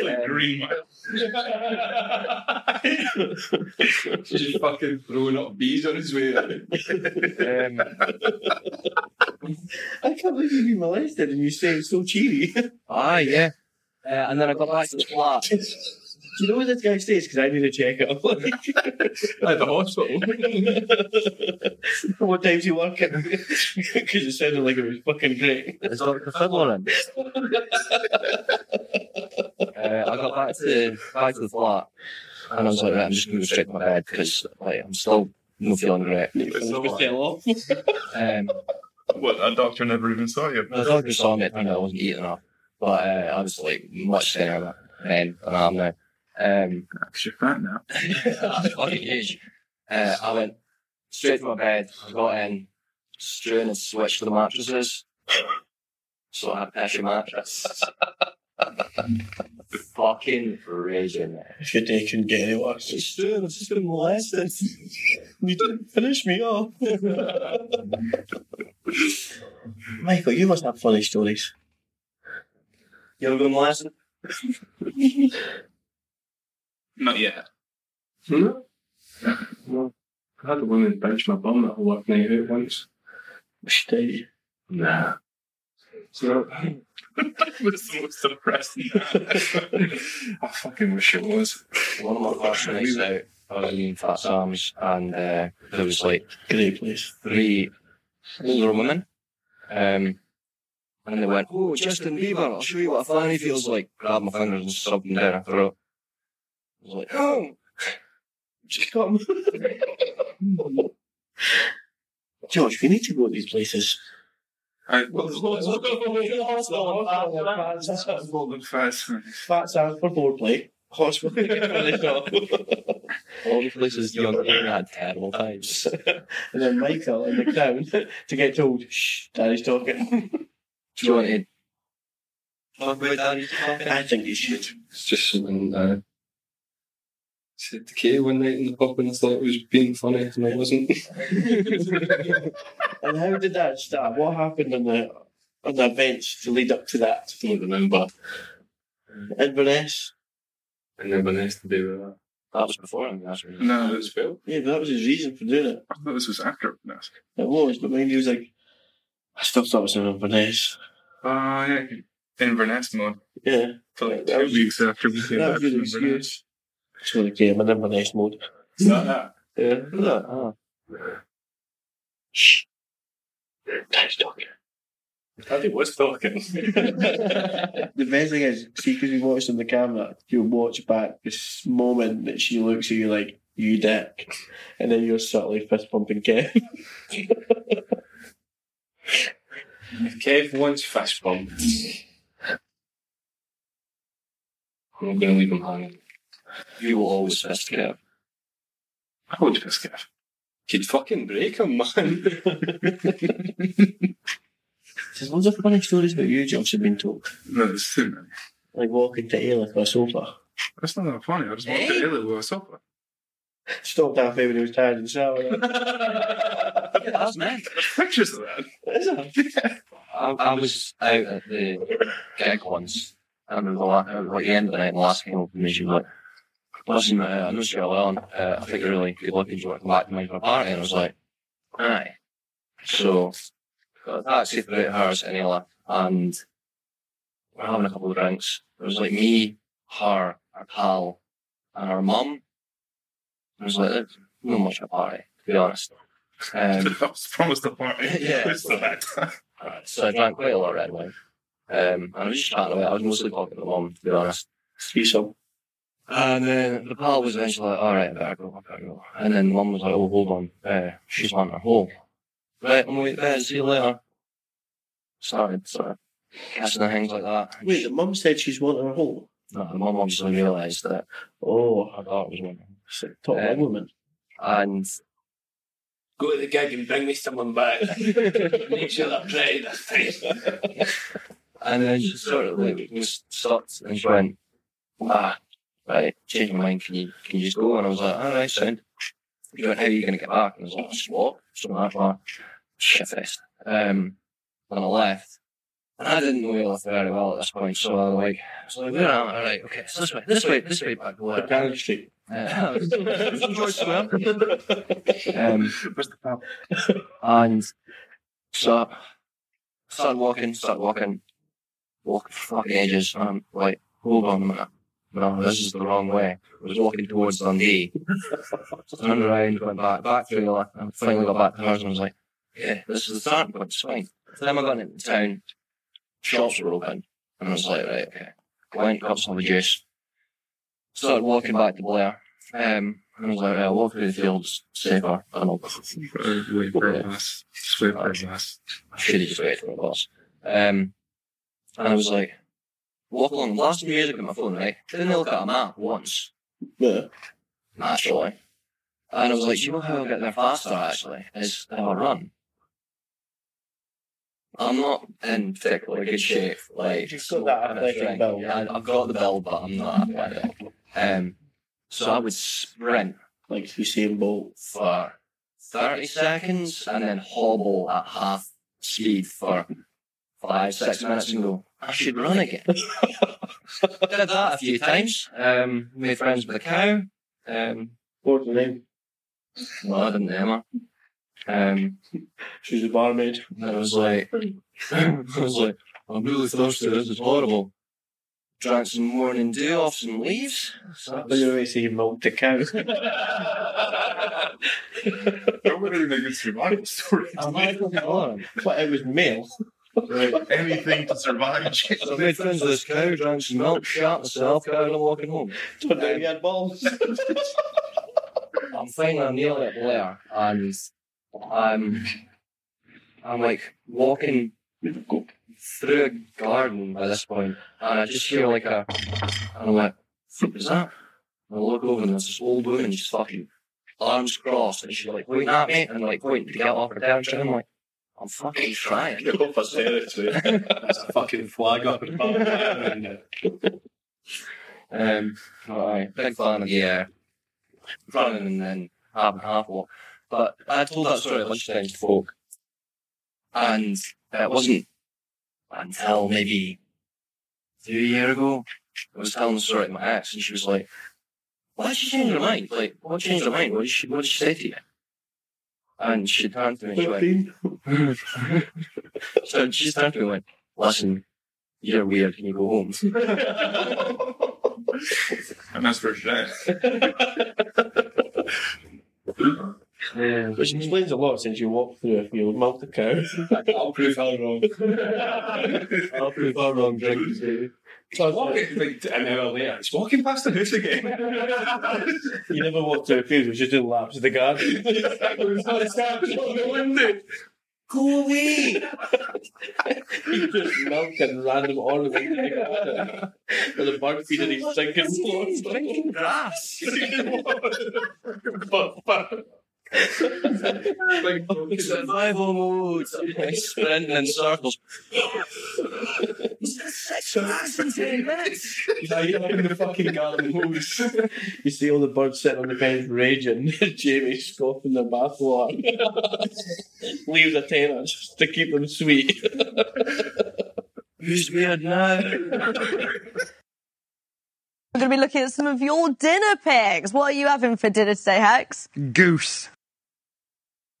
Speaker 2: Like green
Speaker 8: Just fucking throwing up bees on his way.
Speaker 4: um,
Speaker 3: I can't believe you've been molested and you say it's so cheery.
Speaker 4: ah, yeah. Uh, and then I got back to the flat.
Speaker 3: Do you know what this guy says? Because I need a checkup.
Speaker 8: At the hospital.
Speaker 3: what time's he working? Because it sounded like it was fucking great.
Speaker 4: Is Dr. Fiddler in? Uh, I got back to back to the flat, and I was like, right, I'm just going to go straight to my bed because like I'm still not feeling great. Um,
Speaker 2: What, a doctor never even saw you?
Speaker 4: the doctor saw me, and I wasn't eating enough, but uh, I was like much thinner then than I am now. Um,
Speaker 2: Because you're fat now.
Speaker 4: fucking huge. Uh, I went straight to my bed. I got in, strewn and switched the mattresses. So I had a patchy mattress. fucking raging.
Speaker 3: If your day couldn't get any worse. It's true, I've just been molested. you didn't finish me off. Michael, you must have funny stories.
Speaker 4: You ever been molested?
Speaker 8: Not yet. Hmm? No. I had a woman pinch my bum at a work night out once.
Speaker 3: She did you?
Speaker 8: Nah. So
Speaker 2: that was the most depressing. I fucking wish it was.
Speaker 4: One of my first nights out, I was in Fat Sam's, and uh, there was like
Speaker 3: Great place.
Speaker 4: three older women. Um, and they went, Oh, Justin Bieber, I'll show you what a fanny feels like. Grabbed my fingers and stubbed them down her throat. I was like, Oh!
Speaker 3: Just come. Josh, we need to go to these places.
Speaker 2: I, well, there's lots of
Speaker 3: Fat
Speaker 2: golden fast.
Speaker 3: Sam's for foreplay. Hospital. All the places young Ian had terrible times. and then Michael in the crown to get told, shh, Daddy's talking.
Speaker 4: Do you want to
Speaker 3: talk about Daddy's talking? I think you should.
Speaker 8: It's just something uh, I said to Kay one night in the pub and I thought it was being funny and I wasn't.
Speaker 3: And how did that start? What happened on the on the events to lead up to that? I don't remember. Inverness.
Speaker 8: and then Vanessa to do with that.
Speaker 3: That was before Inverness.
Speaker 8: No, it was Phil.
Speaker 3: Yeah, but that was his reason for doing it. I thought this was after Inverness. It was, but mind you, he was like, I still thought it was in Inverness.
Speaker 2: Oh, yeah. Inverness mode.
Speaker 3: Yeah.
Speaker 2: For like
Speaker 3: That
Speaker 2: two
Speaker 3: was-
Speaker 2: weeks after we came
Speaker 3: that
Speaker 2: back
Speaker 3: was
Speaker 2: from
Speaker 3: your
Speaker 2: Inverness.
Speaker 3: excuse. So they came in Inverness mode. Is that that? Yeah. Is that? Ah. Shh. Dad's talking. Daddy was talking. the best thing is, see, because we watched on the camera, you'll watch back this moment that she looks at you like, you dick. And then you're subtly fist pumping Kev.
Speaker 8: Kev wants fist bump. I'm not going to leave him hanging. You will always fist Kev. I would fist Kev. You'd fucking break him, man.
Speaker 3: There's loads of funny stories about you, Josh, have been told. No, there's too many. Like walking to Ailith on a sofa.
Speaker 2: That's not that funny. I just walked
Speaker 3: Hey.
Speaker 2: to Italy with a sofa.
Speaker 3: Stopped halfway when he was tired and shower. yeah, that's mad.
Speaker 2: Pictures of that.
Speaker 3: Is it?
Speaker 4: I, I was out at the gig once. I remember the, la- it was like the end of the night, and the last came up to me, she was like, listen, uh, I know you're well, uh, I think you're really good looking, do you want to come back to me for a party? And I was like, aye. So, got a taxi through to hers, and Ella, and we're having a couple of drinks. It was like me, her, her pal, and her mum. It was like, there's not much of a party, to be honest. Um,
Speaker 2: I was promised a party.
Speaker 4: Yeah.
Speaker 2: It's the bad time.
Speaker 4: so I drank quite a lot of red wine. Um, and I was just chatting away. I was mostly talking to my mum, to be honest.
Speaker 3: You so.
Speaker 4: And then the pal was eventually like, all right, I better go, I better go. And then mum was like, oh, hold on, uh, she's on her hole. Right, I'm wait there, see you later. Started sort of kissing and things like that.
Speaker 3: Wait, the mum said she's wanting her home.
Speaker 4: No, the mum obviously realised that,
Speaker 3: oh,
Speaker 4: her daughter was one.
Speaker 3: Top um, woman.
Speaker 4: And
Speaker 3: Go to the gig and bring me someone back. Make sure they're pretty this time.
Speaker 4: And then she sort of like was stopped and she went, ah, right, change my mind. Can you can you just go? And I was like, all right, sound. She went, how are you going to get back? And I was like, just walk. Something like that. Shit fest. Um, and I left. And I didn't know Elif very well at this point, so I like, I was like, where am I? All right, okay, it's this way, this way, this way back. Where?
Speaker 3: Cannon Street.
Speaker 4: Yeah. George Square.
Speaker 3: Um,
Speaker 4: Um, and so started walking, started walking, walking for fucking ages. And I'm like, hold on a minute. No, this is the wrong way. I was walking towards Dundee. Turned around, went back, back through the left, and finally got back to hers and was like, yeah, this is the starting point, it's fine. Then I got into town, shops were open, and I was like, right, okay. Went, got some of the juice, started walking back to Blair, um, and I was like, right, I'll walk through the fields, safer, and I'll
Speaker 2: Wait for a bus. Just wait for a bus.
Speaker 4: I should have just waited for a bus. Um, and I was like, walk along, last music on my phone, right? Didn't look at a map once,
Speaker 3: Yeah.
Speaker 4: naturally. And I was like, do you know how I'll get there faster, actually? Is if I run. I'm not in particularly good shape. Like,
Speaker 3: You've got that
Speaker 4: I'm a
Speaker 3: athletic
Speaker 4: strength-
Speaker 3: build.
Speaker 4: Yeah, I've got the build, but I'm not athletic. Um, so I would sprint
Speaker 3: Like Usain Bolt.
Speaker 4: for 30 seconds and then hobble at half speed for five, six minutes and go, I should run again. Did that a few times. Um, made friends with a cow. Um,
Speaker 3: What's her name?
Speaker 4: no, I didn't name her. Um,
Speaker 3: She was a barmaid.
Speaker 4: And I was like, I was like, I'm really thirsty. This is horrible. Drank some morning dew off some leaves. So that
Speaker 3: But you always say you milked a cow.
Speaker 2: That would have been a good survival story.
Speaker 3: But it was male.
Speaker 2: Right. Anything to survive.
Speaker 4: I made friends with this cow, drank some milk, shot myself, carried on walking home.
Speaker 3: Turned out you had balls.
Speaker 4: I'm finally nearly at Blair, and I'm I'm like walking through a garden by this point, and I just hear like a and I'm like, what was that? And And I look over and there's this old woman, she's fucking arms crossed, and she's like pointing at me and like pointing to get off her couch. And I'm like, I'm fucking trying.
Speaker 8: You're up for territory. That's a fucking flag up in Parliament.
Speaker 4: Um, aye, big fan of the uh, running and then half and half walk. But I told that story at lunchtime to folk, and it wasn't until maybe two year ago. I was telling the story to my ex, and she was like, "Why did she change her mind? Like, what changed her mind? What did she What did she say to you?" And she turned to me and she went, so she just turned to me and went, "Listen, you're weird. Can you go home?"
Speaker 2: And that's for sure.
Speaker 3: Which explains a lot since you walked through a field, milked a cow.
Speaker 8: I'll prove how wrong.
Speaker 3: I'll prove how wrong drink is doing.
Speaker 8: Walking, like, an hour later, it's walking past the house again.
Speaker 3: You never walked through a field, it was just doing laps of the garden.
Speaker 4: Go away!
Speaker 3: you just milking random ornaments in the garden. With a bird feeder, he's drinking floors.
Speaker 4: drinking grass. Survival mode. Like sprinting in circles. Six grass in ten minutes.
Speaker 3: Now you're up in the fucking garden hose. you see all the birds sitting on the bench raging. Jamie scoffing their bathwater. Leaves a tenner just to keep them sweet.
Speaker 4: Who's weird now?
Speaker 7: We're going to be looking at some of your dinner picks. What are you having for dinner today, Hex?
Speaker 2: Goose.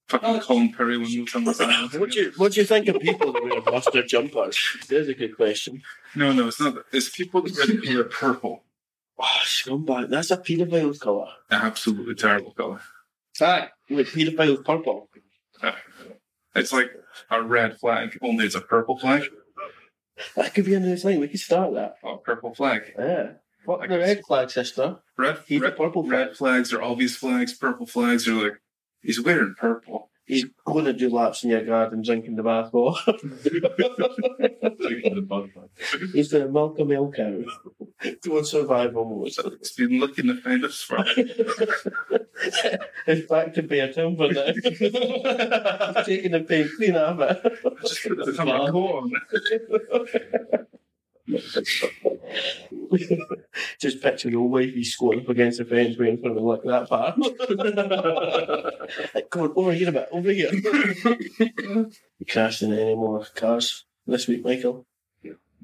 Speaker 2: Fucking Colin Perry when you come with that.
Speaker 3: What do you what do you think of people that wear mustard jumpers? There's a good question.
Speaker 2: No, no, it's not. It's people that wear the colour purple.
Speaker 3: Oh, scumbag! That's a paedophile colour.
Speaker 2: Absolutely terrible colour.
Speaker 3: Aye, with paedophile purple.
Speaker 2: It's like a red flag, only it's a purple flag.
Speaker 3: That could be a new thing. We could start that.
Speaker 2: Oh, purple flag.
Speaker 3: Yeah. What the red flag, sister?
Speaker 2: Red,
Speaker 3: He's a purple flag.
Speaker 2: red flags are obvious flags. Purple flags are like he's wearing purple.
Speaker 3: He's going to do laps in your garden, drinking the bathwater. He's going to milk a milk cow. Doing survival mode.
Speaker 2: He's been looking to find us for.
Speaker 3: It's back to bare timber now. He's taking the pain clean out of it.
Speaker 2: Just put the summer coat on.
Speaker 3: Just picture your wife, he's squatting up against the fence waiting for him to lick that part. Like, Come on, over here a bit, over here. you crashed into any more cars this week, Michael?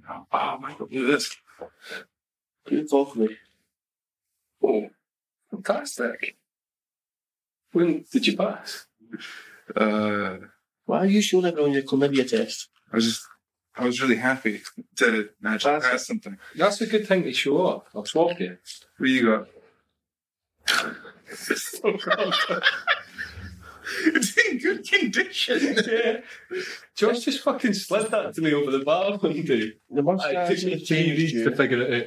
Speaker 2: Oh, Michael, look at this.
Speaker 3: You talk me.
Speaker 8: Oh, fantastic. When did you pass?
Speaker 2: Uh,
Speaker 3: Why are you showing everyone your chlamydia test?
Speaker 2: I was just, I was really happy to actually
Speaker 8: That's-
Speaker 2: pass something.
Speaker 8: That's a good thing to show off. I'll swap you.
Speaker 2: What you got?
Speaker 8: it's in good condition. yeah. Josh just fucking slid that to me over the bar one day.
Speaker 3: The
Speaker 8: I
Speaker 3: mustache
Speaker 8: took me
Speaker 3: has
Speaker 8: three
Speaker 3: changed
Speaker 8: weeks
Speaker 3: you.
Speaker 8: to figure it out.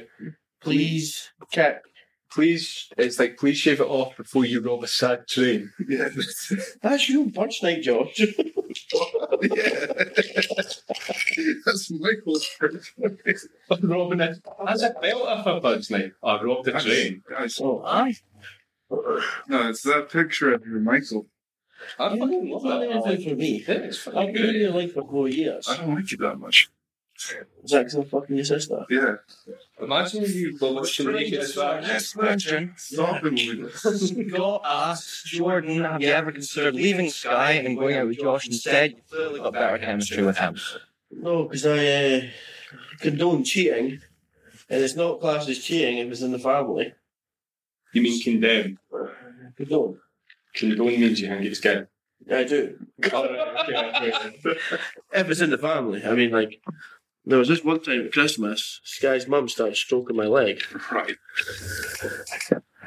Speaker 3: Please, Kip.
Speaker 8: Please, it's like please shave it off before you rob a sad train.
Speaker 2: Yeah.
Speaker 3: That's you on punch night, George.
Speaker 2: That's Michael's
Speaker 8: Robbing it. As a belt off a budge night. I robbed a train.
Speaker 2: Guys,
Speaker 3: Oh,
Speaker 4: Aye.
Speaker 2: no, it's that picture of your Michael.
Speaker 8: I fucking
Speaker 3: It's
Speaker 8: love
Speaker 3: not
Speaker 8: that. I
Speaker 3: anything
Speaker 8: like
Speaker 3: for me.
Speaker 8: it. It's fucking
Speaker 3: I've been in
Speaker 8: good.
Speaker 3: your life for four years.
Speaker 2: I don't like you that much.
Speaker 3: Zach's not fucking your sister.
Speaker 2: Yeah.
Speaker 8: Imagine you were watching Naked Attraction.
Speaker 4: Question.
Speaker 2: Stop it, woman.
Speaker 4: Got asked, Jordan, have you ever considered leaving Sky and going out with Josh instead? You've clearly got better chemistry with him.
Speaker 3: No, because I uh, condone cheating, and it's not classed as cheating if it's in the family.
Speaker 8: You mean condemn?
Speaker 3: Condone.
Speaker 8: Condone means you hang it skin.
Speaker 3: I do. If it's in the family, I mean, like, there was this one time at Christmas, Sky's mum started stroking my leg.
Speaker 2: Right.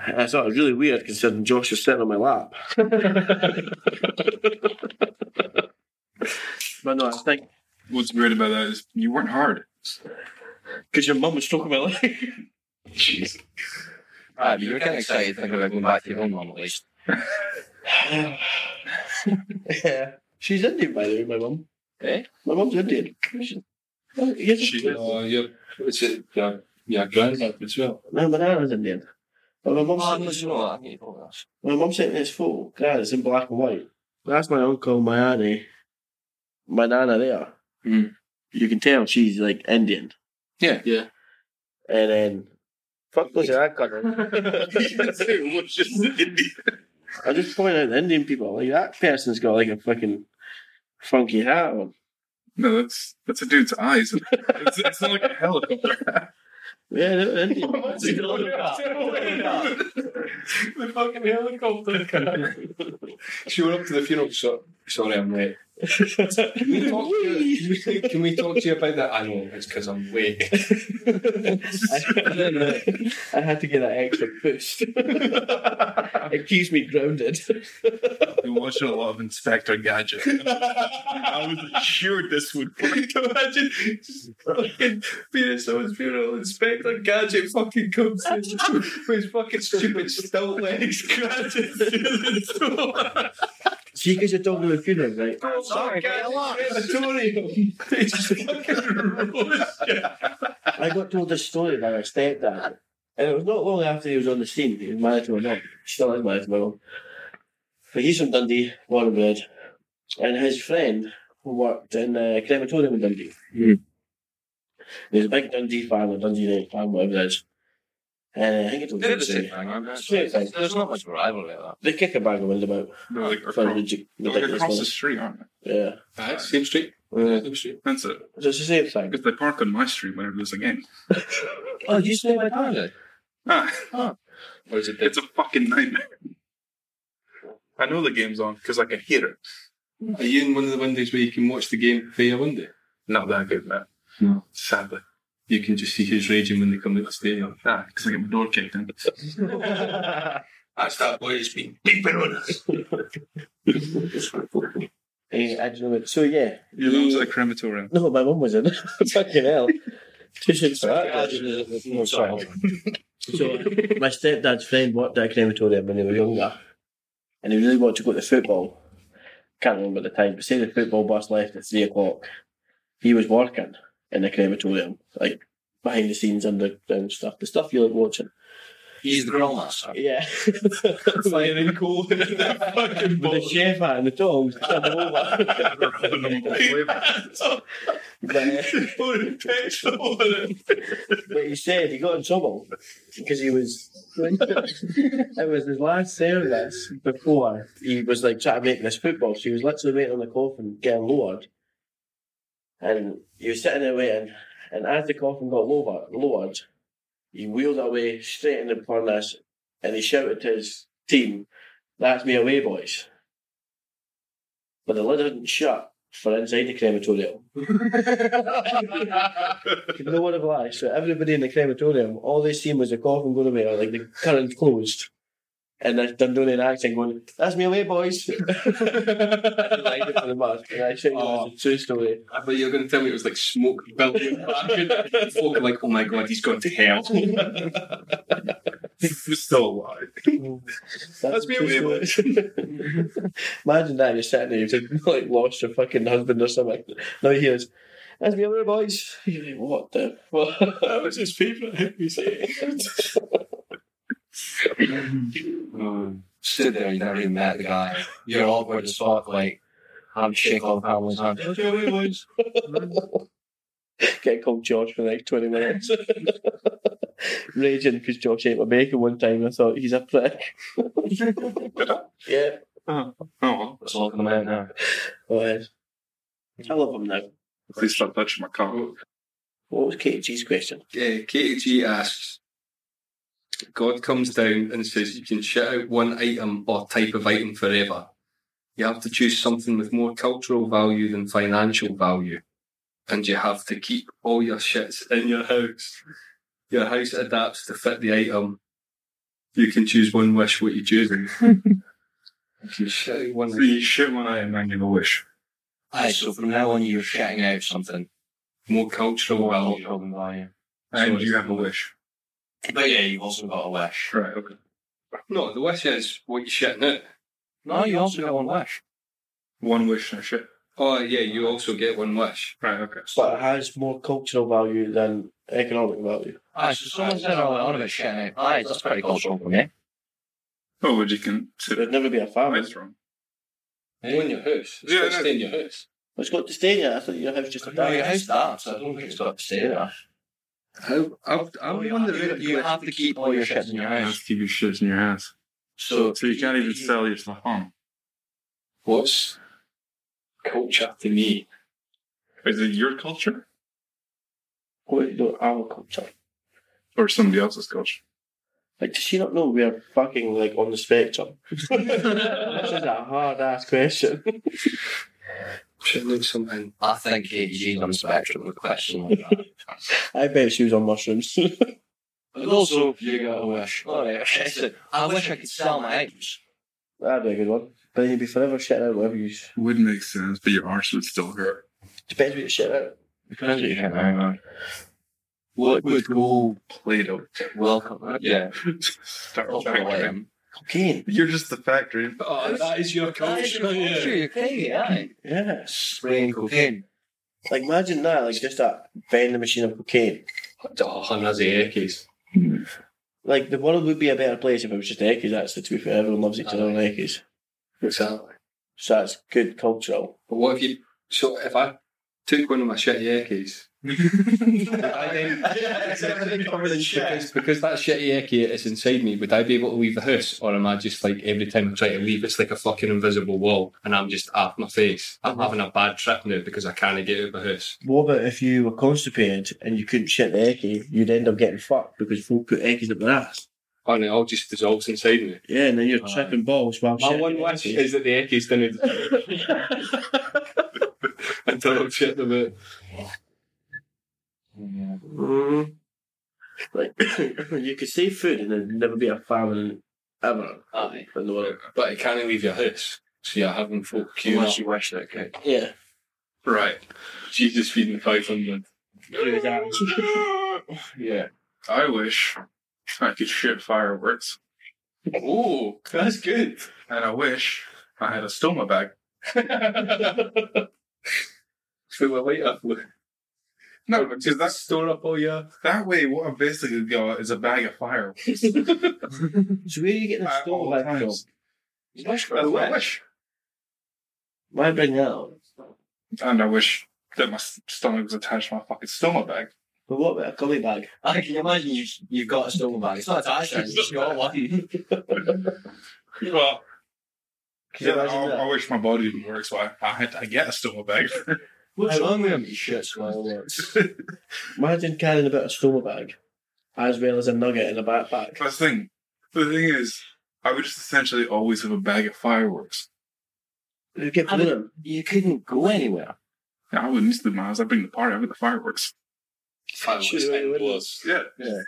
Speaker 3: I thought it was really weird considering Josh was sitting on my lap. but no, I think
Speaker 2: What's weird about that is you weren't hard.
Speaker 3: because your mum was stroking my leg.
Speaker 8: Jeez.
Speaker 4: Aye, but you were getting excited thinking about going back to your own mum at least.
Speaker 3: yeah. She's Indian, by the way, my mum.
Speaker 8: Eh?
Speaker 3: My mum's Indian. Yes,
Speaker 8: "Oh, She, uh, your, it's it, your, your granddad as well.
Speaker 3: No, my dad was Indian. But my mum
Speaker 4: Oh,
Speaker 3: sent
Speaker 4: no,
Speaker 3: me
Speaker 4: do you know what? I need to hold that.
Speaker 3: my mum sent me this photo. Granted, it's in black and white. That's my uncle, my auntie, my nana there.
Speaker 19: Mm.
Speaker 3: You can tell she's like Indian.
Speaker 19: Yeah.
Speaker 3: Yeah. And then fuck goes to that country. I just point out the Indian people. Like that person's got like a fucking funky hat on.
Speaker 2: No, that's that's a dude's eyes. It's, it's not like a helicopter.
Speaker 3: Yeah, they're Indian.
Speaker 19: the fucking helicopter.
Speaker 8: She went up to the funeral. So, sorry, I'm late. Can we, talk to you, can we- can we talk to you about that? I know it's because I'm late.
Speaker 3: I had to get that extra boost. it keeps me grounded.
Speaker 2: Been watching a lot of Inspector Gadget. I was assured this would work.
Speaker 19: Imagine just fucking being at someone's funeral, Inspector Gadget fucking comes in with his fucking stupid stilt legs, crashes through the door.
Speaker 3: So you guys are talking about funerals, right?
Speaker 2: Oh,
Speaker 19: Sorry,
Speaker 3: I got told this story by my stepdad. And it was not long after he was on the scene. He was married to my mum. Still is married to my mum. But he's from Dundee, born and bred. And his friend worked in a crematorium in Dundee. There's a big Dundee farm, or Dundee United farm, whatever it is. And I think it's
Speaker 4: They're the same thing, aren't they?
Speaker 3: Same thing.
Speaker 4: There's not much rivalry there.
Speaker 3: They kick a bag of wind about.
Speaker 2: No, like
Speaker 3: For
Speaker 2: across-
Speaker 3: ridic-
Speaker 2: they're like
Speaker 3: ridiculous
Speaker 2: across the
Speaker 3: ones.
Speaker 2: street, aren't
Speaker 3: Yeah.
Speaker 2: they? same street. Same street. That's it.
Speaker 3: It's the same thing.
Speaker 2: Because they park on my street whenever there's a game.
Speaker 3: Oh, do you stay my dad?
Speaker 2: Ah. It's a fucking nightmare. I know the game's on because I can hear it.
Speaker 8: Are you in one of the windows where you can watch the game via window?
Speaker 2: Not that good, man.
Speaker 8: No.
Speaker 2: Sadly.
Speaker 8: You can just see who's raging when they come to the stadium.
Speaker 2: Ah, because I get my door kicked in.
Speaker 8: That's that boy that's been beeping on us.
Speaker 3: Eh, I don't know. So yeah.
Speaker 2: Your mum was at a crematorium.
Speaker 3: No, my mum was in. Fucking hell. She should start. No, sorry. So my stepdad's friend worked at a crematorium when they were younger, and he really wanted to go to football. Can't remember the time, but say the football bus left at three o'clock. He was working in the crematorium, like behind the scenes, underground stuff, the stuff you like watching.
Speaker 4: He's the grill master.
Speaker 3: Yeah. Firing coal in that fucking With the chef hat and the tongs. turned him over. but, but he said he got in trouble because he was. it was his last service before he was like trying to make this football. So he was literally waiting on the coffin, getting lowered. And he was sitting there waiting. And as the coffin got lower, lowered, he wheeled away straight in upon us and he shouted to his team, That's me away, boys. But the lid hadn't shut for inside the crematorium. no one of lied. So everybody in the crematorium, all they seen was the coffin going away, or like the curtain closed. And the Dundonian accent going, That's me away, boys. and he lied for the mask. And I shouted, oh. It's a true story.
Speaker 8: I thought you were going to tell me it was like smoke building. Folk were like, oh my god, he's gone to hell.
Speaker 2: He's still alive.
Speaker 3: That's me away, boys. Imagine that you're sitting there, you've like lost your fucking husband or something. Now he is. That's me away, boys. You're like, what the fuck? That was his favourite. He said.
Speaker 4: Mm. Stood there, you never even met the guy. You're awkward as fuck, like, handshake all families, hand.
Speaker 3: Get called George for the next 20 minutes. Raging because Josh ate my bacon one time and I thought he's a prick. yeah.
Speaker 2: Oh, oh.
Speaker 4: It's all coming out now.
Speaker 3: Oh, yes. I love him now.
Speaker 2: Please stop touching my car.
Speaker 3: What was KG's question?
Speaker 8: Yeah, Katie G asks, God comes down and says you can shit out one item or type of item forever. You have to choose something with more cultural value than financial value. And you have to keep all your shits in your house. Your house adapts to fit the item. You can choose one wish, what you choose. you can shit out one
Speaker 2: So you shit one item and you have a wish.
Speaker 4: Aye, so from now on, you're shouting out something.
Speaker 8: More cultural value.
Speaker 4: Cultural value.
Speaker 2: And you have a wish.
Speaker 4: But yeah, you've also got a wish.
Speaker 2: Right, okay.
Speaker 8: No, the wish is what you shit out.
Speaker 4: No, you also got one wish.
Speaker 2: One wish and a shit.
Speaker 8: Oh yeah, you also get one wish.
Speaker 2: Right. Okay.
Speaker 3: But it has more cultural value than economic value.
Speaker 4: Aye, so someone said earlier on about shit out. Aye, that's pretty cultural for me.
Speaker 2: Oh, would you consider?
Speaker 3: There'd never be a family.
Speaker 2: That's wrong.
Speaker 4: Hey.
Speaker 8: In your house. It's
Speaker 2: Yeah,
Speaker 8: got to
Speaker 2: no.
Speaker 8: stay in your house.
Speaker 3: It's got to stay in it. I thought your house just a
Speaker 4: No, your
Speaker 3: house.
Speaker 4: house that, so I don't think it's got to stay there.
Speaker 8: How, I've, I'm
Speaker 4: wondering. You, you have to keep all your shit in your
Speaker 2: You
Speaker 4: house.
Speaker 2: have to keep your shit in your house.
Speaker 4: So-
Speaker 2: so you can't even sell your stuff on.
Speaker 8: What's culture to me?
Speaker 2: Is it your culture
Speaker 3: Wait, no, our culture.
Speaker 2: or somebody else's culture?
Speaker 3: Like, does she not know we're fucking like on the spectrum? this is a hard ass question.
Speaker 8: Shouldn't something.
Speaker 4: I think AG's on the spectrum with a question like that.
Speaker 3: I bet she was on mushrooms.
Speaker 4: But also, you "Oh, got a wish. Alright, okay. So, I wish I could sell my items.
Speaker 3: That'd be a good one. But then you'd be forever shitting out whatever you
Speaker 2: Would make sense, but your arse would still hurt.
Speaker 3: Depends what you shit out.
Speaker 4: Because you
Speaker 2: Hang on. What would go Play-Doh?
Speaker 4: Welcome.
Speaker 8: Yeah.
Speaker 2: Start
Speaker 4: Cultural
Speaker 2: factory.
Speaker 3: Cocaine.
Speaker 2: You're just the factory.
Speaker 8: Oh, that is your culture.
Speaker 4: Sure, you're crazy, aye.
Speaker 3: Yeah.
Speaker 4: Spraying cocaine.
Speaker 3: Like, imagine that, like, just a vending machine of cocaine. Hmm.
Speaker 8: Oh, and that's the Ekies.
Speaker 3: Like, the world would be a better place if it was just Eckies, actually, to be fair. Everyone loves each other on Eckies.
Speaker 8: Exactly.
Speaker 3: So that's good cultural.
Speaker 8: But what if you. So if I took one of my shitty Ekies. I then, because, because that shitty Eki is inside me, would I be able to leave the house? Or am I just like, every time I try to leave, it's like a fucking invisible wall and I'm just off my face? I'm having a bad trip now because I can't get out of the house.
Speaker 3: What about if you were constipated and you couldn't shit the Eckie, you'd end up getting fucked because folk put Eckies up their ass?
Speaker 8: Oh, And it all just dissolves inside me.
Speaker 3: Yeah, and then you're tripping balls while
Speaker 8: My
Speaker 3: shitting
Speaker 8: one
Speaker 3: the
Speaker 8: wish
Speaker 3: Eckies.
Speaker 8: is that the Eki's didn't until I've shit them out.
Speaker 3: Mm. Like you could save food and there'd never be a famine ever
Speaker 8: Aye.
Speaker 3: in the world.
Speaker 8: But you can't leave your house. So you're having folk queuing
Speaker 3: Unless
Speaker 8: you wish that could.
Speaker 3: Yeah.
Speaker 8: Right. Jesus feeding the 500.
Speaker 2: yeah. I wish I could shoot fireworks.
Speaker 8: Oh, that's good.
Speaker 2: And I wish I had a stoma bag.
Speaker 8: Fill a light up with.
Speaker 2: No, because that's
Speaker 8: store up all your.
Speaker 2: That way, what I've basically got is a bag of fireworks.
Speaker 3: So where are you getting a store like from?
Speaker 8: Wish
Speaker 2: That's my wish.
Speaker 3: Why bring that up?
Speaker 2: And I wish that my s- stomach was attached to my fucking stomach bag.
Speaker 3: But what about a gummy bag?
Speaker 4: I can you imagine you, you've got a stolen bag. It's not attached, it's just got one.
Speaker 2: Well,
Speaker 3: you
Speaker 2: yeah,
Speaker 3: imagine
Speaker 2: I,
Speaker 3: that?
Speaker 2: I wish my body didn't work, so I, I had to get a stomach bag.
Speaker 4: What's wrong with him? He shits fireworks.
Speaker 3: Imagine carrying about a stoma bag as well as a nugget in a backpack.
Speaker 2: That's the thing. The thing is, I would just essentially always have a bag of fireworks.
Speaker 3: You get
Speaker 4: I mean, you couldn't go anywhere.
Speaker 2: Yeah, I wouldn't use the miles. I bring the party. I bring the fireworks. Yeah.
Speaker 8: Yeah.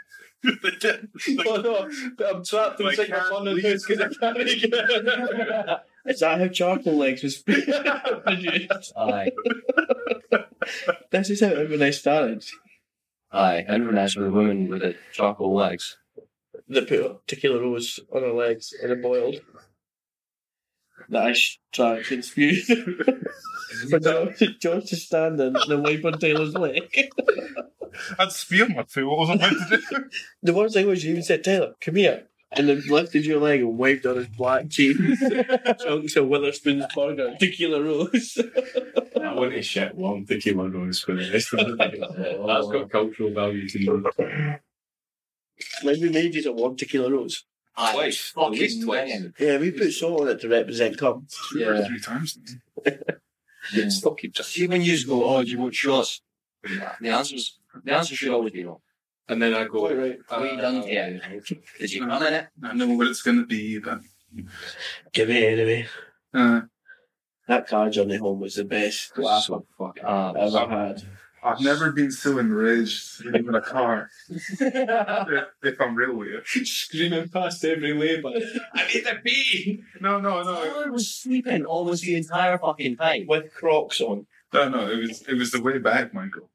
Speaker 2: oh
Speaker 8: no, I'm trapped
Speaker 2: inside my fun
Speaker 8: in house because I can't get
Speaker 3: Is that how charcoal legs was produced?
Speaker 4: Aye,
Speaker 3: this is how everyone started.
Speaker 4: aye. Inverness with a woman with a charcoal legs.
Speaker 3: They put tequila rose on her legs and it boiled. That I sh- tried to infuse. but George, George is standing and the wiper Taylor's leg.
Speaker 2: I'd spew my food. What was I meant to do?
Speaker 3: The worst thing was you even said, Taylor, come here. And then lifted your leg and waved on his black jeans. Chunks of Witherspoon's burger, tequila rose.
Speaker 8: I want to shit one tequila rose for the rest of the night. That's got cultural value to me.
Speaker 3: Like we made it at one tequila rose.
Speaker 4: Aye,
Speaker 8: Twice.
Speaker 4: fucking
Speaker 8: At least twice.
Speaker 4: men.
Speaker 3: Yeah, we put salt on it to represent cum.
Speaker 2: Two or three times.
Speaker 4: Yeah.
Speaker 8: Still keep just.
Speaker 4: See when you go, oh, do you want shots? The answer's the answer should always be no.
Speaker 8: And then I go.
Speaker 3: Quite right.
Speaker 8: uh,
Speaker 4: we done here. Did you come in it?
Speaker 2: I know what it's going to be, but
Speaker 3: Give it anyway.
Speaker 2: uh,
Speaker 3: That car journey home was the best
Speaker 4: So
Speaker 8: fucking
Speaker 4: uh,
Speaker 3: I've ever had.
Speaker 2: I've never been so enraged in even a car. if, if I'm real with you.
Speaker 8: Screaming past every labour. I need to pee.
Speaker 2: No, no, no.
Speaker 4: Tyler was sleeping almost the entire fucking time.
Speaker 3: With Crocs on.
Speaker 2: No, no, it was it was the way back, Michael.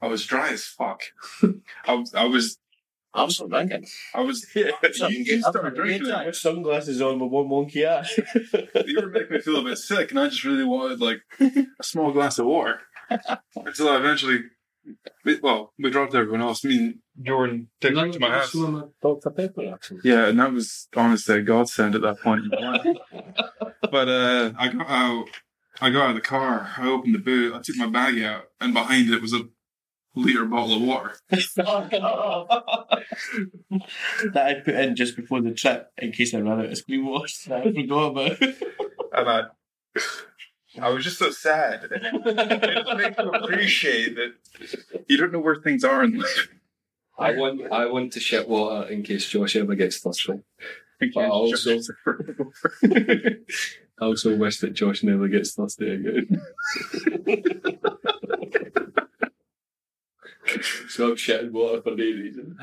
Speaker 2: I was dry as fuck. I was I was
Speaker 3: I was still drinking.
Speaker 2: I was. Yeah, you, you started drinking. it.
Speaker 3: With sunglasses on with one wonky eye.
Speaker 2: You were making me feel a bit sick, and I just really wanted like a small glass of water. Until I eventually, we- well, we dropped everyone else. Me and Jordan took it to my house.
Speaker 3: Dr. Pepper, actually.
Speaker 2: Yeah, and that was honestly a godsend at that point. but uh, I got out. I got out of the car. I opened the boot. I took my bag out, and behind it was a liter bottle of water.
Speaker 3: that I put in just before the trip in case I ran out of screen wash that I forgot about.
Speaker 2: and I, I was just so sad. It just makes you appreciate that you don't know where things are in life.
Speaker 8: I want I want to shit water in case Josh ever gets thirsty. But I also, I also wish that Josh never gets thirsty again. so I'm shitting water for no reason.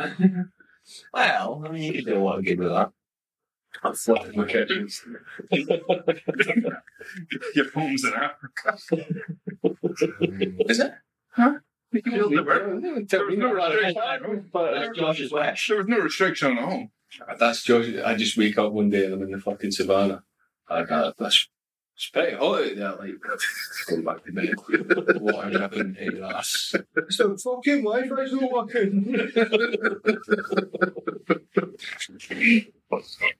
Speaker 4: Well, I mean, you could do a lot of good with that.
Speaker 8: I'm flipping my kitchens.
Speaker 2: Your home's in Africa.
Speaker 8: Is it?
Speaker 2: There was no restriction.
Speaker 4: That's Josh's wish.
Speaker 2: There was no restriction on the home.
Speaker 8: That's Josh. I just wake up one day and I'm in the fucking savannah. I got that's it's pretty hot out there. Like going back to bed, water dripping out your ass.
Speaker 20: So fucking Wi-Fi's not working.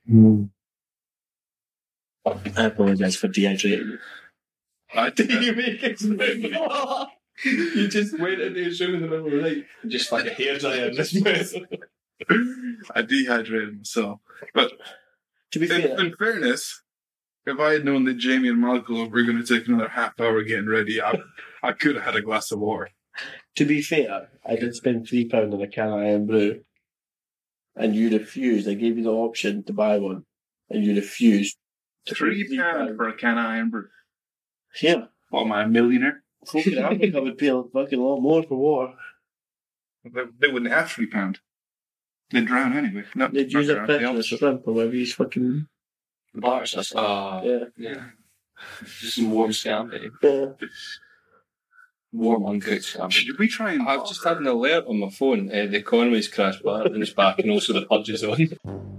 Speaker 3: Hmm. I apologise for dehydrating.
Speaker 8: I
Speaker 3: you make it sound- You just went into his room in the middle of the night.
Speaker 8: Just like a hairdryer in
Speaker 3: this place.
Speaker 2: I dehydrated myself. But
Speaker 3: to be
Speaker 2: in, in fairness, if I had known that Jamie and Michael were going to take another half hour getting ready, I, I could have had a glass of water.
Speaker 3: To be fair, I did spend three pound on a can of iron brew, and you refused. I gave you the option to buy one, and you refused. To
Speaker 2: Three pound for a can of iron brew.
Speaker 3: Yeah.
Speaker 2: What am I, a millionaire?
Speaker 3: Fucking Africa would pay a fucking lot more for water.
Speaker 2: They, they wouldn't have three pound. They'd drown anyway. No, not
Speaker 3: They'd use a
Speaker 2: drown,
Speaker 3: fish
Speaker 2: they'll-
Speaker 3: or a shrimp or whatever. He's fucking
Speaker 4: Bars, that's
Speaker 8: Ah,
Speaker 3: yeah.
Speaker 8: yeah. Just some warm scampi.
Speaker 3: Yeah.
Speaker 8: Warm uncooked scampi.
Speaker 2: Should we try and?
Speaker 8: I've just had an alert on my phone. Uh, the economy's crashed, but it's back, and also the purge is on.